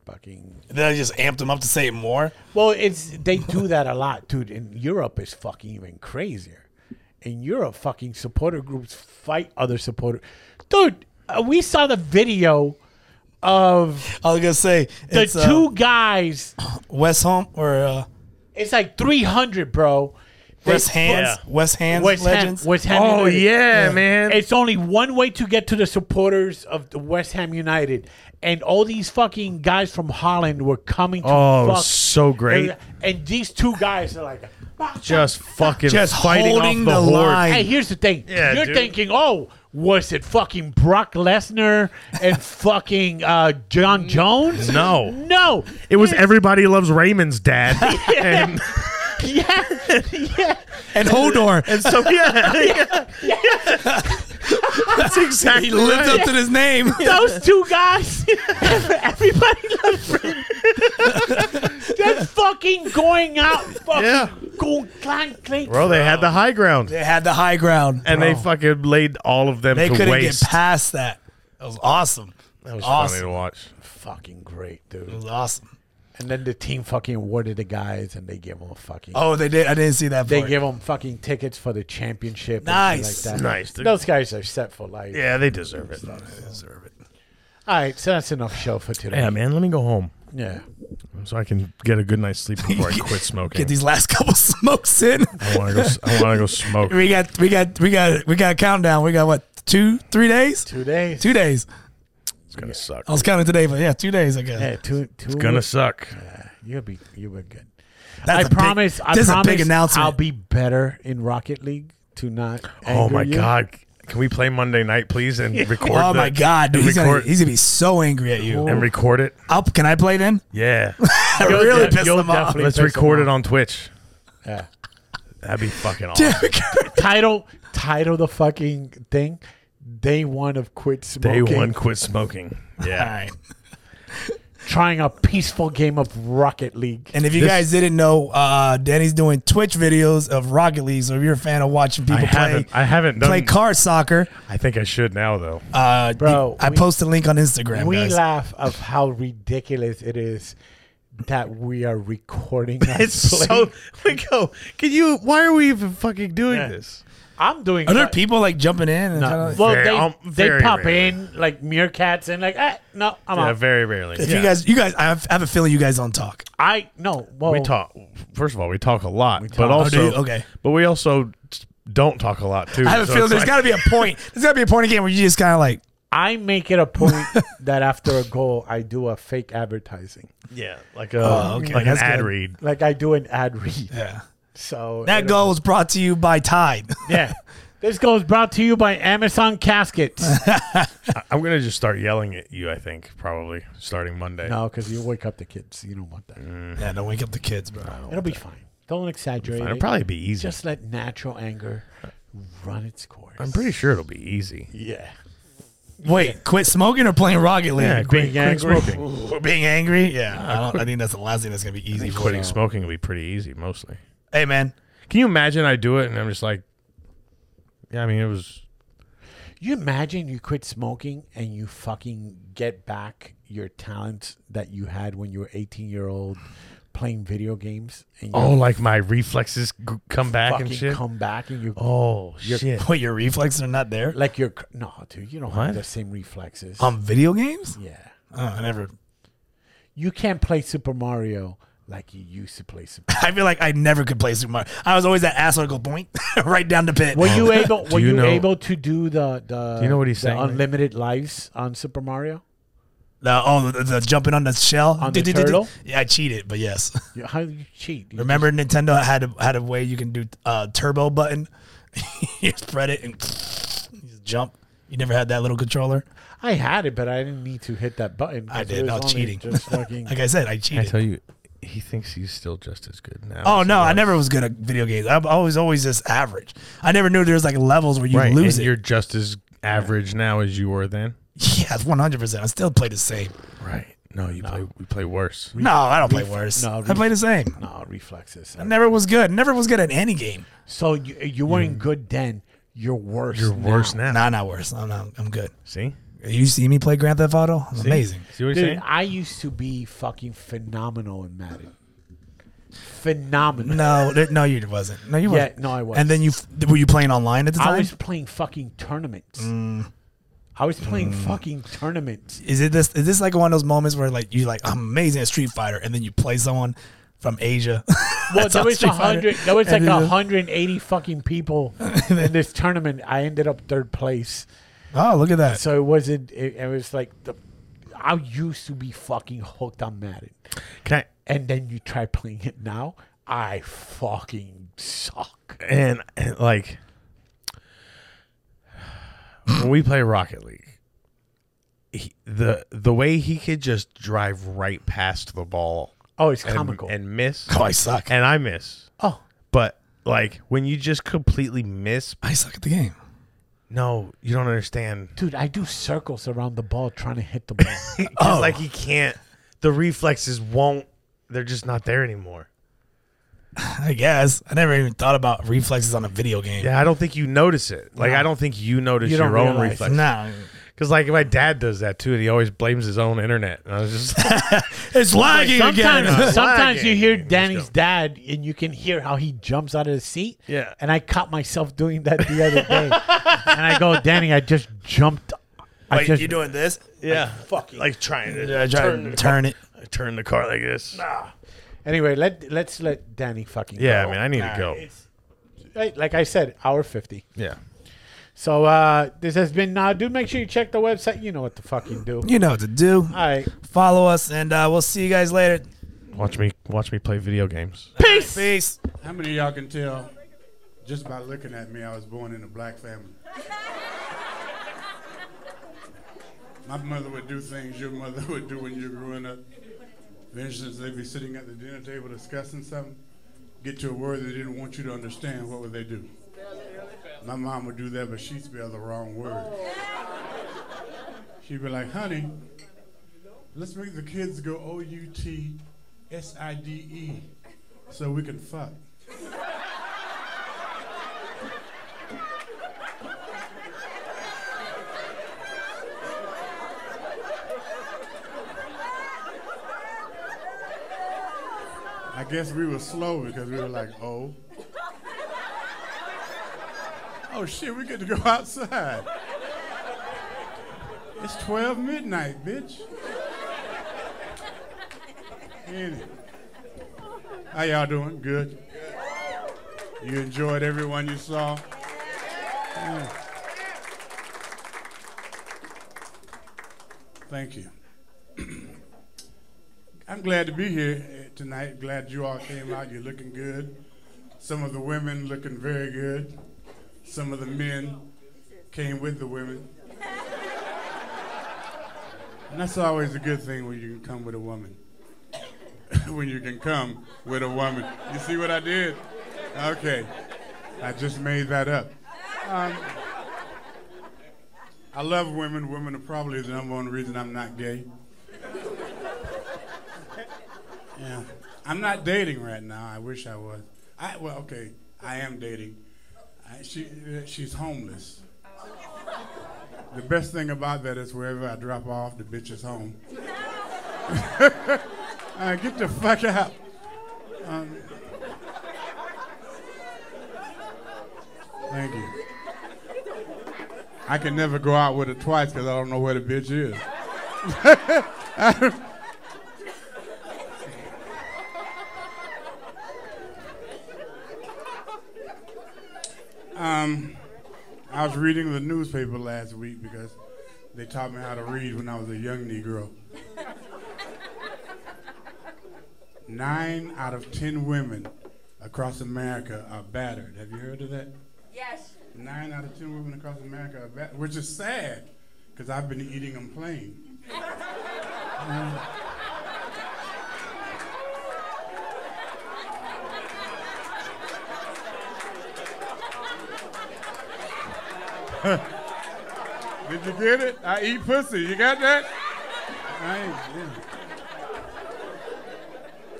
S2: fucking
S3: Then I just amped him up to say it more.
S2: well, it's they do that a lot, dude. And Europe is fucking even crazier. In Europe, fucking supporter groups fight other supporter. Dude, uh, we saw the video of
S3: I was gonna say
S2: the
S3: it's,
S2: two guys.
S3: uh, West Home or uh,
S2: It's like 300, bro. They-
S3: West Hands,
S5: Yeah.
S3: West Hands
S2: West Ham-
S3: Legends.
S2: West Ham
S5: Oh
S2: United.
S5: yeah, man.
S2: It's only one way to get to the supporters of the West Ham United, and all these fucking guys from Holland were coming. to
S5: Oh,
S2: fuck.
S5: so great.
S2: And, and these two guys are like, "Fuck,
S5: just fucking
S3: Just
S5: fighting off
S3: holding
S5: the,
S3: the
S5: horde.
S3: line.
S2: Hey, here's the thing.
S5: Yeah,
S2: You're
S5: dude.
S2: thinking, oh, was it fucking Brock Lesnar and fucking uh, John Jones?
S5: No.
S2: No.
S5: It was
S2: It's-
S5: everybody loves Raymond's dad, and
S2: Yeah. yeah.
S3: and Hodor.
S5: and so yeah, yeah. that's exactly
S3: he lived
S5: right.
S3: up to his name.
S2: Those two guys. everybody loves Raymond. They're fucking going out. Fucking
S5: Yeah.
S2: Go, clank, clank.
S5: bro. They had the high ground,
S3: they had the high ground.
S5: and they fucking laid all of them
S3: they
S5: to
S3: couldn't
S5: waste.
S3: get past that. That was awesome.
S5: that was
S3: awesome.
S5: funny to watch.
S2: Fucking great,
S3: It
S2: dude.
S3: was awesome.
S2: And then the team fucking awarded the guys, and they gave them a fucking.
S3: Oh, they did. I didn't see that.
S2: They
S3: part.
S2: give them fucking tickets for the championship. and shit
S3: Nice.
S2: like that.
S5: Nice, dude.
S2: Those guys are set for life.
S5: Yeah, they deserve it.
S3: deserve it.
S2: All right, so that's enough show for today.
S5: Yeah, man. Let me go home
S2: Yeah.
S5: so I can get a good night's sleep before I quit smoking.
S3: Get these last couple smokes in.
S5: I want to go. s- I want to go smoke.
S3: We got, we got, we got, we got a countdown. We got what? Two, three days?
S2: Two days.
S3: Two days.
S5: It's gonna suck.
S3: I was counting today, but yeah, two days. I guess.
S2: Yeah, two. two it's
S5: Gonna suck.
S2: You'll be. You'll be good.
S3: That's
S2: I
S3: a big-
S2: promise. I
S3: this
S2: promise.
S3: is a big announcement.
S2: I'll be better in Rocket League to not.
S5: Oh
S2: anger
S5: my
S2: you.
S5: god. Can we play Monday night, please, and record?
S3: oh
S5: the-
S3: my god, dude,
S5: and
S3: he's gonna,
S5: record,
S3: he's gonna be so angry at you.
S5: and record it.
S3: I'll, can I play then?
S5: Yeah,
S3: I really
S2: def-
S3: pissed
S2: you'll
S3: him off.
S2: definitely-
S5: let's
S2: piss
S5: record
S2: him
S5: it on Twitch.
S2: Yeah.
S5: That'd be fucking awesome.
S3: Dude,
S2: Title. Title the fucking thing. Day one of quit
S5: Day
S2: smoking.
S5: one, quit smoking.
S3: All
S5: Yeah,
S3: right.
S2: Trying a peaceful game of Rocket League.
S3: And if you
S5: This-
S3: guys didn't know, uh, Danny's doing Twitch videos of Rocket League. So if you're a fan of watching
S5: I
S3: people play,
S5: haven't. I haven't done.
S3: play card soccer,
S5: I think I should now though.
S3: uh,
S2: Bro,
S3: I
S2: we-
S3: post a link on Instagram.
S2: we
S3: guys.
S2: laugh of how ridiculous it is that we are recording.
S5: It's
S2: us
S5: so. We go. Can you? Why are we even fucking doing
S2: Yeah.
S5: this?
S2: I'm doing.
S3: Are there
S2: what-
S3: people like jumping in? And
S2: No.
S3: kinda-
S2: Well,
S5: Very-
S2: they,
S5: um,
S2: they
S5: very
S2: pop
S5: rarely.
S2: in like meerkats and like, eh, no, I'm
S5: Yeah,
S2: out.
S5: very rarely.
S3: if
S5: Yeah.
S3: you guys, you guys, I have, I have a feeling you guys don't talk.
S2: I no. Well,
S5: we talk. First of all, we talk a lot,
S2: talk.
S5: but
S2: Oh,
S5: also
S3: do you? Okay.
S5: But we also don't talk a lot too.
S3: I have a
S5: so
S3: feeling
S5: it's
S3: there's
S5: like-
S3: got to be a point. There's got to be a point again where you just kind of like,
S2: I make it a point that after a goal, I do a fake advertising,
S5: yeah, like a
S3: Oh, okay,
S5: like an
S3: that's
S5: ad
S3: good.
S5: read.
S2: like I do an ad read.
S3: yeah.
S2: So
S3: That
S2: it'll-
S3: goal was brought to you by Tide.
S2: yeah. This goal is brought to you by Amazon Caskets.
S5: I'm gonna just start yelling at you. I think probably starting Monday.
S2: no, because you wake up the kids. You don't want that.
S3: yeah, don't wake up the kids, bro.
S2: It'll be fine. Don't exaggerate.
S5: It'll
S2: it.
S5: probably be easy.
S2: Just let natural anger run its course.
S5: I'm pretty sure it'll be easy.
S2: Yeah.
S3: Wait, quit smoking or playing Rocket League?
S5: Yeah, quit- quit
S2: angry.
S5: smoking.
S3: Or being angry? Yeah, I, don't, I think that's the last thing that's gonna be easy for you.
S5: Quitting smoking will be pretty easy mostly.
S3: Hey, man,
S5: Can you imagine I do it and I'm just like, yeah, I mean, it was,
S2: You imagine you quit smoking and you fucking get back your talent that you had when you were 18 year old playing video games and you
S5: oh, like my reflexes g- come back
S2: fucking
S5: and shit.
S2: come back and you
S5: oh, shit.
S3: what your reflexes are not there
S2: like you're cr- no dude you don't
S5: What?
S2: have the same reflexes.
S3: on video games?
S2: yeah,
S3: Oh, I never.
S2: you can't play Super Mario like you used to play Super.
S3: I feel like I never could play Super Mario. I was always that asshole to go boink right down the pit.
S2: Were you able? Were
S5: you
S2: you,
S5: know-
S2: able to do the the?
S5: Do you know what he's
S2: the
S5: saying, right?
S2: Unlimited lives on Super Mario.
S3: The, oh, the, the jumping on the shell
S2: On the
S3: Do, do, do, do.
S2: turtle?
S3: Yeah, I cheated, but yes.
S2: You- How do you cheat? You
S3: Remember, Nintendo had a, had a way you can do uh, turbo button. you spread it and you just jump. You never had that little controller.
S2: I had it, but I didn't need to hit that button.
S3: I
S2: 'cause
S3: did.
S2: it was
S3: No,
S2: only
S3: cheating.
S2: Just fucking
S3: Like I said, I
S5: I
S3: cheated.
S5: tell you, he thinks he's still just as good now.
S3: Oh
S5: as he
S3: no, I
S5: was.
S3: never was good at video games. I I was always just average. I never knew there was like levels where you
S5: Right.
S3: lose
S5: and
S3: it.
S5: You're just as average now as you were then.
S3: Yeah, one hundred percent. I still play the same.
S5: Right. No, you play, we play worse.
S3: No, I don't play worse.
S2: no,
S3: I
S2: ref-
S3: play the same.
S2: No reflexes.
S3: I never was good. Never was good at any game.
S2: So you, you weren't good then. You're worse.
S5: You're worse now.
S3: Nah, not Mm. worse. I'm not, I'm good.
S5: See?
S3: You see me play Grand Theft Auto? I'm amazing.
S5: See what he's
S2: Dude,
S5: saying?
S2: I used to be fucking phenomenal in Madden. Phenomenal.
S3: No, there, no, you wasn't. No, you
S2: Yeah,
S3: weren't.
S2: no, I wasn't.
S3: And then you f- were you playing online at the time?
S2: I was playing fucking tournaments. I was playing
S3: Mm.
S2: fucking tournaments.
S3: is it this? Is this like one of those moments where like you like I'm amazing at Street Fighter, and then you play someone from Asia.
S2: Well,
S3: That's
S2: there
S3: on
S2: was
S3: Street
S2: a
S3: Fighter.
S2: hundred. There was like
S3: And then-
S2: hundred and eighty fucking people in this tournament. I ended up third place,
S3: Oh, look at that.
S2: so it wasn't. It, it was like the. I used to be fucking hooked on Madden,
S1: Can I,
S2: and then you try playing it now. I fucking suck.
S1: and, and like when we play Rocket League, he, the the way he could just drive right past the ball
S2: Oh, it's
S1: and,
S2: comical.
S1: and miss,
S3: oh, I suck.
S1: and I miss.
S2: oh,
S1: But like when you just completely miss,
S3: I suck at the game.
S1: no, you don't understand.
S2: dude, I do circles around the ball trying to hit the ball.
S1: It's like
S2: Oh.
S1: he can't. The reflexes won't. They're just not there anymore.
S3: I guess I never even thought about reflexes on a video game.
S1: Yeah, I don't think you notice it. Like I don't think you notice
S2: You don't
S1: your own
S2: realize.
S1: reflexes.
S3: Nah,
S1: Because like my dad does that too, and he always blames his own internet. And I was just
S3: it's lagging again.
S2: Sometimes, sometimes you hear
S1: Lagging. Let's
S2: Danny's
S1: go.
S2: dad, and you can hear how he jumps out of the seat.
S1: Yeah.
S2: And I caught myself doing that the other day, and I go, Danny, I just jumped. I just
S3: doing this?
S1: yeah, fucking like trying to
S3: I try
S1: turn,
S3: to turn it.
S1: turn the car like this.
S2: anyway. Let let's let Danny fucking.
S1: Yeah,
S2: go.
S1: I mean I need to go.
S2: Right, like I said, hour fifty.
S1: Yeah,
S2: So uh this has been. Uh, do make sure you check the website. You know what to fucking do.
S3: You know what to do.
S2: All right.
S3: Follow us, and uh, we'll see you guys later.
S1: watch me watch me play video games.
S3: Peace.
S7: How many of y'all can tell just by looking at me I was born in a black family? My mother would do things your mother would do when you were growing up. For instance, they'd be sitting at the dinner table discussing something, get to a word they didn't want you to understand, what would they do? My mom would do that, but she'd spell the wrong word. She'd be like, honey, let's make the kids go O U T S I D E so we can fuck. I guess we were slow because we were like, oh. Oh shit, we get to go outside. It's 12 midnight, bitch. Ain't it? How y'all doing? Good. You enjoyed everyone you saw. Yeah. Thank you. I'm glad to be here eh, tonight. Glad you all came out. You're looking good. Some of the women looking very good. Some of the men came with the women. And that's always a good thing when you can come with a woman when you can come with a woman. You see what I did? Okay. I just made that up. Um, I love women. Women are probably the number one reason I'm not gay. Yeah. I'm not dating right now. I wish I was. I well, okay. I am dating. I, she uh, she's homeless. The best thing about that is wherever I drop off, the bitch is home. Uh, get the fuck out. Um, thank you. I can never go out with her twice because I don't know where the bitch is. um, I was reading the newspaper last week because they taught me how to read when I was a young Negro. Nine out of ten women across America are battered. Have you heard of that?
S8: Yes.
S7: Nine out of ten women across America are battered, which is sad because I've been eating them plain. Um, Did you get it? I eat pussy. You got that? I ain't- yeah.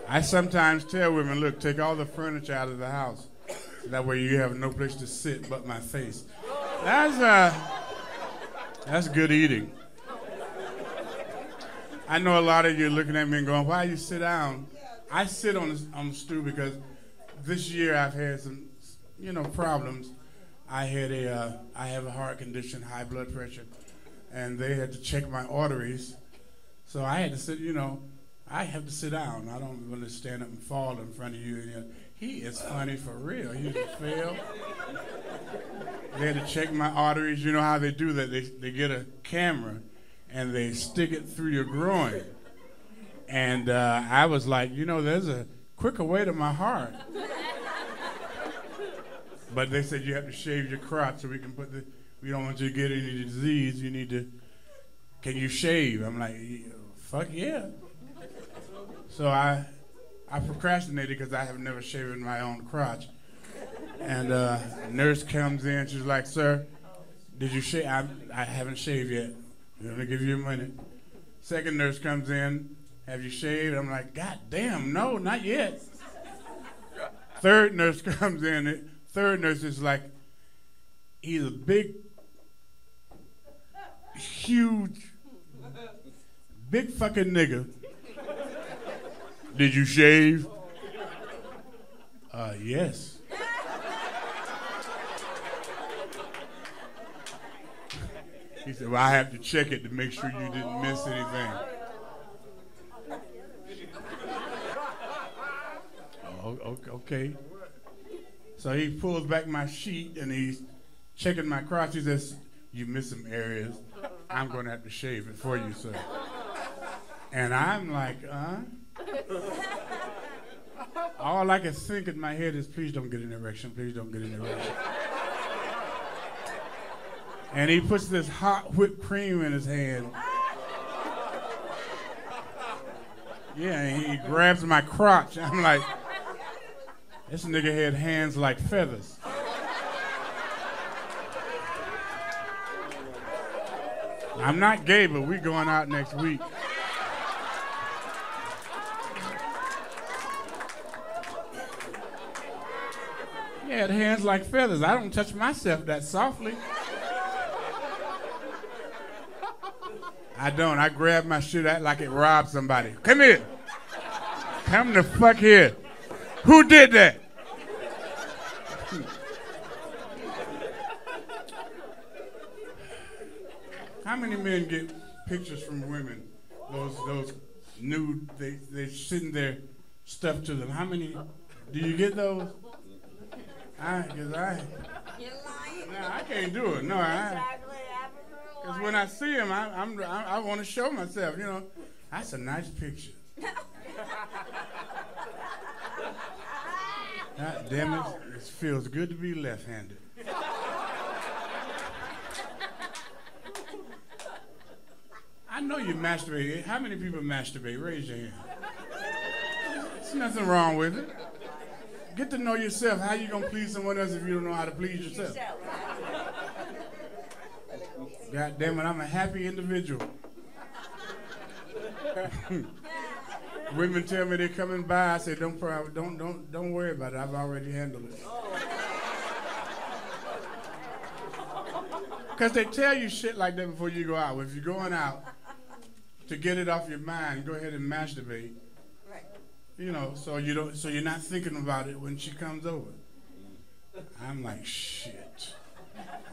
S7: I sometimes tell women, look, take all the furniture out of the house. That way you have no place to sit but my face. That's uh that's good eating. I know a lot of you are looking at me and going, why you sit down? I sit on the, on the stool because this year I've had some, you know, problems. I had a, uh, I have a heart condition, high blood pressure, and they had to check my arteries. So I had to sit, you know, I have to sit down. I don't want to stand up and fall in front of you. And, uh, he is funny for real. He's a fail. They had to check my arteries. You know how they do that? They, they get a camera and they stick it through your groin. And uh, I was like, you know, there's a quicker way to my heart. But they said you have to shave your crotch so we can put the. We don't want you to get any disease. You need to. Can you shave? I'm like, "Yeah, fuck yeah. So I, I procrastinated because I have never shaved my own crotch. And uh, nurse comes in. She's like, sir, did you shave? I, I haven't shaved yet. I'm gonna give you a minute. Second nurse comes in. Have you shaved? I'm like, God damn, no, not yet. Third nurse comes in. and Third nurse is like, he's a big, huge, big fucking nigga. Did you shave? Uh, yes. He said, Well, I have to check it to make sure you didn't miss anything. Oh, o- okay. So he pulls back my sheet and he's checking my crotch. He says, You missed some areas. I'm going to have to shave it for you, sir. And I'm like, Huh? All I can think in my head is, Please don't get an erection. Please don't get an erection. And he puts this hot whipped cream in his hand. Yeah, and he grabs my crotch. I'm like, this nigga had hands like feathers. I'm not gay, but we going out next week. He had hands like feathers. I don't touch myself that softly. I don't. I grab my shit act like it robbed somebody. Come here. Come the fuck here. Who did that? How many men get pictures from women? Those those nude they they send their stuff to them. How many do you get those? I cause I
S8: You're lying.
S7: nah, I can't do it. No, I
S8: Exactly. I'm
S7: Because
S8: lying.
S7: when I see him, I, I'm, I, I want to show myself, you know. That's a nice picture. God damn it, it feels good to be left handed. I know you masturbate. How many people masturbate? Raise your hand. There's nothing wrong with it. Get to know yourself. How you gonna please someone else if you don't know how to please yourself? God damn it, I'm a happy individual. Women tell me they're coming by. I say, don't, prob- don't, don't, don't worry about it. I've already handled it. Because they tell you shit like that before you go out. If you're going out to get it off your mind, go ahead and masturbate. You know, so you don't, so you're not thinking about it when she comes over. I'm like, shit.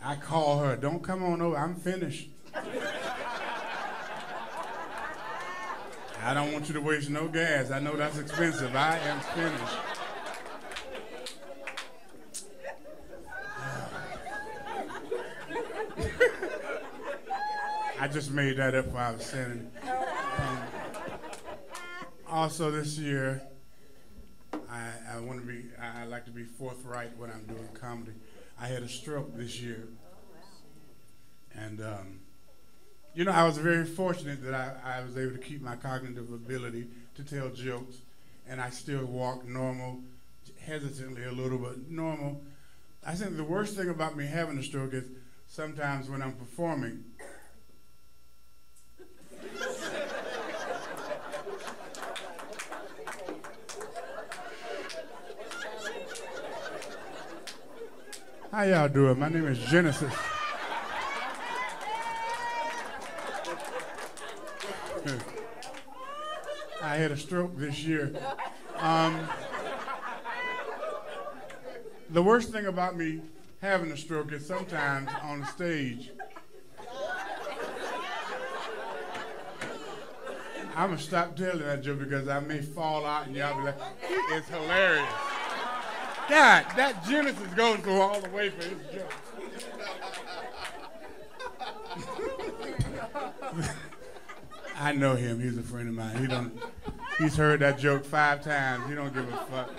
S7: I call her, don't come on over, I'm finished. I don't want you to waste no gas. I know that's expensive. I am finished. I just made that up while I was sitting. Um, also, this year, I, I want to be. I, I like to be forthright when I'm doing comedy. I had a stroke this year, and um, you know I was very fortunate that I, I was able to keep my cognitive ability to tell jokes, and I still walk normal, hesitantly a little, but normal. I think the worst thing about me having a stroke is sometimes when I'm performing. How y'all doing? My name is Genesis. I had a stroke this year. Um, the worst thing about me having a stroke is sometimes on the stage, I'm gonna stop telling that joke because I may fall out and y'all be like, it is hilarious. God, that Genesis goes through all the way for his joke. I know him. He's a friend of mine. He don't. He's heard that joke five times. He don't give a fuck.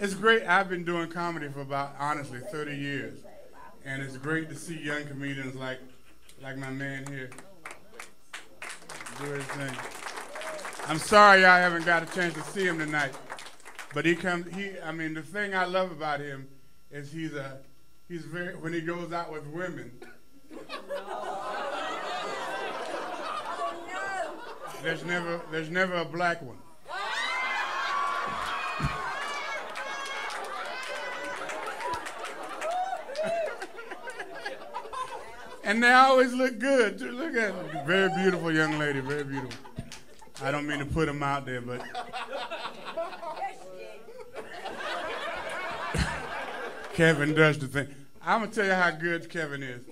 S7: It's great. I've been doing comedy for about honestly 30 years, and it's great to see young comedians like, like my man here, do his thing. I'm sorry y'all haven't got a chance to see him tonight, but he comes. He, I mean, the thing I love about him is he's a, he's very when he goes out with women. There's never, there's never a black one. And they always look good. too. Look at them. Very beautiful young lady. Very beautiful. I don't mean to put them out there, but Kevin does the thing. I'm gonna tell you how good Kevin is.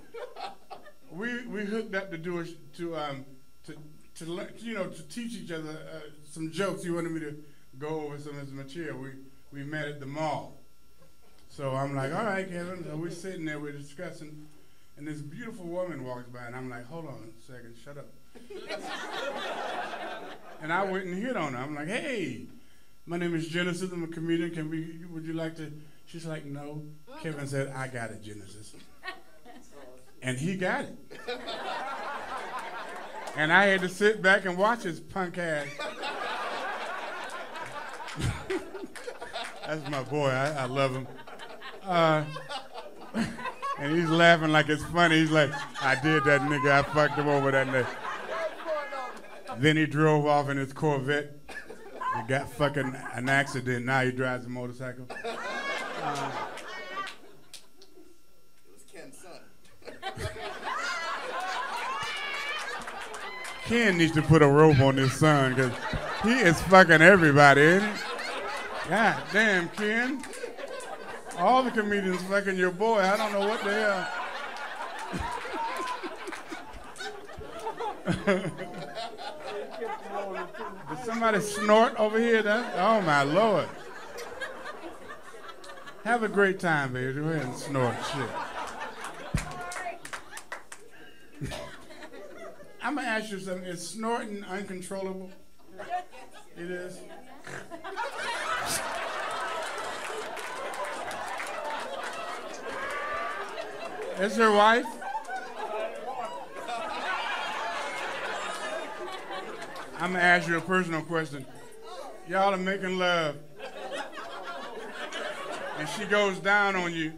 S7: We we hooked up to do a, sh- to um to to le- you know to teach each other uh, some jokes. He wanted me to go over some of his material. We we met at the mall. So I'm like, all right, Kevin. So we're sitting there, we're discussing, and this beautiful woman walks by, and I'm like, hold on a second, shut up. and I went and hit on her. I'm like, hey, my name is Genesis. I'm a comedian. Can we? Would you like to? She's like, no. Kevin said, I got it, Genesis. And he got it. And I had to sit back and watch his punk ass. That's my boy. I, I love him. Uh, and he's laughing like it's funny. He's like, I did that nigga. I fucked him over that night. Then he drove off in his Corvette. He got fucking an accident. Now he drives a motorcycle. Ken needs to put a rope on his son because he is fucking everybody, is God damn, Ken. All the comedians fucking your boy. I don't know what the hell. Did somebody snort over here? That, oh my lord. Have a great time, baby. Go ahead and snort shit. I'm gonna ask you something. Is snorting uncontrollable? It is. Is her wife? I'm gonna ask you a personal question. Y'all are making love, and she goes down on you,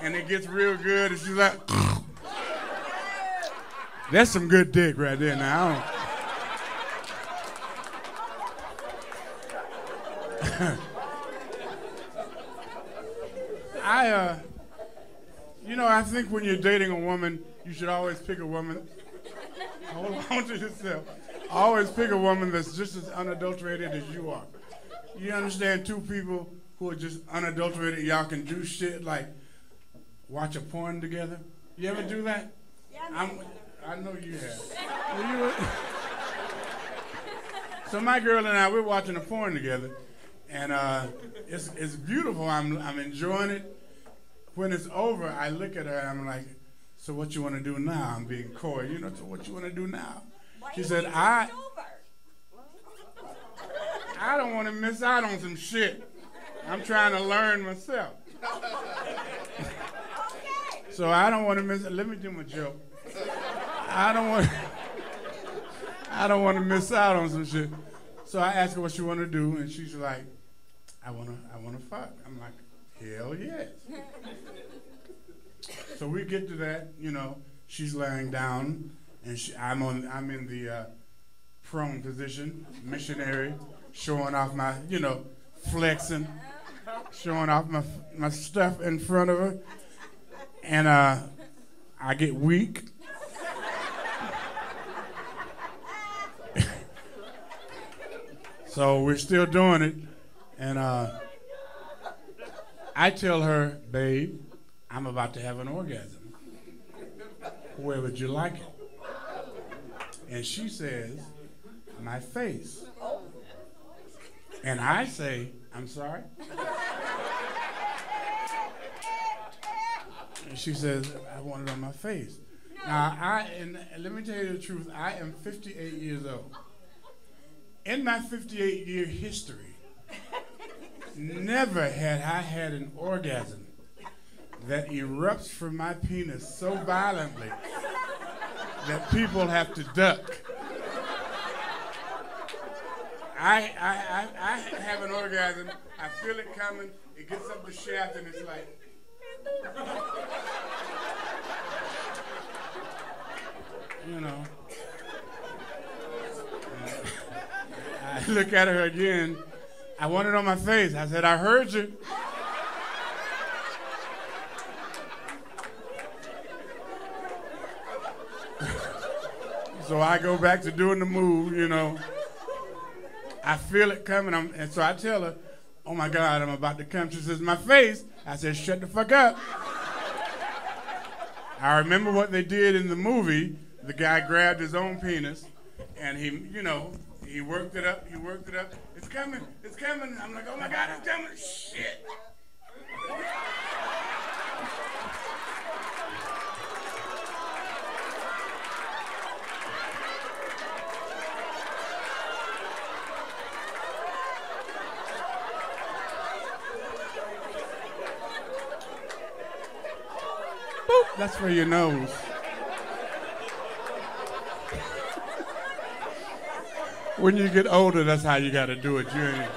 S7: and it gets real good, and she's like. That's some good dick right there now. I don't- I, uh, you know, I think when you're dating a woman, you should always pick a woman. Hold on to yourself. Always pick a woman that's just as unadulterated as you are. You understand two people who are just unadulterated, y'all can do shit like watch a porn together. You ever do that? I'm, I know you have. Well, you were- so my girl and I, we're watching a porn together, and uh, it's it's beautiful. I'm I'm enjoying it. When it's over, I look at her and I'm like, "So what you want to do now?" I'm being coy, you know. So what you want to do now? She said, "I I don't want to miss out on some shit. I'm trying to learn myself." So I don't want to miss. Let me do my joke. I don't want. I don't want to miss out on some shit. So I asked her what she want to do, and she's like, "I want to. I want to fuck." I'm like, "Hell yes." so we get to that. You know, she's laying down, and she, I'm on. I'm in the uh, prone position, missionary, showing off my. You know, flexing, showing off my my stuff in front of her and uh, I get weak. so we're still doing it, and uh, I tell her, "Babe, I'm about to have an orgasm. Where would you like it?" And she says, my face. And I say, I'm sorry. And she says, I want it on my face. Now, I, and let me tell you the truth, I am 58 years old. In my 58 year history, never had I had an orgasm that erupts from my penis so violently that people have to duck. I, I, I, I have an orgasm, I feel it coming, it gets up the shaft, and it's like, you know. I look at her again. I want it on my face. I said, I heard you. so I go back to doing the move, you know. I feel it coming. I'm, and so I tell her, oh my God, I'm about to come. She says, my face. I said, shut the fuck up. I remember what they did in the movie. The guy grabbed his own penis, and he, you know, he worked it up. He worked it up. It's coming. It's coming. I'm like, oh my god, it's coming. Shit. Boop. That's for your nose. When you get older, that's how you got to do it. You ain't.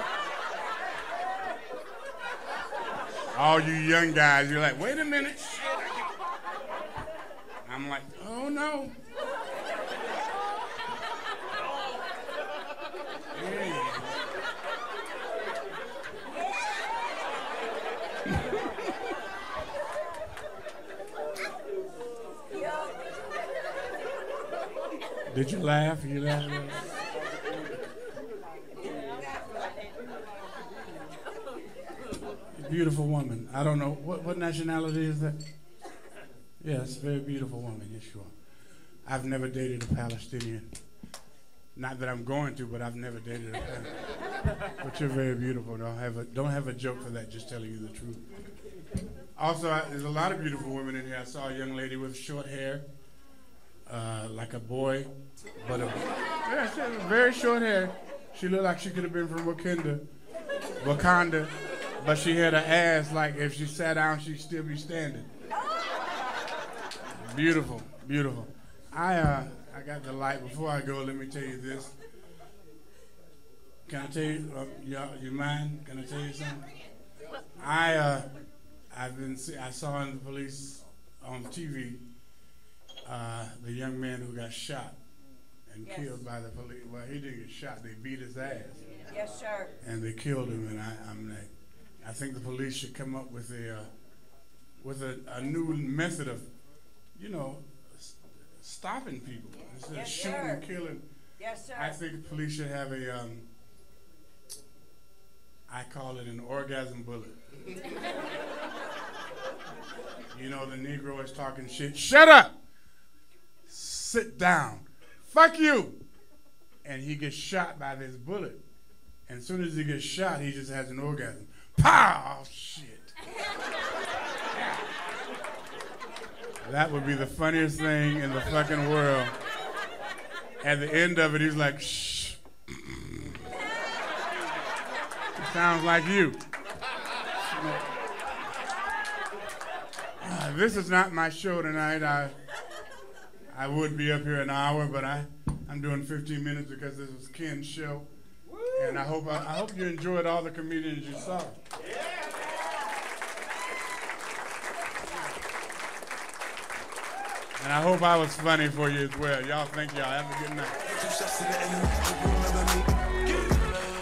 S7: All you young guys, you're like, wait a minute. Shit, I can't." I'm like, oh no. Yeah. Did you laugh? You laughing? Beautiful woman. I don't know what what nationality is that. Yes, very beautiful woman. Yes, you are. I've never dated a Palestinian. Not that I'm going to, but I've never dated a Palestinian. but you're very beautiful. Don't have a don't have a joke for that. Just telling you the truth. Also, I, there's a lot of beautiful women in here. I saw a young lady with short hair uh, like a boy, but a, yeah, she had very short hair. She looked like she could have been from Wakanda, Wakanda, but she had an ass like if she sat down, she'd still be standing. Beautiful, beautiful. I uh, I got the light. Before I go, let me tell you this. Can I tell you? Uh, y'all, you mind? Can I tell you something? I uh, I've been see- I saw in the police on TV uh, the young man who got shot and
S8: Yes.
S7: killed by the police. Well, he didn't get shot. They beat his ass
S8: Yes, sir.
S7: and they killed him. And I, I'm like, I think the police should come up with a uh, with a, a new method of, you know, s- stopping people instead
S8: Yes,
S7: of shooting
S8: sir.
S7: and killing.
S8: Yes, sir.
S7: I think police should have a, um, I call it an orgasm bullet. you know, the Negro is talking shit. Shut up! Sit down. Fuck you! And he gets shot by this bullet. And as soon as he gets shot, he just has an orgasm. Pow! Oh, shit. that would be the funniest thing in the fucking world. At the end of it, he's like, shh. Sounds like you. Uh, this is not my show tonight. I I would be up here an hour, but I, I'm doing 15 minutes because this was Ken's show. And I hope I, I hope you enjoyed all the comedians you saw. And I hope I was funny for you as well. Y'all thank y'all. Have a good night.
S9: Two shots to the enemy, hope you remember me.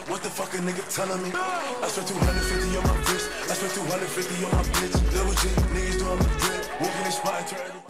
S9: What the fuck a nigga telling me? I spent 250 on my bitch. I spent 250 on my bitch. Double G, niggas doing my drip. Walking this spot, turn.